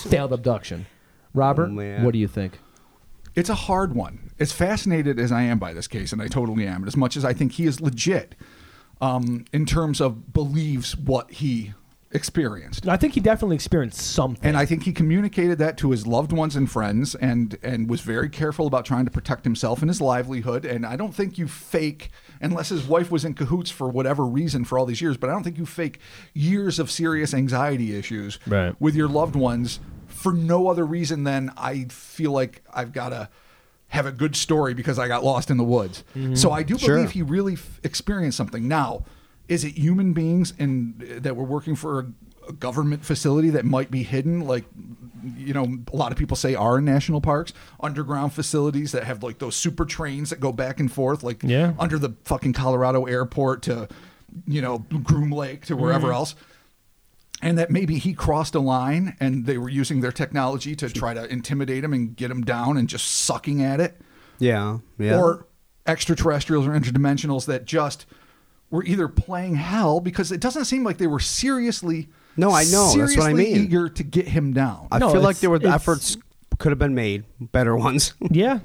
[SPEAKER 1] failed abduction. Robert,
[SPEAKER 2] Oh, man.
[SPEAKER 1] what do you think?
[SPEAKER 3] It's a hard one. As fascinated as I am by this case, and I totally am, and as much as I think he is legit um, in terms of believes what he experienced.
[SPEAKER 1] I think he definitely experienced something.
[SPEAKER 3] And I think he communicated that to his loved ones and friends and and was very careful about trying to protect himself and his livelihood. And I don't think you fake unless his wife was in cahoots for whatever reason for all these years, but I don't think you fake years of serious anxiety issues
[SPEAKER 1] Right.
[SPEAKER 3] with your loved ones for no other reason than I feel like I've gotta have a good story because I got lost in the woods. So I do believe
[SPEAKER 2] Sure.
[SPEAKER 3] he really f- experienced something. Now, is it human beings and uh, that were working for a, a government facility that might be hidden, like you know, a lot of people say are in national parks, underground facilities that have like those super trains that go back and forth, like
[SPEAKER 1] Yeah.
[SPEAKER 3] under the fucking Colorado airport to you know Groom Lake to wherever else. And that maybe he crossed a line and they were using their technology to try to intimidate him and get him down and just sucking at it
[SPEAKER 2] yeah, yeah.
[SPEAKER 3] or extraterrestrials or interdimensionals that just were either playing hell because it doesn't seem like they were seriously
[SPEAKER 2] No, I know. That's what I
[SPEAKER 3] seriously
[SPEAKER 2] mean.
[SPEAKER 3] eager to get him down.
[SPEAKER 2] I
[SPEAKER 1] No,
[SPEAKER 2] feel
[SPEAKER 1] it's-
[SPEAKER 2] like there were
[SPEAKER 1] it's-
[SPEAKER 2] efforts could have been made, better ones.
[SPEAKER 1] yeah.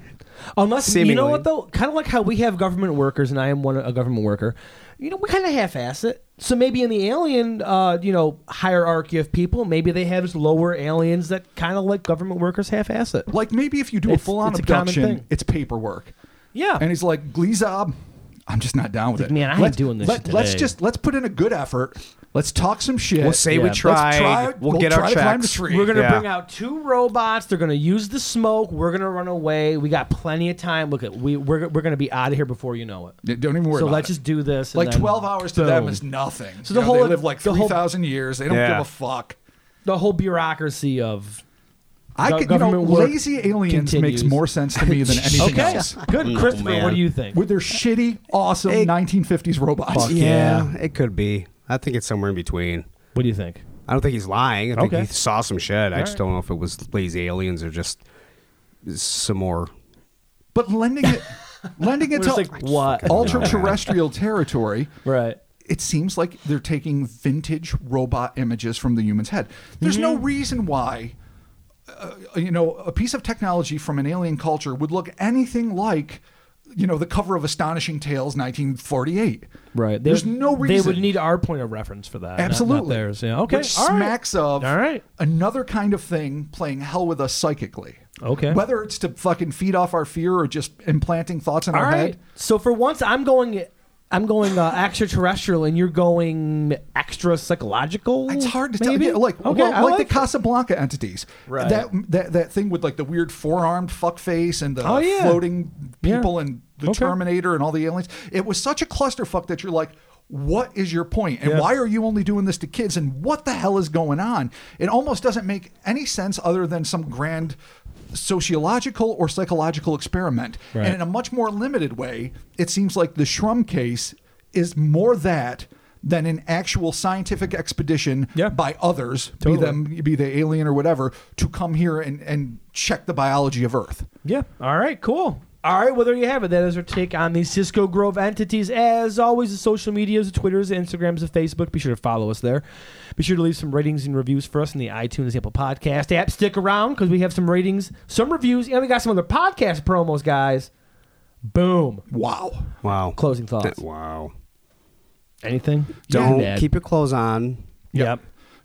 [SPEAKER 1] Unless you know
[SPEAKER 2] Seemingly.
[SPEAKER 1] what though, kind of like how we have government workers, and I am one a government worker. You know, we kind of half-ass it. So maybe in the alien, uh, you know, hierarchy of people, maybe they have lower aliens that kind of like government workers half-ass it.
[SPEAKER 3] like maybe if you do
[SPEAKER 1] It's-
[SPEAKER 3] a full-on
[SPEAKER 1] it's a common thing.
[SPEAKER 3] abduction, it's paperwork.
[SPEAKER 1] Yeah.
[SPEAKER 3] And he's like, Gleezob, I'm just not down with
[SPEAKER 1] Like,
[SPEAKER 3] it.
[SPEAKER 1] man, I ain't
[SPEAKER 3] Let's-
[SPEAKER 1] doing this
[SPEAKER 3] Let,
[SPEAKER 1] shit
[SPEAKER 3] Let's
[SPEAKER 1] today."
[SPEAKER 3] just let's put in a good effort. Let's talk some shit.
[SPEAKER 2] We'll say
[SPEAKER 1] Yeah,
[SPEAKER 2] we
[SPEAKER 1] let's
[SPEAKER 2] tried.
[SPEAKER 3] try-
[SPEAKER 2] we'll,
[SPEAKER 3] we'll
[SPEAKER 2] get
[SPEAKER 3] try
[SPEAKER 2] our
[SPEAKER 3] to
[SPEAKER 2] checks.
[SPEAKER 3] climb the tree.
[SPEAKER 1] We're gonna
[SPEAKER 2] Yeah.
[SPEAKER 1] bring out two robots. They're gonna use the smoke. We're gonna run away. We got plenty of time. Look at we we're, we're gonna be out of here before you know it.
[SPEAKER 3] Yeah, Don't even worry
[SPEAKER 1] So
[SPEAKER 3] about
[SPEAKER 1] let's
[SPEAKER 3] it.
[SPEAKER 1] just do this. and
[SPEAKER 3] like
[SPEAKER 1] then
[SPEAKER 3] 12 hours to them
[SPEAKER 1] boom.
[SPEAKER 3] is nothing.
[SPEAKER 1] So the
[SPEAKER 3] You know,
[SPEAKER 1] whole-
[SPEAKER 3] they live like
[SPEAKER 1] the whole-
[SPEAKER 3] 3,000 years. They don't
[SPEAKER 2] Yeah.
[SPEAKER 3] give a fuck.
[SPEAKER 1] the whole bureaucracy of
[SPEAKER 3] I
[SPEAKER 1] Go-
[SPEAKER 3] could, you know,
[SPEAKER 1] government work
[SPEAKER 3] lazy aliens
[SPEAKER 1] continues.
[SPEAKER 3] makes more sense to me than anything
[SPEAKER 1] okay.
[SPEAKER 3] else.
[SPEAKER 1] Good, Christopher.
[SPEAKER 2] man.
[SPEAKER 1] What do you think?
[SPEAKER 3] With their shitty, awesome
[SPEAKER 2] Hey.
[SPEAKER 3] 1950s robots.
[SPEAKER 1] Fuck.
[SPEAKER 2] Yeah, it could be. I think it's somewhere in between.
[SPEAKER 1] What do you think?
[SPEAKER 2] I don't think he's lying. I think
[SPEAKER 1] Okay.
[SPEAKER 2] he saw some shit. I just
[SPEAKER 1] right.
[SPEAKER 2] don't know if it was lazy aliens or just some more.
[SPEAKER 3] But lending it, lending it
[SPEAKER 1] We're just
[SPEAKER 3] to
[SPEAKER 1] like, what?
[SPEAKER 3] ultra terrestrial territory,
[SPEAKER 1] Right.
[SPEAKER 3] it seems like they're taking vintage robot images from the human's head. There's no
[SPEAKER 1] Mm-hmm.
[SPEAKER 3] reason why, uh, you know, a piece of technology from an alien culture would look anything like you know, the cover of Astonishing Tales 1948.
[SPEAKER 1] Right.
[SPEAKER 3] There's no reason.
[SPEAKER 1] They would need our point of reference for that. Uh, not- not
[SPEAKER 3] Absolutely.
[SPEAKER 1] theirs. Yeah. Okay.
[SPEAKER 3] Which
[SPEAKER 1] all right.
[SPEAKER 3] smacks of
[SPEAKER 1] All right.
[SPEAKER 3] another kind of thing playing hell with us psychically.
[SPEAKER 1] Okay.
[SPEAKER 3] Whether it's to fucking feed off our fear or just implanting thoughts in
[SPEAKER 1] All
[SPEAKER 3] our
[SPEAKER 1] right.
[SPEAKER 3] head.
[SPEAKER 1] So for once, I'm going. I'm going uh, extraterrestrial, and you're going extra psychological.
[SPEAKER 3] It's hard to
[SPEAKER 1] maybe?
[SPEAKER 3] tell. Yeah, like,
[SPEAKER 1] okay,
[SPEAKER 3] well,
[SPEAKER 1] I
[SPEAKER 3] like,
[SPEAKER 1] like
[SPEAKER 3] the Casablanca entities.
[SPEAKER 1] Right.
[SPEAKER 3] That that that thing with like the weird four-armed fuck face and the
[SPEAKER 1] Oh, yeah.
[SPEAKER 3] floating
[SPEAKER 1] Yeah.
[SPEAKER 3] people and the
[SPEAKER 1] Okay.
[SPEAKER 3] Terminator and all the aliens. It was such a clusterfuck that you're like. What is your point? And
[SPEAKER 1] Yeah.
[SPEAKER 3] why are you only doing this to kids? And what the hell is going on? It almost doesn't make any sense other than some grand sociological or psychological experiment.
[SPEAKER 1] Right.
[SPEAKER 3] And in a much more limited way, it seems like the Shrum case is more that than an actual scientific expedition
[SPEAKER 1] Yeah.
[SPEAKER 3] by others,
[SPEAKER 1] Totally.
[SPEAKER 3] be them be they alien or whatever, to come here and, and check the biology of Earth.
[SPEAKER 1] Yeah. All right. Cool. All right. Well, there you have it. That is our take on these Cisco Grove entities. As always, the social medias, the Twitters, the Instagrams, the Facebook. Be sure to follow us there. Be sure to leave some ratings and reviews for us in the iTunes Apple Podcast app. Stick around because we have some ratings, some reviews, and we got some other podcast promos, guys. Boom.
[SPEAKER 3] Wow.
[SPEAKER 2] Wow.
[SPEAKER 1] Closing thoughts.
[SPEAKER 2] Wow.
[SPEAKER 1] Anything?
[SPEAKER 2] Don't
[SPEAKER 1] Dad.
[SPEAKER 2] keep your clothes on.
[SPEAKER 1] Yep.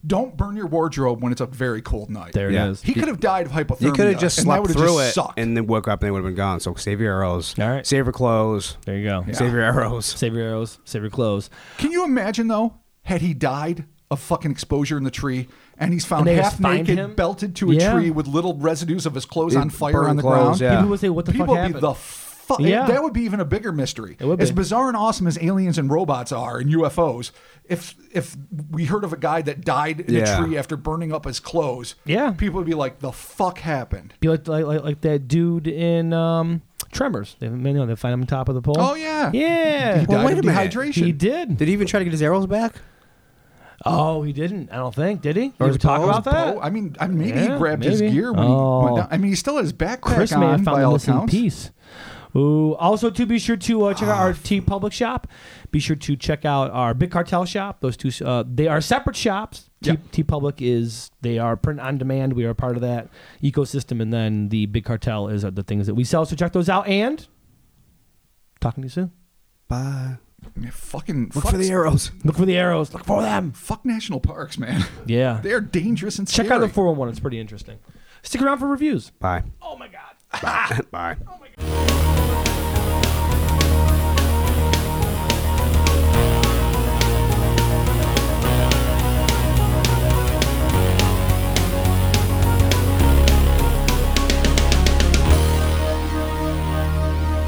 [SPEAKER 3] Don't burn your wardrobe when it's a very cold night.
[SPEAKER 1] There
[SPEAKER 2] Yeah.
[SPEAKER 1] it is.
[SPEAKER 3] He could have died of hypothermia.
[SPEAKER 2] You could have just
[SPEAKER 3] and that
[SPEAKER 2] slept
[SPEAKER 3] would've
[SPEAKER 2] through
[SPEAKER 3] just
[SPEAKER 2] it
[SPEAKER 3] Sucked.
[SPEAKER 2] and then woke up and they would have been gone. So save your arrows.
[SPEAKER 1] All right.
[SPEAKER 2] Save your clothes.
[SPEAKER 1] There you go.
[SPEAKER 2] Save your arrows.
[SPEAKER 1] Save your arrows. Save your clothes.
[SPEAKER 3] Can you imagine though? Had he died of fucking exposure in the tree, and he's
[SPEAKER 1] And
[SPEAKER 3] found
[SPEAKER 1] they
[SPEAKER 3] half
[SPEAKER 1] just find
[SPEAKER 3] naked,
[SPEAKER 1] him?
[SPEAKER 3] belted to a
[SPEAKER 1] Yeah.
[SPEAKER 3] tree with little residues of his clothes on fire
[SPEAKER 2] Burn
[SPEAKER 3] on the
[SPEAKER 2] clothes,
[SPEAKER 3] ground.
[SPEAKER 2] Yeah.
[SPEAKER 1] People would say, "What the
[SPEAKER 3] People
[SPEAKER 1] fuck
[SPEAKER 3] would
[SPEAKER 1] happened?"
[SPEAKER 3] be the fuck.
[SPEAKER 1] Yeah.
[SPEAKER 3] That would be even a bigger mystery.
[SPEAKER 1] would
[SPEAKER 3] as
[SPEAKER 1] be.
[SPEAKER 3] bizarre and awesome as aliens and robots are and UFOs, if if we heard of a guy that died in
[SPEAKER 2] Yeah.
[SPEAKER 3] a tree after burning up his clothes,
[SPEAKER 1] Yeah.
[SPEAKER 3] people would be like, "The fuck happened?"
[SPEAKER 1] Be like like, like, like that dude in um, Tremors. They, you know, they find him on top of the pole.
[SPEAKER 3] Oh yeah,
[SPEAKER 1] Yeah.
[SPEAKER 3] He died
[SPEAKER 2] wait
[SPEAKER 3] of
[SPEAKER 2] a minute.
[SPEAKER 3] dehydration.
[SPEAKER 1] He did.
[SPEAKER 2] Did he even try to get his arrows back?
[SPEAKER 1] Oh, he didn't. I don't think. Did he?
[SPEAKER 2] Or
[SPEAKER 1] Did we
[SPEAKER 2] his
[SPEAKER 1] talk
[SPEAKER 2] balls,
[SPEAKER 1] about that?
[SPEAKER 3] Oh, I mean, I, maybe he
[SPEAKER 1] Yeah,
[SPEAKER 3] grabbed his
[SPEAKER 1] maybe.
[SPEAKER 3] gear when he
[SPEAKER 1] Oh.
[SPEAKER 3] went down. I mean, he still had his backpack
[SPEAKER 1] Chris may
[SPEAKER 3] on
[SPEAKER 1] have
[SPEAKER 3] by
[SPEAKER 1] found a
[SPEAKER 3] all
[SPEAKER 1] missing
[SPEAKER 3] accounts.
[SPEAKER 1] piece. Ooh. Also, to be sure to uh, check out our T Public shop. Be sure to check out our Big Cartel shop. Those two, uh, they are separate shops. T,
[SPEAKER 3] Yeah.
[SPEAKER 1] T Public is they are print on demand. We are part of that ecosystem, and then the Big Cartel is uh, the things that we sell. So check those out. And talking to you soon.
[SPEAKER 2] Bye.
[SPEAKER 3] Man, fucking
[SPEAKER 2] Look
[SPEAKER 3] fuck,
[SPEAKER 2] for the arrows.
[SPEAKER 1] Look for the arrows. Look for them.
[SPEAKER 3] Fuck national parks, man.
[SPEAKER 1] Yeah.
[SPEAKER 3] they are dangerous and
[SPEAKER 1] Check
[SPEAKER 3] scary.
[SPEAKER 1] out the 401. It's pretty interesting. Stick around for reviews.
[SPEAKER 2] Bye.
[SPEAKER 1] Oh my God.
[SPEAKER 2] Bye.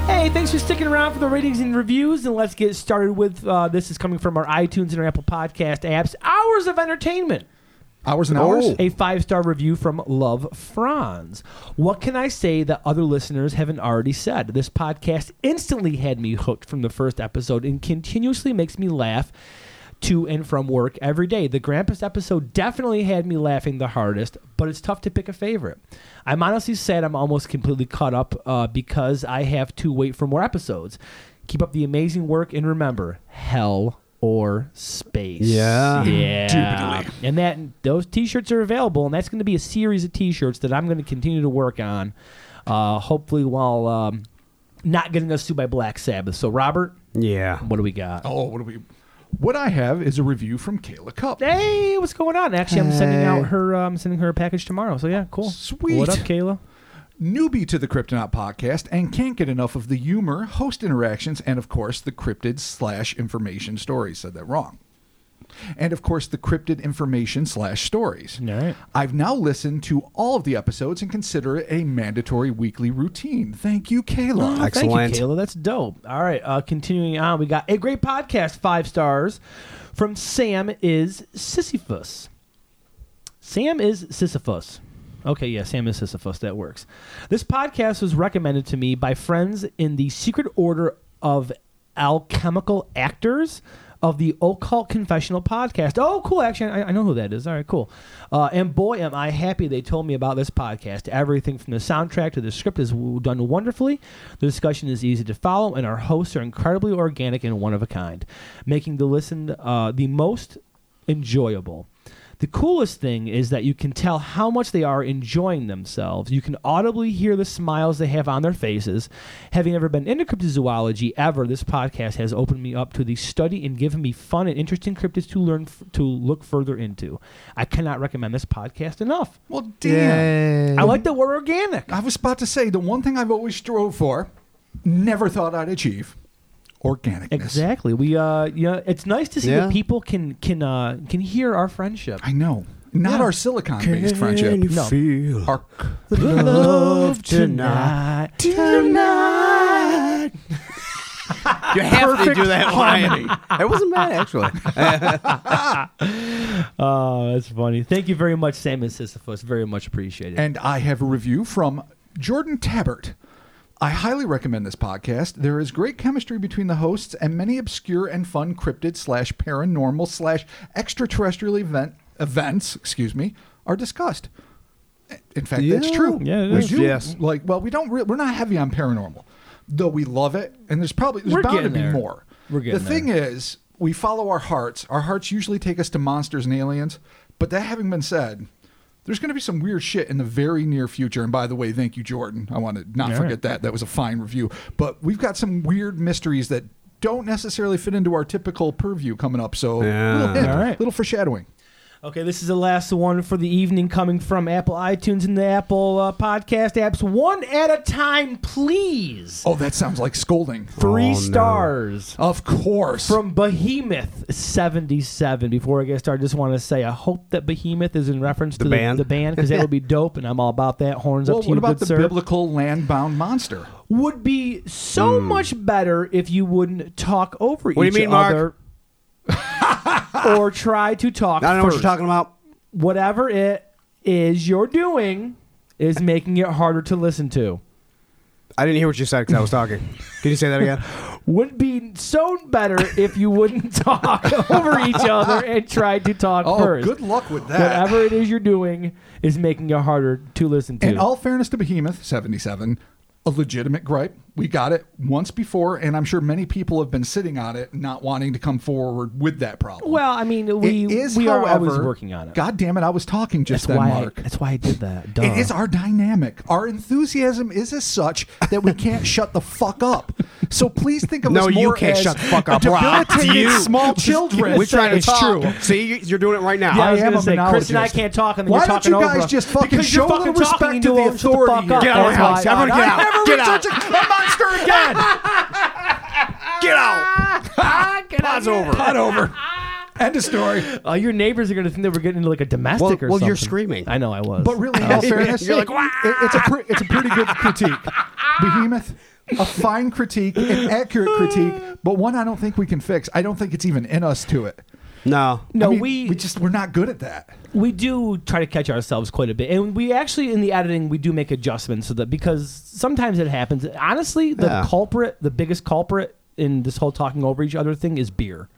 [SPEAKER 1] Hey, thanks for sticking around for the ratings and reviews. And let's get started with uh, this is coming from our iTunes and our Apple Podcast apps. Hours of Entertainment.
[SPEAKER 3] hours and hours.
[SPEAKER 2] Oh.
[SPEAKER 1] A five star review from Love Franz. What can I say that other listeners haven't already said? This podcast instantly had me hooked from the first episode and continuously makes me laugh to and from work every day. The Grampus episode definitely had me laughing the hardest, but it's tough to pick a favorite. I'm honestly sad I'm almost completely caught up uh, because I have to wait for more episodes. Keep up the amazing work and remember, hell or space.
[SPEAKER 2] Yeah.
[SPEAKER 1] Yeah. And that those t-shirts are available, and that's going to be a series of t-shirts that I'm going to continue to work on. Uh, hopefully, while um, not getting us sued by Black Sabbath. So, Robert,
[SPEAKER 2] Yeah.
[SPEAKER 1] what do we got?
[SPEAKER 3] Oh, what do we? What I have is a review from Kayla Cup.
[SPEAKER 1] Hey, what's going on? Actually, I'm sending
[SPEAKER 2] Hey.
[SPEAKER 1] out her. I'm sending her a package tomorrow. So yeah, cool.
[SPEAKER 3] Sweet.
[SPEAKER 1] What up, Kayla?
[SPEAKER 3] newbie to the Kryptonaut podcast and can't get enough of the humor, host interactions, and of course the cryptid slash information stories. Said that wrong. And of course the cryptid information slash stories.
[SPEAKER 1] All right.
[SPEAKER 3] I've now listened to all of the episodes and consider it a mandatory weekly routine. Thank you, Kayla.
[SPEAKER 1] Oh,
[SPEAKER 2] Excellent.
[SPEAKER 1] Thank you, Kayla. That's dope. All right. Uh, continuing on, we got a great podcast, five stars, from Sam is Sisyphus. Sam is Sisyphus. Okay, yeah, Sam is Sisyphus. That works. This podcast was recommended to me by friends in the Secret Order of Alchemical Actors of the Occult Confessional Podcast. Oh, cool. Actually, I, I know who that is. All right, cool. Uh, and boy, am I happy they told me about this podcast. Everything from the soundtrack to the script is w- done wonderfully. The discussion is easy to follow, and our hosts are incredibly organic and one of a kind, making the listen uh, the most enjoyable. The coolest thing is that you can tell how much they are enjoying themselves. You can audibly hear the smiles they have on their faces. Having never been into cryptozoology ever, this podcast has opened me up to the study and given me fun and interesting cryptids to learn f- to look further into. I cannot recommend this podcast enough.
[SPEAKER 3] Well, damn.
[SPEAKER 1] I like that we're organic.
[SPEAKER 3] I was about to say the one thing I've always strove for, never thought I'd achieve, organicness.
[SPEAKER 1] Exactly. We uh yeah, it's nice to see
[SPEAKER 2] Yeah.
[SPEAKER 1] that people can can uh can hear our friendship.
[SPEAKER 3] I know. Not
[SPEAKER 1] Yeah.
[SPEAKER 3] our silicon-based friendship.
[SPEAKER 1] No.
[SPEAKER 2] feel
[SPEAKER 3] Our
[SPEAKER 2] love tonight? Tonight. You have to do that harmony. It wasn't bad actually.
[SPEAKER 1] Oh, that's funny. Thank you very much, Sam and Sisyphus. Very much appreciated.
[SPEAKER 3] And I have a review from Jordan Tabbert. I highly recommend this podcast. There is great chemistry between the hosts and many obscure and fun cryptid slash paranormal slash extraterrestrial event events, excuse me, are discussed. In fact, that's
[SPEAKER 2] Yeah.
[SPEAKER 3] true.
[SPEAKER 1] Yeah, it
[SPEAKER 3] we
[SPEAKER 1] is.
[SPEAKER 3] do
[SPEAKER 2] Yes.
[SPEAKER 3] like well, we don't. Re- we're not heavy on paranormal, though we love it, and there's probably there's
[SPEAKER 1] We're
[SPEAKER 3] bound to
[SPEAKER 1] getting
[SPEAKER 3] be
[SPEAKER 1] there.
[SPEAKER 3] more.
[SPEAKER 1] We're getting
[SPEAKER 3] the thing is, we follow our hearts. Our hearts usually take us to monsters and aliens. But that having been said, there's going to be some weird shit in the very near future. And by the way, thank you, Jordan. I want to not forget that. That was a fine review. But we've got some weird mysteries that don't necessarily fit into our typical purview coming up. So
[SPEAKER 2] Yeah.
[SPEAKER 3] little hint,
[SPEAKER 1] All right.
[SPEAKER 3] little foreshadowing.
[SPEAKER 1] okay, this is the last one for the evening coming from Apple iTunes and the Apple uh, podcast apps. One at a time, please.
[SPEAKER 3] Oh, that sounds like scolding.
[SPEAKER 1] Three
[SPEAKER 2] Oh, no.
[SPEAKER 1] stars.
[SPEAKER 3] Of course.
[SPEAKER 1] From Behemoth 77. Before I get started, just want to say I hope that Behemoth is in reference
[SPEAKER 2] The
[SPEAKER 1] to
[SPEAKER 2] band?
[SPEAKER 1] the, the band because that would be dope, and I'm all about that. Horns
[SPEAKER 3] well,
[SPEAKER 1] up to you,
[SPEAKER 3] what about
[SPEAKER 1] good
[SPEAKER 3] the
[SPEAKER 1] sir.
[SPEAKER 3] biblical land-bound monster?
[SPEAKER 1] would be so much better if you wouldn't talk over
[SPEAKER 2] What do you
[SPEAKER 1] each
[SPEAKER 2] mean, Mark?
[SPEAKER 1] other or try to talk
[SPEAKER 2] I don't know what
[SPEAKER 1] first.
[SPEAKER 2] you're talking about.
[SPEAKER 1] Whatever it is you're doing is making it harder to listen to.
[SPEAKER 2] I didn't hear what you said because I was talking. Can you say that again?
[SPEAKER 1] Would be so better if you wouldn't talk over each other and try to talk
[SPEAKER 3] Oh,
[SPEAKER 1] first.
[SPEAKER 3] good luck with that.
[SPEAKER 1] Whatever it is you're doing is making it harder to listen to.
[SPEAKER 3] In all fairness to Behemoth 77, a legitimate gripe. We got it once before, and I'm sure many people have been sitting on it, not wanting to come forward with that problem.
[SPEAKER 1] well, I mean, we
[SPEAKER 3] it is,
[SPEAKER 1] we
[SPEAKER 3] however,
[SPEAKER 1] are always working on it.
[SPEAKER 3] God damn it, I was talking just
[SPEAKER 1] that's
[SPEAKER 3] then,
[SPEAKER 1] why.
[SPEAKER 3] Mark.
[SPEAKER 1] I, that's why I did that. Duh.
[SPEAKER 3] it is our dynamic. Our enthusiasm is as such that we can't shut the fuck up. So please think of
[SPEAKER 2] No,
[SPEAKER 3] us
[SPEAKER 2] you
[SPEAKER 3] more
[SPEAKER 2] can't
[SPEAKER 3] as
[SPEAKER 2] shut the fuck up, Rob.
[SPEAKER 3] debilitated
[SPEAKER 2] You-
[SPEAKER 3] small children.
[SPEAKER 2] We're trying to
[SPEAKER 3] It's
[SPEAKER 2] talk.
[SPEAKER 3] true.
[SPEAKER 2] See, you- you're doing it right now.
[SPEAKER 1] Yeah, I, was
[SPEAKER 3] I am
[SPEAKER 1] gonna
[SPEAKER 3] a
[SPEAKER 1] say, Chris and I
[SPEAKER 3] monologist.
[SPEAKER 1] can't talk, and then
[SPEAKER 3] Why
[SPEAKER 1] you're
[SPEAKER 3] don't
[SPEAKER 1] talking
[SPEAKER 3] you
[SPEAKER 1] over
[SPEAKER 3] guys
[SPEAKER 1] us.
[SPEAKER 3] just fucking
[SPEAKER 1] Because
[SPEAKER 3] show a
[SPEAKER 1] you're fucking
[SPEAKER 3] little
[SPEAKER 1] talking
[SPEAKER 3] respect
[SPEAKER 1] into
[SPEAKER 3] to the
[SPEAKER 1] us. Shut the
[SPEAKER 3] authority
[SPEAKER 1] fuck up.
[SPEAKER 3] here.
[SPEAKER 2] Get out of my
[SPEAKER 1] That's why
[SPEAKER 2] house.
[SPEAKER 1] I-
[SPEAKER 2] Everyone get out. Get out.
[SPEAKER 3] a monster again.
[SPEAKER 2] Get out.
[SPEAKER 1] Get out of
[SPEAKER 2] Pod's
[SPEAKER 1] here.
[SPEAKER 2] over.
[SPEAKER 3] Not over. End of story.
[SPEAKER 1] Uh, your neighbors are going to think that we're getting into like a domestic
[SPEAKER 2] Well-
[SPEAKER 1] or something.
[SPEAKER 2] well, you're screaming.
[SPEAKER 1] I know I was.
[SPEAKER 3] But really, in all fairness,
[SPEAKER 2] You're like, "Wah!"
[SPEAKER 3] it- it's a pre- it's a pretty good critique. Behemoth, a fine critique, an accurate critique, but one I don't think we can fix. I don't think it's even in us to it.
[SPEAKER 2] No.
[SPEAKER 1] no,
[SPEAKER 3] I mean,
[SPEAKER 1] we
[SPEAKER 3] we just we're not good at that.
[SPEAKER 1] we do try to catch ourselves quite a bit, and we actually in the editing we do make adjustments so that because sometimes it happens. Honestly, the
[SPEAKER 2] Yeah.
[SPEAKER 1] culprit, the biggest culprit in this whole talking over each other thing is beer.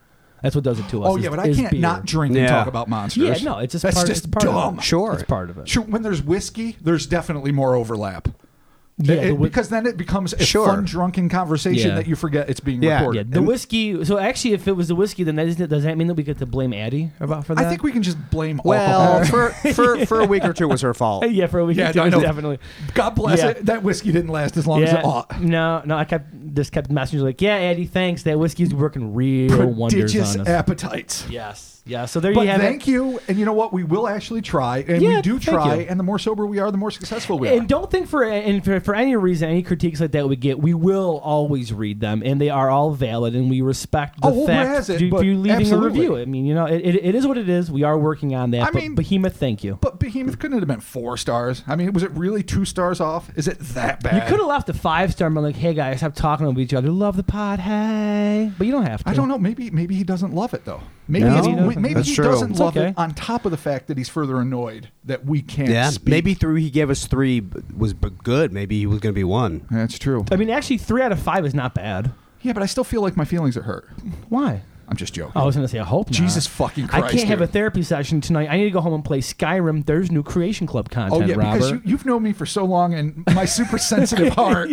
[SPEAKER 1] That's what does it to us.
[SPEAKER 3] Oh
[SPEAKER 1] is-
[SPEAKER 3] yeah, but I
[SPEAKER 1] is
[SPEAKER 3] can't
[SPEAKER 1] beer.
[SPEAKER 3] not drink and
[SPEAKER 2] Yeah.
[SPEAKER 3] talk about monsters.
[SPEAKER 1] Yeah, no, it's just
[SPEAKER 3] that's
[SPEAKER 1] part,
[SPEAKER 3] just
[SPEAKER 1] it's part
[SPEAKER 3] dumb.
[SPEAKER 1] Of it.
[SPEAKER 2] Sure.
[SPEAKER 1] it's part of it.
[SPEAKER 3] Sure, when there's whiskey, there's definitely more overlap.
[SPEAKER 1] Yeah,
[SPEAKER 3] It-
[SPEAKER 1] the whi-
[SPEAKER 3] because then it becomes a
[SPEAKER 2] Sure.
[SPEAKER 3] fun drunken conversation
[SPEAKER 1] Yeah.
[SPEAKER 3] that you forget it's being
[SPEAKER 2] Yeah.
[SPEAKER 1] Yeah,
[SPEAKER 3] recorded.
[SPEAKER 1] the whiskey. So actually, if it was the whiskey, then that isn't. Does that mean that we get to blame Addie about for that?
[SPEAKER 3] I think we can just blame
[SPEAKER 2] Well,
[SPEAKER 3] alcohol.
[SPEAKER 2] for, for, for a week or two was her fault.
[SPEAKER 1] Uh, yeah, for a week.
[SPEAKER 3] yeah,
[SPEAKER 1] or two,
[SPEAKER 3] I know.
[SPEAKER 1] definitely.
[SPEAKER 3] God bless
[SPEAKER 1] Yeah.
[SPEAKER 3] it. That whiskey didn't last as long as
[SPEAKER 1] Yeah,
[SPEAKER 3] it ought.
[SPEAKER 1] no, no. I kept just kept messaging like, "Yeah, Eddie, thanks. That whiskey's working real wonders
[SPEAKER 3] prodigious
[SPEAKER 1] on us."
[SPEAKER 3] appetites.
[SPEAKER 1] yes, yeah. So there
[SPEAKER 3] But
[SPEAKER 1] you have
[SPEAKER 3] thank
[SPEAKER 1] it.
[SPEAKER 3] you, and you know what? We will actually try, and
[SPEAKER 1] Yeah,
[SPEAKER 3] we do
[SPEAKER 1] thank
[SPEAKER 3] try.
[SPEAKER 1] you.
[SPEAKER 3] And the more sober we are, the more successful we are.
[SPEAKER 1] And don't think for and for, for any reason any critiques like that we get, we will always read them, and they are all valid, and we respect the
[SPEAKER 3] Oh, well,
[SPEAKER 1] fact
[SPEAKER 3] whereas it,
[SPEAKER 1] you-
[SPEAKER 3] but
[SPEAKER 1] you leaving
[SPEAKER 3] absolutely.
[SPEAKER 1] a review. I mean, you know, it, it, it is what it is. We are working on that.
[SPEAKER 3] I
[SPEAKER 1] but
[SPEAKER 3] mean-
[SPEAKER 1] Behemoth, thank you.
[SPEAKER 3] But Behemoth couldn't it have been four stars. I mean, was it really two stars off? Is it that bad?
[SPEAKER 1] You could have left a five star and been like, hey guys, stop talking to each other. Love the pod, hey. But you don't have to.
[SPEAKER 3] I don't know. Maybe maybe he doesn't love it though. Maybe
[SPEAKER 2] No?
[SPEAKER 3] it's,
[SPEAKER 2] Maybe he
[SPEAKER 1] doesn't.
[SPEAKER 3] maybe
[SPEAKER 2] That's
[SPEAKER 3] he
[SPEAKER 2] true.
[SPEAKER 3] doesn't
[SPEAKER 1] It's
[SPEAKER 3] love
[SPEAKER 1] okay.
[SPEAKER 3] it. On top of the fact that he's further annoyed that we can't.
[SPEAKER 2] Yeah,
[SPEAKER 3] speak.
[SPEAKER 2] maybe three. He gave us three b- was b- good. Maybe he was going to be one.
[SPEAKER 3] that's true.
[SPEAKER 1] I mean, actually, three out of five is not bad.
[SPEAKER 3] Yeah, but I still feel like my feelings are hurt.
[SPEAKER 1] Why?
[SPEAKER 3] I'm just joking.
[SPEAKER 1] I was going to say, I hope Oh, not.
[SPEAKER 3] Jesus fucking Christ.
[SPEAKER 1] I can't have a
[SPEAKER 3] dude.
[SPEAKER 1] therapy session tonight. I need to go home and play Skyrim. There's new Creation Club
[SPEAKER 3] Oh
[SPEAKER 1] content,
[SPEAKER 3] yeah,
[SPEAKER 1] Robert.
[SPEAKER 3] because you, you've known me for so long, and my super sensitive heart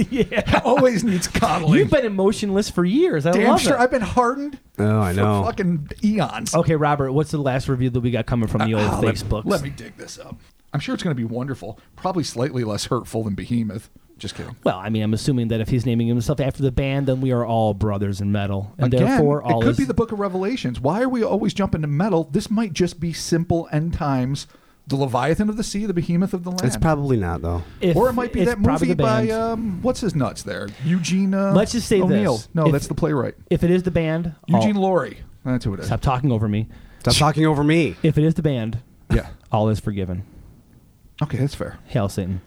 [SPEAKER 3] always needs coddling.
[SPEAKER 1] have been emotionless for years. I
[SPEAKER 3] Damn
[SPEAKER 1] love
[SPEAKER 3] sure
[SPEAKER 1] it.
[SPEAKER 3] I've been hardened.
[SPEAKER 2] Oh, I
[SPEAKER 3] for
[SPEAKER 2] know.
[SPEAKER 3] Fucking eons.
[SPEAKER 1] Okay, Robert, what's the last review that we got coming from the old
[SPEAKER 3] Ah,
[SPEAKER 1] Facebooks?
[SPEAKER 3] Let, let me dig this up. I'm sure it's going to be wonderful. Probably slightly less hurtful than Behemoth. Just kidding.
[SPEAKER 1] Well, I mean, I'm assuming that if he's naming himself after the band, then we are all brothers in metal, and
[SPEAKER 3] Again,
[SPEAKER 1] therefore all
[SPEAKER 3] it could
[SPEAKER 1] is
[SPEAKER 3] be the Book of Revelations. Why are we always jumping to metal? This might just be simple end times. The Leviathan of the Sea, the Behemoth of the Land.
[SPEAKER 2] It's probably not though.
[SPEAKER 1] if-
[SPEAKER 3] or it might be
[SPEAKER 1] it's
[SPEAKER 3] that
[SPEAKER 1] probably
[SPEAKER 3] movie
[SPEAKER 1] the
[SPEAKER 3] by
[SPEAKER 1] band.
[SPEAKER 3] um, what's his nuts there, Eugene. Uh,
[SPEAKER 1] Let's just say
[SPEAKER 3] O'Neill.
[SPEAKER 1] this.
[SPEAKER 3] No,
[SPEAKER 1] If-
[SPEAKER 3] that's the playwright.
[SPEAKER 1] if it is the band, all-
[SPEAKER 3] Eugene Laurie. That's who it is.
[SPEAKER 1] stop talking over me.
[SPEAKER 2] Stop talking over me.
[SPEAKER 1] If it is the band,
[SPEAKER 3] Yeah.
[SPEAKER 1] all is forgiven.
[SPEAKER 3] Okay, that's fair.
[SPEAKER 1] Hail Satan.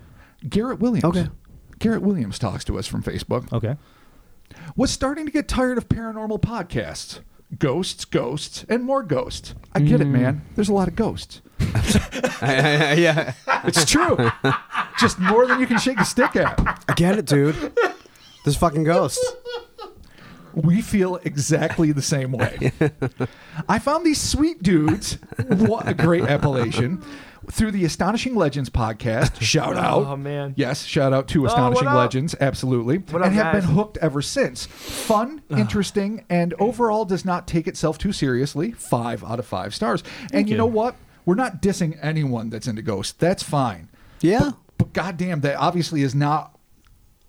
[SPEAKER 3] Garrett Williams.
[SPEAKER 2] Okay.
[SPEAKER 3] Garrett Williams talks to us from Facebook.
[SPEAKER 1] Okay.
[SPEAKER 3] was starting to get tired of paranormal podcasts. Ghosts, ghosts, and more ghosts. I get it, man. There's a lot of ghosts.
[SPEAKER 2] yeah,
[SPEAKER 3] It's true. Just more than you can shake a stick at.
[SPEAKER 2] I get it, dude. This fucking ghost.
[SPEAKER 3] We feel exactly the same way. I found these sweet dudes. What a great appellation. Through the Astonishing Legends podcast. Shout out.
[SPEAKER 1] Oh, man. Oh,
[SPEAKER 3] Yes, shout out to Astonishing
[SPEAKER 1] up?
[SPEAKER 3] Legends. Absolutely.
[SPEAKER 1] What up,
[SPEAKER 3] and have
[SPEAKER 1] guys?
[SPEAKER 3] been hooked ever since. Fun, interesting, and overall does not take itself too seriously. Five out of five stars. And you,
[SPEAKER 1] you.
[SPEAKER 3] know what? We're not dissing anyone that's into ghosts. That's fine.
[SPEAKER 2] Yeah.
[SPEAKER 3] But, but goddamn, that obviously is not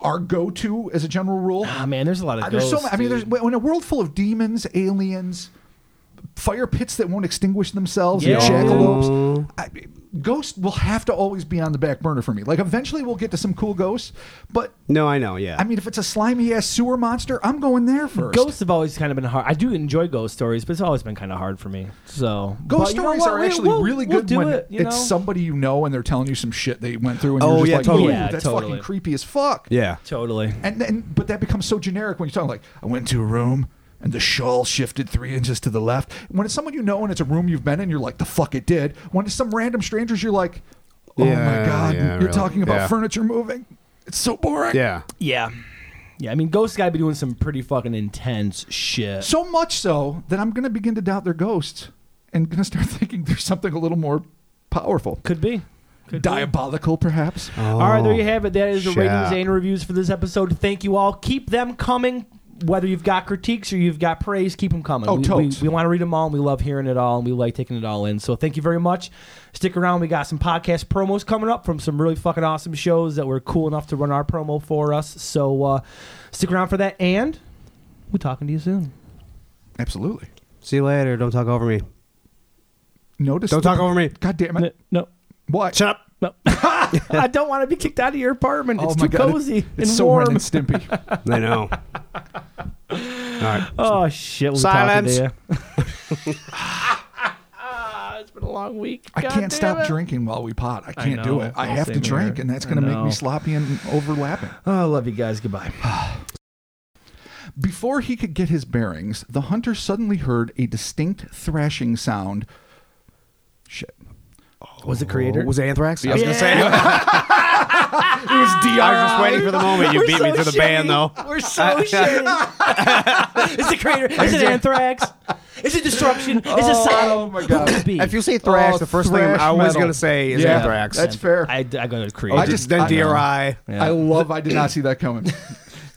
[SPEAKER 3] our go-to as a general rule.
[SPEAKER 1] Ah, man, there's a lot of
[SPEAKER 3] Uh, there's so
[SPEAKER 1] ghosts,
[SPEAKER 3] many, I mean, there's
[SPEAKER 1] dude.
[SPEAKER 3] in a world full of demons, aliens, fire pits that won't extinguish themselves,
[SPEAKER 1] Yeah.
[SPEAKER 3] and jackalopes. I, ghosts will have to always be on the back burner for me. Like eventually we'll get to some cool ghosts, but
[SPEAKER 2] No, I know. Yeah.
[SPEAKER 3] I mean, if it's a slimy ass sewer monster, I'm going there first.
[SPEAKER 1] Ghosts have always kind of been hard. I do enjoy ghost stories, but it's always been kind of hard for me. So
[SPEAKER 3] Ghost
[SPEAKER 1] But you know
[SPEAKER 3] stories
[SPEAKER 1] what?
[SPEAKER 3] are
[SPEAKER 1] We-
[SPEAKER 3] actually
[SPEAKER 1] we'll-
[SPEAKER 3] really
[SPEAKER 1] we'll
[SPEAKER 3] good
[SPEAKER 1] do
[SPEAKER 3] when
[SPEAKER 1] it, you
[SPEAKER 3] it's
[SPEAKER 1] know?
[SPEAKER 3] somebody you know and they're telling you some shit they went through and
[SPEAKER 2] Oh,
[SPEAKER 3] you're just
[SPEAKER 2] yeah,
[SPEAKER 3] like,
[SPEAKER 2] totally.
[SPEAKER 3] "Ooh,
[SPEAKER 1] Yeah,
[SPEAKER 3] that's
[SPEAKER 1] totally.
[SPEAKER 3] fucking creepy as fuck.
[SPEAKER 2] yeah.
[SPEAKER 1] Totally.
[SPEAKER 3] And then, but that becomes so generic when you're talking like, I went into a room and the shawl shifted three inches to the left. When it's someone you know and it's a room you've been in, you're like, the fuck it did. When it's some random strangers, you're like, oh my
[SPEAKER 2] Yeah,
[SPEAKER 3] god,
[SPEAKER 2] yeah,
[SPEAKER 3] you're
[SPEAKER 2] really.
[SPEAKER 3] talking about
[SPEAKER 2] Yeah.
[SPEAKER 3] furniture moving. It's so boring.
[SPEAKER 2] Yeah.
[SPEAKER 1] Yeah. Yeah, I mean, ghosts got to be doing some pretty fucking intense shit.
[SPEAKER 3] So much so that I'm gonna begin to doubt their ghosts and gonna start thinking there's something a little more powerful,
[SPEAKER 1] Could be. Could be.
[SPEAKER 3] diabolical, perhaps.
[SPEAKER 2] Uh-huh.
[SPEAKER 1] All right,
[SPEAKER 3] Oh,
[SPEAKER 1] there you have it. That is the
[SPEAKER 2] shit.
[SPEAKER 1] ratings and reviews for this episode. Thank you all. Keep them coming. Whether you've got critiques or you've got praise, keep them coming.
[SPEAKER 3] Oh,
[SPEAKER 1] we, we,
[SPEAKER 3] totes.
[SPEAKER 1] we want to read them all, and we love hearing it all, and we like taking it all in. So thank you very much. Stick around. We got some podcast promos coming up from some really fucking awesome shows that were cool enough to run our promo for us. So uh, stick around for that, and we're talking to you soon.
[SPEAKER 3] Absolutely.
[SPEAKER 2] See you later. Don't talk over me.
[SPEAKER 3] Notice.
[SPEAKER 2] Don't
[SPEAKER 3] the-
[SPEAKER 2] talk over me.
[SPEAKER 3] God damn
[SPEAKER 1] No,
[SPEAKER 3] it!
[SPEAKER 1] no,
[SPEAKER 3] What?
[SPEAKER 2] Shut up.
[SPEAKER 1] no. I don't want to be kicked out of your apartment.
[SPEAKER 3] Oh
[SPEAKER 1] it's
[SPEAKER 3] my
[SPEAKER 1] too
[SPEAKER 3] God, it-
[SPEAKER 1] cozy and
[SPEAKER 3] It's so
[SPEAKER 1] warm.
[SPEAKER 3] Ren and Stimpy.
[SPEAKER 2] I know. All right.
[SPEAKER 1] Oh shit! We're
[SPEAKER 2] Silence.
[SPEAKER 1] Talking to you. Ah, it's been a long week.
[SPEAKER 3] I
[SPEAKER 1] God damn
[SPEAKER 3] can't stop
[SPEAKER 1] it.
[SPEAKER 3] drinking while we pot. I can't do
[SPEAKER 1] know.
[SPEAKER 3] it. I
[SPEAKER 1] I'll
[SPEAKER 3] have to
[SPEAKER 1] same here.
[SPEAKER 3] drink, and that's
[SPEAKER 1] I
[SPEAKER 3] going to make
[SPEAKER 1] know.
[SPEAKER 3] me sloppy and overlapping.
[SPEAKER 1] Oh, I love you guys. Goodbye.
[SPEAKER 3] Before he could get his bearings, the hunter suddenly heard a distinct thrashing sound. Shit.
[SPEAKER 1] Was the creator?
[SPEAKER 2] Oh, Was it Anthrax? I was gonna say.
[SPEAKER 3] It was
[SPEAKER 2] I was just waiting for the moment. You
[SPEAKER 1] We're
[SPEAKER 2] beat
[SPEAKER 1] so
[SPEAKER 2] me to the band, though.
[SPEAKER 1] shitty. We're so shitty. it's the creator. Is it anthrax? Is it destruction? Is it Sodom?
[SPEAKER 3] Oh my God.
[SPEAKER 1] Who could it be?
[SPEAKER 2] If you say thrash,
[SPEAKER 3] Oh,
[SPEAKER 2] the first thing I'm
[SPEAKER 3] thrash
[SPEAKER 2] always
[SPEAKER 3] metal.
[SPEAKER 2] going to say is
[SPEAKER 3] Yeah.
[SPEAKER 2] Anthrax.
[SPEAKER 3] That's fair.
[SPEAKER 1] I, I go to creator.
[SPEAKER 2] I
[SPEAKER 3] I
[SPEAKER 2] just
[SPEAKER 3] just-
[SPEAKER 2] then
[SPEAKER 3] I know.
[SPEAKER 2] DRI.
[SPEAKER 3] I love. I did not see that coming.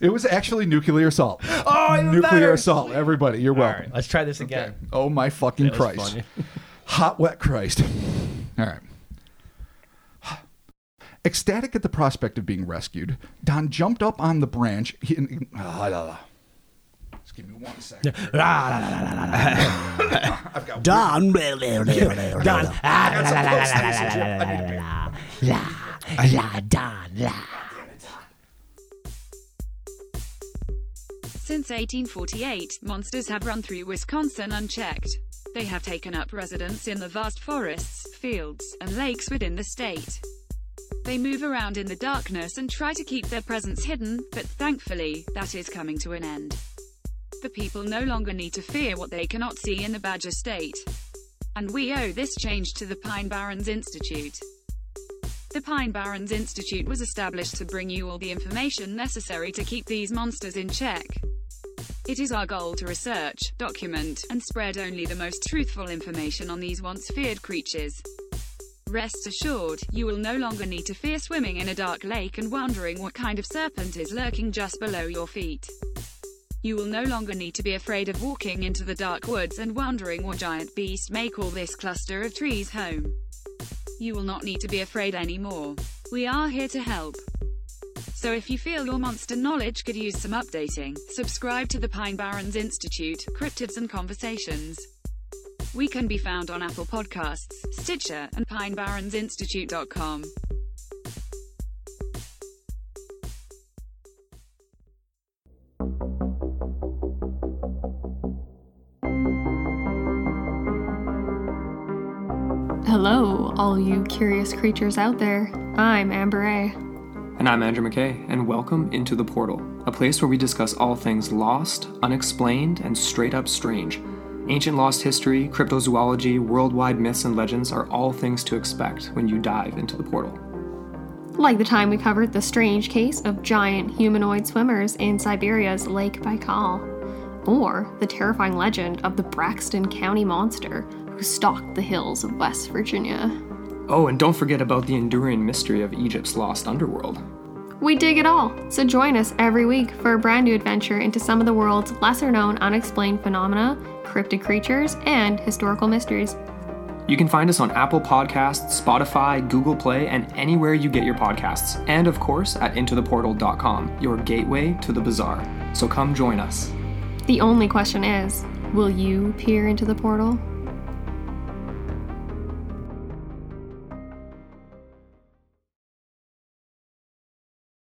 [SPEAKER 3] It was actually nuclear assault. Oh, nuclear
[SPEAKER 1] better.
[SPEAKER 3] assault! Everybody, you're
[SPEAKER 1] All right,
[SPEAKER 3] welcome.
[SPEAKER 1] let's try this again.
[SPEAKER 3] Okay. Oh my fucking
[SPEAKER 1] That was
[SPEAKER 3] Christ!
[SPEAKER 1] funny.
[SPEAKER 3] Hot wet Christ. All right. Ecstatic at the prospect of being rescued, Don jumped up on the branch. He, and, ah, la, la. Just give me one second. I've got
[SPEAKER 2] Don.
[SPEAKER 1] Don. Ah,
[SPEAKER 3] I got some close things that you- I need to be-
[SPEAKER 1] la, Don. La.
[SPEAKER 5] Since 1848, monsters have run through Wisconsin unchecked. They have taken up residence in the vast forests, fields, and lakes within the state. They move around in the darkness and try to keep their presence hidden, but thankfully, that is coming to an end. The people no longer need to fear what they cannot see in the Badger State. And we owe this change to the Pine Barrens Institute. The Pine Barrens Institute was established to bring you all the information necessary to keep these monsters in check. It is our goal to research, document, and spread only the most truthful information on these once feared creatures. Rest assured, you will no longer need to fear swimming in a dark lake and wondering what kind of serpent is lurking just below your feet. You will no longer need to be afraid of walking into the dark woods and wondering what giant beast may call this cluster of trees home. You will not need to be afraid anymore. We are here to help. So if you feel your monster knowledge could use some updating, subscribe to the Pine Barrens Institute, Cryptids and Conversations. We can be found on Apple Podcasts, Stitcher, and pinebaronsinstitute.com.
[SPEAKER 6] Hello, all you curious creatures out there. I'm Amber A.
[SPEAKER 7] And I'm Andrew McKay, and welcome into The Portal, a place where we discuss all things lost, unexplained, and straight up strange. Ancient lost history, cryptozoology, worldwide myths, and legends are all things to expect when you dive into The Portal.
[SPEAKER 6] Like the time we covered the strange case of giant humanoid swimmers in Siberia's Lake Baikal, or the terrifying legend of the Braxton County monster who stalked the hills of West Virginia.
[SPEAKER 7] Oh, and don't forget about the enduring mystery of Egypt's lost underworld.
[SPEAKER 6] We dig it all, so join us every week for a brand new adventure into some of the world's lesser known unexplained phenomena, cryptid creatures, and historical mysteries.
[SPEAKER 7] You can find us on Apple Podcasts, Spotify, Google Play, and anywhere you get your podcasts. And of course, at intotheportal.com, your gateway to the bizarre. So come join us.
[SPEAKER 6] The only question is will you peer into the portal?